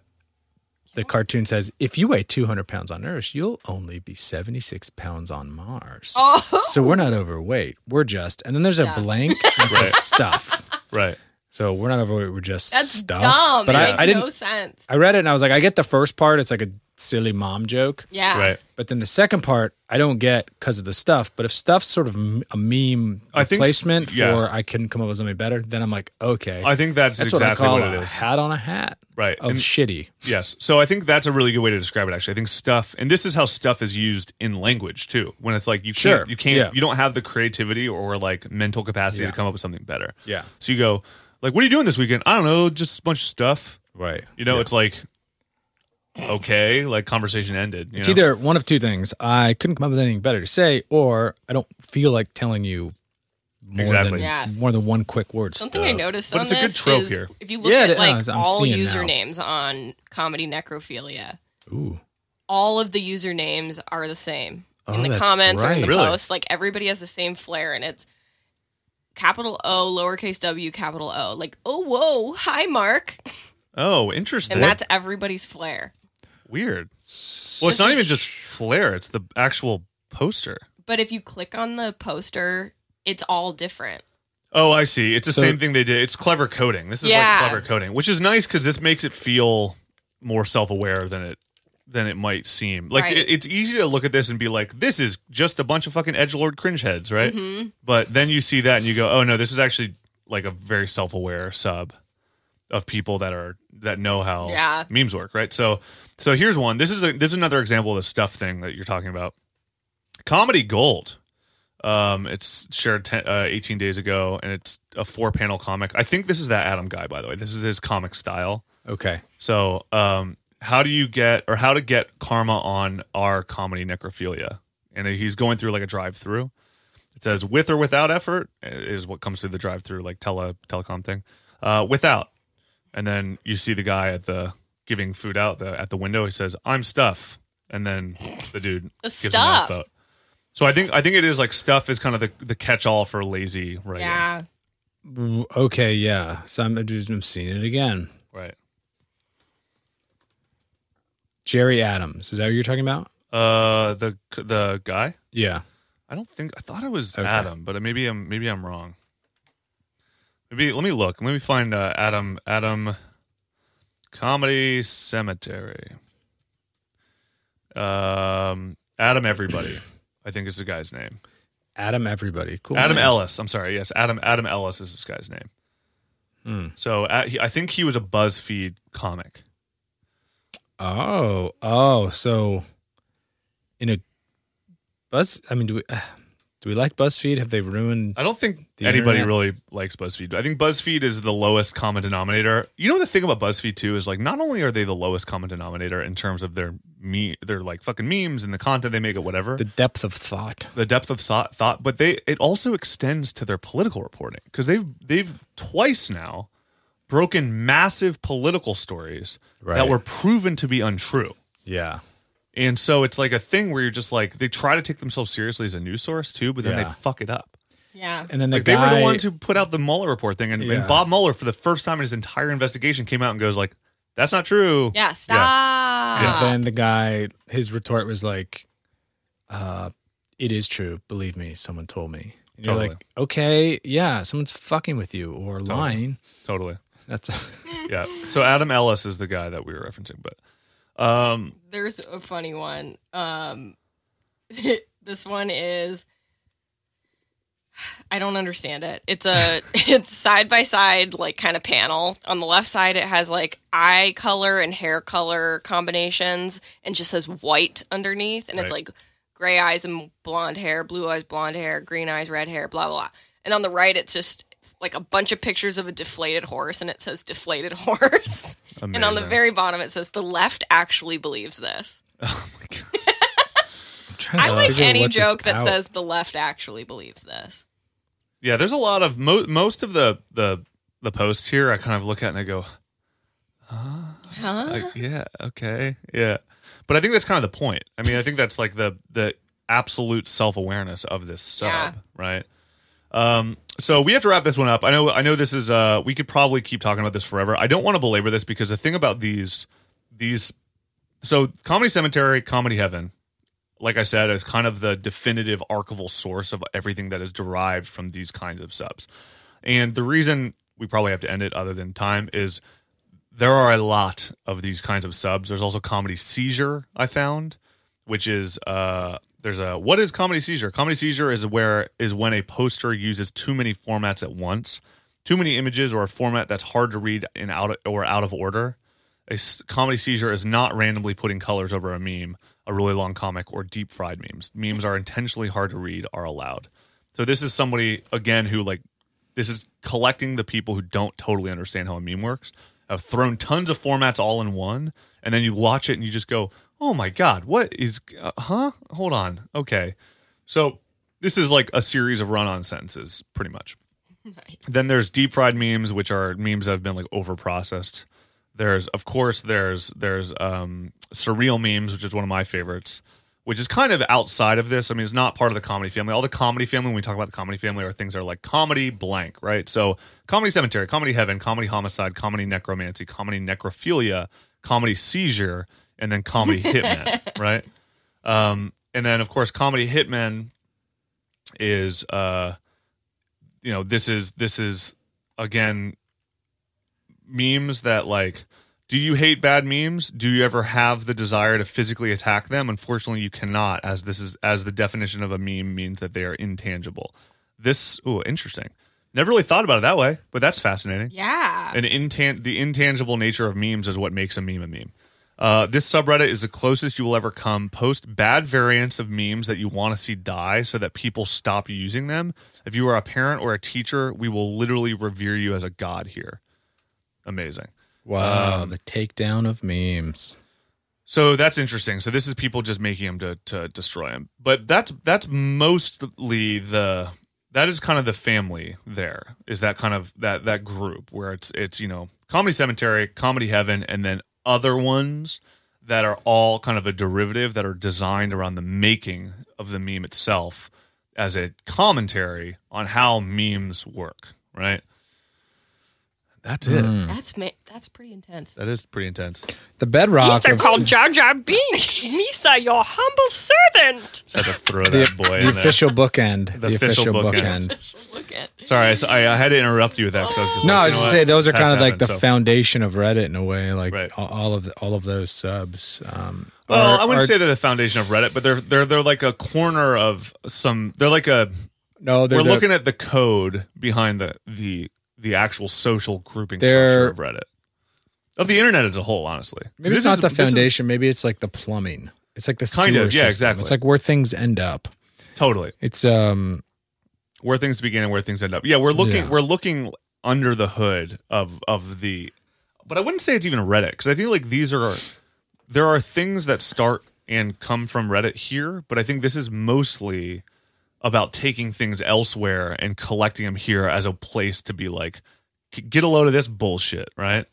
Speaker 4: the cartoon says, "If you weigh 200 pounds on Earth, you'll only be 76 pounds on Mars.
Speaker 7: Oh.
Speaker 4: So we're not overweight. We're just." And then there's a blank and it says stuff.
Speaker 6: Right.
Speaker 4: So we're not overweight. We're just
Speaker 7: That's
Speaker 4: stuff.
Speaker 7: dumb.
Speaker 4: But
Speaker 7: it
Speaker 4: I,
Speaker 7: makes
Speaker 4: I didn't.
Speaker 7: no sense.
Speaker 4: I read it and I was like, I get the first part. It's like a silly mom joke.
Speaker 7: Yeah.
Speaker 6: Right.
Speaker 4: But then the second part, I don't get because of the stuff. But if stuff's sort of m- a meme
Speaker 6: I think s-
Speaker 4: replacement
Speaker 6: yeah.
Speaker 4: for I couldn't come up with something better, then I'm like, okay,
Speaker 6: I think that's,
Speaker 4: that's
Speaker 6: exactly
Speaker 4: what I
Speaker 6: what,
Speaker 4: call
Speaker 6: it
Speaker 4: a
Speaker 6: is.
Speaker 4: hat on a hat,
Speaker 6: Right.
Speaker 4: Of
Speaker 6: And-
Speaker 4: shitty.
Speaker 6: Yes. So I think that's a really good way to describe it. Actually, I think stuff, and this is how stuff is used in language too. When it's like you
Speaker 4: Sure.
Speaker 6: can't, you can't,
Speaker 4: Yeah.
Speaker 6: you don't have the creativity or like mental capacity
Speaker 4: Yeah.
Speaker 6: to come up with something better.
Speaker 4: Yeah.
Speaker 6: So you go like, "What are you doing this weekend?" I don't know, just a bunch of stuff.
Speaker 4: Right.
Speaker 6: You know, it's like okay, like conversation ended. You
Speaker 4: It's
Speaker 6: know?
Speaker 4: either one of two things. I couldn't come up with anything better to say, or I don't feel like telling you more than
Speaker 6: Exactly.
Speaker 7: Yeah.
Speaker 4: more than one quick word.
Speaker 5: Something I
Speaker 4: stuff.
Speaker 5: noticed
Speaker 6: But
Speaker 5: on
Speaker 6: it's a good
Speaker 5: this
Speaker 6: trope
Speaker 5: is
Speaker 6: here.
Speaker 5: if you look
Speaker 4: Yeah, it
Speaker 5: at like
Speaker 4: is. I'm
Speaker 5: all
Speaker 4: seeing now.
Speaker 5: usernames on comedy necrophilia,
Speaker 4: Ooh.
Speaker 5: all of the usernames are the same
Speaker 4: Oh,
Speaker 5: in the
Speaker 4: that's
Speaker 5: comments or in the
Speaker 4: right.
Speaker 6: Really?
Speaker 5: posts. Like everybody has the same flair, and it's capital O, lowercase w, capital O. Like oh whoa, hi Mark,
Speaker 6: oh, interesting.
Speaker 5: and that's everybody's flair.
Speaker 6: weird. Well, it's not even just flair; it's the actual poster.
Speaker 5: But if you click on the poster, it's all different.
Speaker 6: Oh, I see. It's the
Speaker 4: So-
Speaker 6: same thing they did. It's clever coding. This is
Speaker 5: Yeah.
Speaker 6: like clever coding, which is nice because this makes it feel more self-aware than it than it might seem. Like
Speaker 5: Right.
Speaker 6: it, it's easy to look at this and be like, "This is just a bunch of fucking edge lord cringe heads," right?
Speaker 5: Mm-hmm.
Speaker 6: But then you see that and you go, "Oh no, this is actually like a very self-aware sub of people that are that know how
Speaker 5: Yeah.
Speaker 6: memes work, right?" So, so here's one. This is a, this is another example of the stuff thing that you're talking about. Comedy Gold. Um, it's shared ten, uh, 18 days ago, and it's a four panel comic. I think this is that Adam guy, by the way. This is his comic style.
Speaker 4: Okay.
Speaker 6: So, um, how do you get or how to get karma on our comedy necrophilia? And he's going through like a drive through. It says with or without effort is what comes through the drive through, like tele telecom thing. Uh, without, and then you see the guy at the giving food out the, at the window. He says, "I'm stuff," and then the dude
Speaker 5: The
Speaker 6: gives him that
Speaker 5: stuff.
Speaker 6: vote. So I think I think it is like stuff is kind of the, the catch all for lazy writing.
Speaker 5: Yeah,
Speaker 4: W- Okay. Yeah. So I'm, I'm seeing it again.
Speaker 6: Right.
Speaker 4: Jerry Adams. Is that what you're talking about?
Speaker 6: Uh, the the guy.
Speaker 4: Yeah.
Speaker 6: I don't think I thought it was
Speaker 4: Okay.
Speaker 6: Adam, but maybe I'm maybe I'm wrong. Maybe let me look. Let me find uh, Adam Adam Comedy Cemetery. Um, Adam Everybody, I think is the guy's name.
Speaker 4: Adam Everybody. Cool.
Speaker 6: Adam
Speaker 4: name.
Speaker 6: Ellis. I'm sorry. Yes, Adam Adam Ellis is this guy's name. So uh, he, I think he was a BuzzFeed comic.
Speaker 4: Oh. Oh. So in a Buzz I mean, do we uh, do we like BuzzFeed? Have they ruined
Speaker 6: I don't think
Speaker 4: The
Speaker 6: anybody
Speaker 4: internet?
Speaker 6: really likes BuzzFeed. I think BuzzFeed is the lowest common denominator. You know the thing about BuzzFeed too is like not only are they the lowest common denominator in terms of their me their like fucking memes and the content they make or whatever.
Speaker 4: the
Speaker 6: The-
Speaker 4: depth of thought?
Speaker 6: depth of thought, thought, but they it also extends to their political reporting because they've they've twice now broken massive political stories
Speaker 4: Right.
Speaker 6: that were proven to be untrue.
Speaker 4: Yeah.
Speaker 6: And so it's like a thing where you're just like they try to take themselves seriously as a news source too, but then
Speaker 4: Yeah.
Speaker 6: they fuck it up.
Speaker 5: yeah.
Speaker 4: And then the
Speaker 6: Like
Speaker 4: guy,
Speaker 6: they were the ones who put out the Mueller report thing, and, and
Speaker 4: Yeah.
Speaker 6: Bob Mueller, for the first time in his entire investigation, came out and goes like, "That's not true."
Speaker 5: Yeah, stop.
Speaker 7: Ah.
Speaker 4: and then the guy, his retort was like, uh, "It is true. Believe me. Someone told me." And you're
Speaker 6: Totally.
Speaker 4: like, "Okay, yeah, someone's fucking with you or lying."
Speaker 6: totally.
Speaker 4: That's
Speaker 6: Yeah. So Adam Ellis is the guy that we were referencing, but um,
Speaker 5: There's a funny one. Um, this one is
Speaker 7: I don't understand it. It's a it's side by side like kind of panel. On the left side it has like eye color and hair color combinations and just says white underneath and it's
Speaker 6: Right.
Speaker 7: like gray eyes and blonde hair, blue eyes, blonde hair, green eyes, red hair, blah blah blah. And on the right it's just like a bunch of pictures of a deflated horse and it says deflated horse. And on the
Speaker 6: Amazing.
Speaker 7: very bottom it says the left actually believes this.
Speaker 4: I'm trying to
Speaker 7: I like
Speaker 4: figure
Speaker 7: any
Speaker 4: what this
Speaker 7: joke that
Speaker 4: out-
Speaker 7: says the left actually believes this.
Speaker 6: yeah, there's a lot of mo- most of the the the posts here. I kind of look at and I go,
Speaker 7: Huh?
Speaker 6: like, "Yeah, okay, yeah." But I think that's kind of the point. I mean, I think that's like the the absolute self awareness of this sub,
Speaker 7: Yeah.
Speaker 6: right? Um, so we have to wrap this one up. I know, I know this is. Uh, we could probably keep talking about this forever. I don't want to belabor this because the thing about these, these, so comedy cemetery, comedy heaven, like I said, is kind of the definitive archival source of everything that is derived from these kinds of subs. And the reason we probably have to end it, other than time, is there are a lot of these kinds of subs. There's also comedy seizure. I found, which is uh, there's a what is comedy seizure? Comedy seizure is where is when a poster uses too many formats at once, too many images or a format that's hard to read in out or out of order. A s- comedy seizure is not randomly putting colors over a meme, a really long comic, or deep fried memes. Memes are intentionally hard to read, are allowed. So this is somebody again who like this is collecting the people who don't totally understand how a meme works. Have thrown tons of formats all in one, and then you watch it and you just go, "Oh my god, what is? Uh, huh? Hold on. Okay, so this is like a series of run-on sentences, pretty much." Then there's deep fried memes, which are memes that have been like over processed. There's of course there's there's um, surreal memes, which is one of my favorites, which is kind of outside of this. I mean, it's not part of the comedy family. All the comedy family, when we talk about the comedy family, are things that are like comedy blank, right? So comedy cemetery, comedy heaven, comedy homicide, comedy necromancy, comedy necrophilia, comedy seizure, and then comedy hitman, right? Um, and then of course comedy hitman is uh you know this is this is again memes that like do you hate bad memes do you ever have the desire to physically attack them unfortunately you cannot as this is as the definition of a meme means that they are intangible this ooh interesting never really thought about it that way but that's fascinating
Speaker 7: Yeah.
Speaker 6: an intan- the intangible nature of memes is what makes a meme a meme. Uh, this subreddit is the closest you will ever come. Post bad variants of memes that you want to see die so that people stop using them. If you are a parent or a teacher, we will literally revere you as a god here. Amazing.
Speaker 4: Wow,
Speaker 6: Um,
Speaker 4: the takedown of memes.
Speaker 6: So that's interesting. So this is people just making him to to destroy him. But that's that's mostly the that is kind of the family there is that kind of that that group where it's it's you know comedy cemetery, comedy heaven, and then other ones that are all kind of a derivative that are designed around the making of the meme itself as a commentary on how memes work. Right. That's it.
Speaker 4: Hmm.
Speaker 7: That's ma- that's pretty intense.
Speaker 6: That is pretty intense.
Speaker 4: The bedrock.
Speaker 5: Mr.
Speaker 4: of-
Speaker 5: called Jar Jar Binks. Misa, your humble servant.
Speaker 6: Just had to throw
Speaker 4: the,
Speaker 6: that boy
Speaker 4: the
Speaker 6: in there.
Speaker 4: official bookend. The, official,
Speaker 6: official
Speaker 4: bookend.
Speaker 6: bookend.
Speaker 7: Look at
Speaker 6: Sorry, so I, I had to interrupt you with that. 'cause I was just
Speaker 4: No,
Speaker 6: like,
Speaker 4: I
Speaker 6: you
Speaker 4: was
Speaker 6: know
Speaker 4: just
Speaker 6: what?
Speaker 4: saying those are
Speaker 6: Has
Speaker 4: kind of like the
Speaker 6: happened, so-
Speaker 4: foundation of Reddit in a way. Like
Speaker 6: Right.
Speaker 4: all- all of the, all of those subs. Um,
Speaker 6: Well,
Speaker 4: are-
Speaker 6: I wouldn't
Speaker 4: are-
Speaker 6: say they're the foundation of Reddit, but they're they're they're like a corner of some. They're like a.
Speaker 4: no. They're
Speaker 6: we're
Speaker 4: the-
Speaker 6: looking at the code behind the the the actual social grouping
Speaker 4: They're-
Speaker 6: structure of Reddit, of the internet as a whole. Honestly,
Speaker 4: Maybe
Speaker 6: This
Speaker 4: it's not
Speaker 6: is-
Speaker 4: the
Speaker 6: this is-
Speaker 4: foundation. maybe it's like the plumbing. It's like the
Speaker 6: Kind
Speaker 4: sewer
Speaker 6: of, yeah,
Speaker 4: system.
Speaker 6: exactly.
Speaker 4: It's like where things end up.
Speaker 6: totally,
Speaker 4: It's um
Speaker 6: where things begin and where things end up. Yeah, we're looking
Speaker 4: Yeah.
Speaker 6: we're looking under the hood of of the but I wouldn't say it's even Reddit cuz I think like these are there are things that start and come from Reddit here, but I think this is mostly about taking things elsewhere and collecting them here as a place to be like "G- get a load of this bullshit, right?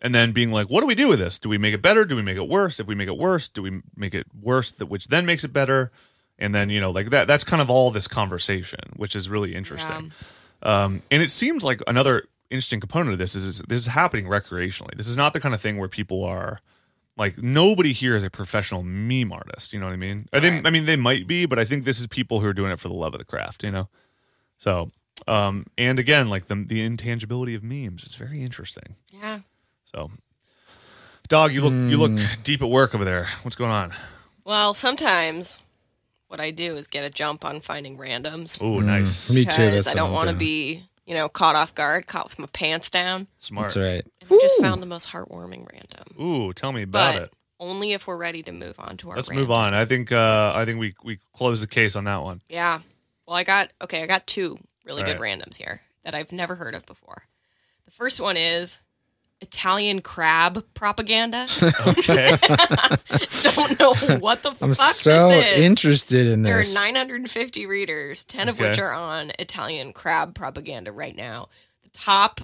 Speaker 6: And then being like, what do we do with this? Do we make it better? Do we make it worse? If we make it worse, do we make it worse that which then makes it better? And then, you know, like that that's kind of all this conversation, which is really interesting. Um, and it seems like another interesting component of this is, is this is happening recreationally. This is not the kind of thing where people are like nobody here is a professional meme artist. You know what I mean? Are they, I mean, they might be, but I think this is people who are doing it for the love of the craft. You know, so um, and again, like the the intangibility of memes is very interesting.
Speaker 7: yeah.
Speaker 6: So, dog, you look you look
Speaker 4: Mm.
Speaker 6: deep at work over there. What's going on?
Speaker 5: Well, sometimes what I do is get a jump on finding randoms
Speaker 6: Oh, nice,
Speaker 4: Mm. me too.
Speaker 5: because
Speaker 4: That's
Speaker 5: I
Speaker 4: what
Speaker 5: don't
Speaker 4: I'm
Speaker 5: want to
Speaker 4: doing.
Speaker 5: be, you know, caught off guard, caught with my pants down.
Speaker 6: smart.
Speaker 4: That's right.
Speaker 5: And I just found the most heartwarming random.
Speaker 6: Ooh, tell me about
Speaker 5: But
Speaker 6: it.
Speaker 5: only if we're ready to move on to our
Speaker 6: Let's move on. I
Speaker 5: randoms.
Speaker 6: think uh, I think we we close the case on that one.
Speaker 5: Yeah. Well, I got okay. I got two really
Speaker 6: All
Speaker 5: good randoms here that I've never heard of before. The first one is Italian crab propaganda.
Speaker 6: Okay,
Speaker 5: Don't know what the
Speaker 4: I'm
Speaker 5: fuck
Speaker 4: so
Speaker 5: this is.
Speaker 4: interested in
Speaker 5: there are
Speaker 4: this.
Speaker 5: 950 readers, 10 of which
Speaker 6: Okay.
Speaker 5: are on Italian crab propaganda right now. The top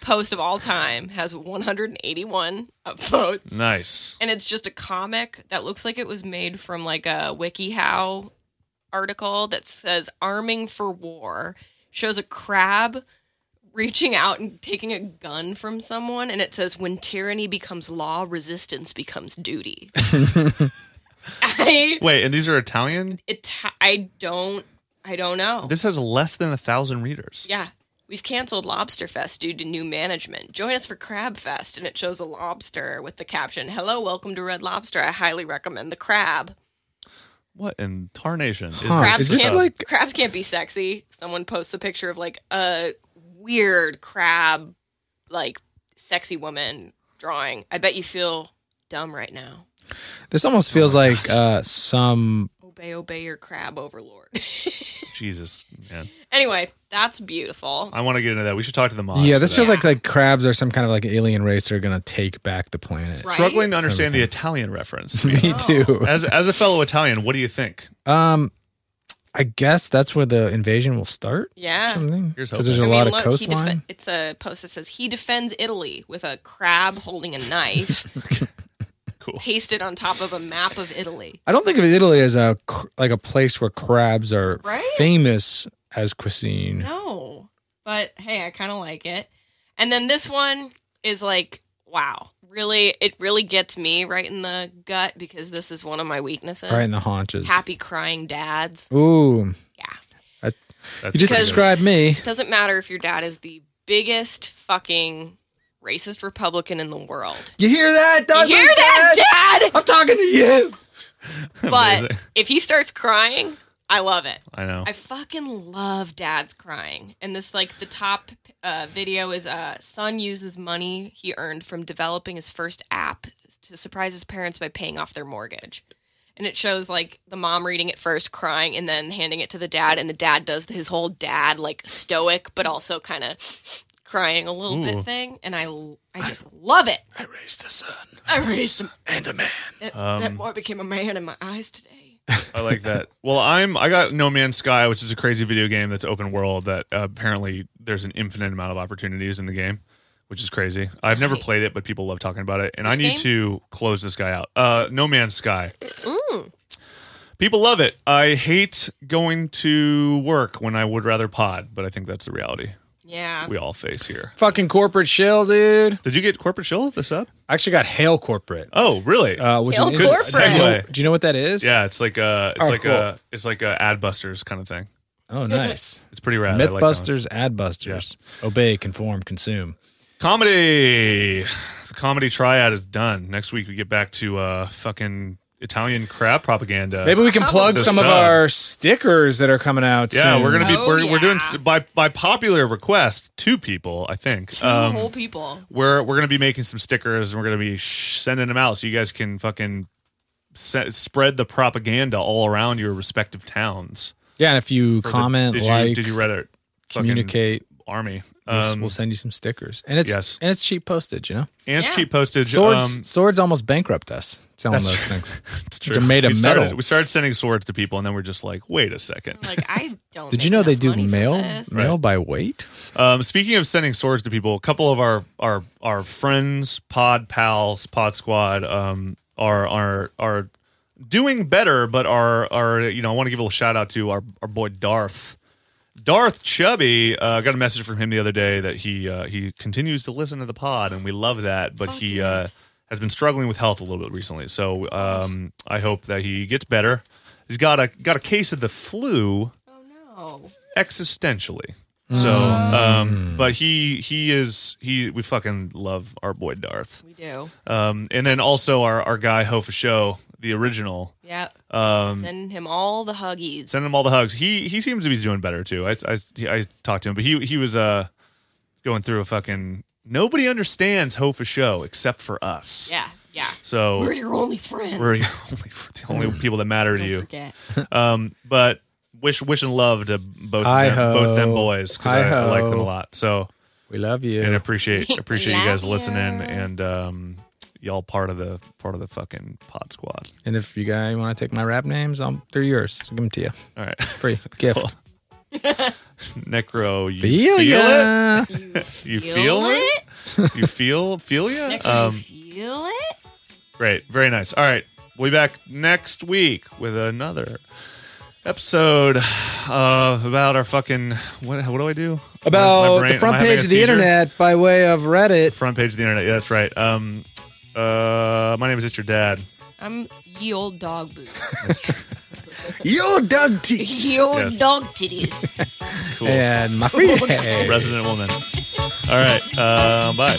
Speaker 5: post of all time has 181 upvotes.
Speaker 6: Nice.
Speaker 5: and it's just a comic that looks like it was made from like a WikiHow article that says arming for war shows a crab reaching out and taking a gun from someone and it says when tyranny becomes law resistance becomes duty i
Speaker 6: Wait, and these are Italian?
Speaker 5: it, i don't i don't know
Speaker 6: This has less than a thousand readers.
Speaker 5: yeah we've canceled lobster fest due to new management join us for crab fest and it shows a lobster with the caption hello welcome to red lobster i highly recommend the crab
Speaker 6: What in tarnation? Is
Speaker 4: Huh.
Speaker 5: crabs
Speaker 4: Is this
Speaker 5: can't,
Speaker 4: like-
Speaker 5: crabs can't be sexy. Someone posts a picture of like a weird crab, like sexy woman drawing. I bet you feel dumb right now.
Speaker 4: This almost
Speaker 6: Oh
Speaker 4: feels like uh, some.
Speaker 5: Obey, obey your crab overlord.
Speaker 6: Jesus, man.
Speaker 5: anyway, that's beautiful.
Speaker 6: I want to get into that. We should talk to the mods.
Speaker 4: yeah,
Speaker 6: for
Speaker 4: this
Speaker 6: that.
Speaker 4: feels like like crabs are some kind of like alien race that are gonna take back the planet.
Speaker 5: Right.
Speaker 6: struggling to understand the Italian reference.
Speaker 4: Me too.
Speaker 6: as as a fellow Italian, what do you think?
Speaker 4: Um, I guess that's where the invasion will start.
Speaker 5: Yeah.
Speaker 4: Something
Speaker 6: Here's
Speaker 4: because there's a
Speaker 6: hoping.
Speaker 5: I mean,
Speaker 4: lot
Speaker 5: look,
Speaker 4: of
Speaker 5: he defe-
Speaker 4: coastline.
Speaker 5: it's a post that says he defends Italy with a crab holding a knife
Speaker 6: Cool.
Speaker 5: pasted on top of a map of Italy.
Speaker 4: I don't think of Italy as a cr- like a place where crabs are
Speaker 5: Right?
Speaker 4: famous as cuisine.
Speaker 5: No. But hey, I kind of like it. And then this one is like, wow, really, it really gets me right in the gut because this is one of my weaknesses.
Speaker 4: Right in the haunches.
Speaker 5: Happy crying dads.
Speaker 4: Ooh,
Speaker 5: Yeah.
Speaker 6: That's
Speaker 4: you just
Speaker 6: pretty good.
Speaker 4: described me.
Speaker 5: It doesn't matter if your dad is the biggest fucking racist Republican in the world.
Speaker 4: You hear that? Dog
Speaker 5: Hear that, dad?
Speaker 4: I'm talking to you.
Speaker 5: But
Speaker 6: Amazing.
Speaker 5: if he starts crying, I love it.
Speaker 6: I know.
Speaker 5: I fucking love dads crying. And this, like, the top uh, video is uh, son uses money he earned from developing his first app to surprise his parents by paying off their mortgage. And it shows, like, the mom reading it first, crying, and then handing it to the dad. And the dad does his whole dad, like, stoic, but also kind of crying a little
Speaker 6: Ooh.
Speaker 5: bit thing. And I, I just love it.
Speaker 4: I raised a son
Speaker 5: I raised him.
Speaker 4: and a man.
Speaker 5: That, that boy became a man in my eyes today.
Speaker 6: I like that. Well, I'm I got No Man's Sky, which is a crazy video game that's open world that uh, apparently there's an infinite amount of opportunities in the game, which is crazy. I've never played it, but people love talking about it, and I need to close this guy out. Uh, no Man's Sky. People love it. I hate going to work when I would rather pod, but I think that's the reality
Speaker 5: Yeah.
Speaker 6: we all face here.
Speaker 4: Fucking corporate shell, dude.
Speaker 6: Did you get corporate shill this up?
Speaker 4: I actually got hail corporate.
Speaker 6: Oh, really?
Speaker 4: Uh, which
Speaker 5: Hail
Speaker 4: is
Speaker 5: corporate.
Speaker 4: Do you, know,
Speaker 6: Segue.
Speaker 4: do you know what that is?
Speaker 6: yeah, it's like a it's
Speaker 4: Oh,
Speaker 6: like
Speaker 4: cool.
Speaker 6: a it's like a Adbusters kind of thing.
Speaker 4: Oh, nice.
Speaker 6: It's pretty rad. I like that one.
Speaker 4: Mythbusters, Adbusters, obey, conform, consume.
Speaker 6: Comedy. The comedy triad is done. Next week we get back to uh fucking Italian crab propaganda.
Speaker 4: Maybe we
Speaker 5: Oh.
Speaker 4: can plug
Speaker 6: The
Speaker 4: some of
Speaker 6: sub.
Speaker 4: our stickers that are coming out.
Speaker 6: Yeah,
Speaker 4: soon.
Speaker 6: we're gonna be
Speaker 5: Oh,
Speaker 6: we're, we're doing
Speaker 5: yeah.
Speaker 6: s- by by popular request. Two people, I think. Um,
Speaker 5: Two
Speaker 4: um,
Speaker 5: whole people.
Speaker 6: we're we're gonna be making some stickers and we're gonna be sh- sending them out so you guys can fucking se- spread the propaganda all around your respective towns.
Speaker 4: Yeah, and if you
Speaker 6: For the-
Speaker 4: comment,
Speaker 6: did you,
Speaker 4: like,
Speaker 6: did you read it? Fucking
Speaker 4: communicate,
Speaker 6: army.
Speaker 4: we'll-
Speaker 6: Um,
Speaker 4: we'll send you some stickers, and it's
Speaker 6: yes.
Speaker 4: and it's cheap postage. You know,
Speaker 6: and
Speaker 5: Yeah.
Speaker 6: cheap postage.
Speaker 4: swords
Speaker 6: um,
Speaker 4: swords almost bankrupt us selling
Speaker 6: That's
Speaker 4: those
Speaker 6: true.
Speaker 4: things.
Speaker 6: It's
Speaker 4: They're made of
Speaker 6: we started,
Speaker 4: metal.
Speaker 6: We started sending swords to people, and then we're just like, wait a second.
Speaker 5: Like, I don't.
Speaker 4: Did
Speaker 5: make
Speaker 4: you know they
Speaker 5: enough
Speaker 4: do
Speaker 5: money for
Speaker 4: mail
Speaker 5: this.
Speaker 4: mail by weight?
Speaker 6: Um, speaking of sending swords to people, a couple of our our our friends, pod pals, pod squad, um, are are are doing better, but are are you know I want to give a little shout out to our our boy Darth. Darth Chubby uh, got a message from him the other day that he uh, he continues to listen to the pod, and we love that. But he uh, has been struggling with health a little bit recently, so um, I hope that he gets better. He's got a got a case of the flu
Speaker 5: Oh no.
Speaker 6: existentially. So, um, but he he is he we fucking love our boy Darth.
Speaker 5: We do.
Speaker 6: Um, and then also our our guy Ho for show, the original.
Speaker 5: Yeah.
Speaker 6: Um,
Speaker 5: Send him all the huggies.
Speaker 6: send him all the hugs. He he seems to be doing better too. I I, I talked to him, but he he was uh going through a fucking nobody understands Ho for show except for us.
Speaker 5: yeah. Yeah.
Speaker 6: So
Speaker 5: We're your only friend.
Speaker 6: we're the only, the only people that matter to
Speaker 5: Don't
Speaker 6: you.
Speaker 5: forget.
Speaker 6: Um, but wish wish and love to both them,
Speaker 4: Hi-ho.
Speaker 6: both them boys because I, I like them a
Speaker 4: Hi-ho.
Speaker 6: lot. So.
Speaker 4: We love you.
Speaker 6: and appreciate appreciate you
Speaker 5: Love
Speaker 6: guys listening
Speaker 5: ya.
Speaker 6: and um y'all part of the part of the fucking pod squad
Speaker 4: And if you guys want to take my rap names, I'll, they're yours. I'll give them to you
Speaker 6: all right
Speaker 4: free gift.
Speaker 6: necro. You feel,
Speaker 4: Feel
Speaker 6: it?
Speaker 4: ya.
Speaker 6: You feel it? You feel feel ya? Um,
Speaker 7: feel it?
Speaker 6: Great. Very nice. All right. We'll be back next week with another episode of about our fucking what what do I do? My- my
Speaker 4: About
Speaker 6: brain-
Speaker 4: the
Speaker 6: am
Speaker 4: front
Speaker 6: I having
Speaker 4: page
Speaker 6: a
Speaker 4: of the
Speaker 6: seizure?
Speaker 4: internet by way of Reddit.
Speaker 6: Front page of the internet. Yeah, that's right. Um uh my name is It's Your Dad.
Speaker 7: I'm ye old dog boot.
Speaker 4: Yo, Doug Teats.
Speaker 7: ye old
Speaker 6: Yes.
Speaker 7: dog titties.
Speaker 6: Cool.
Speaker 4: And my free day.
Speaker 6: Resident woman. All right. Uh, bye.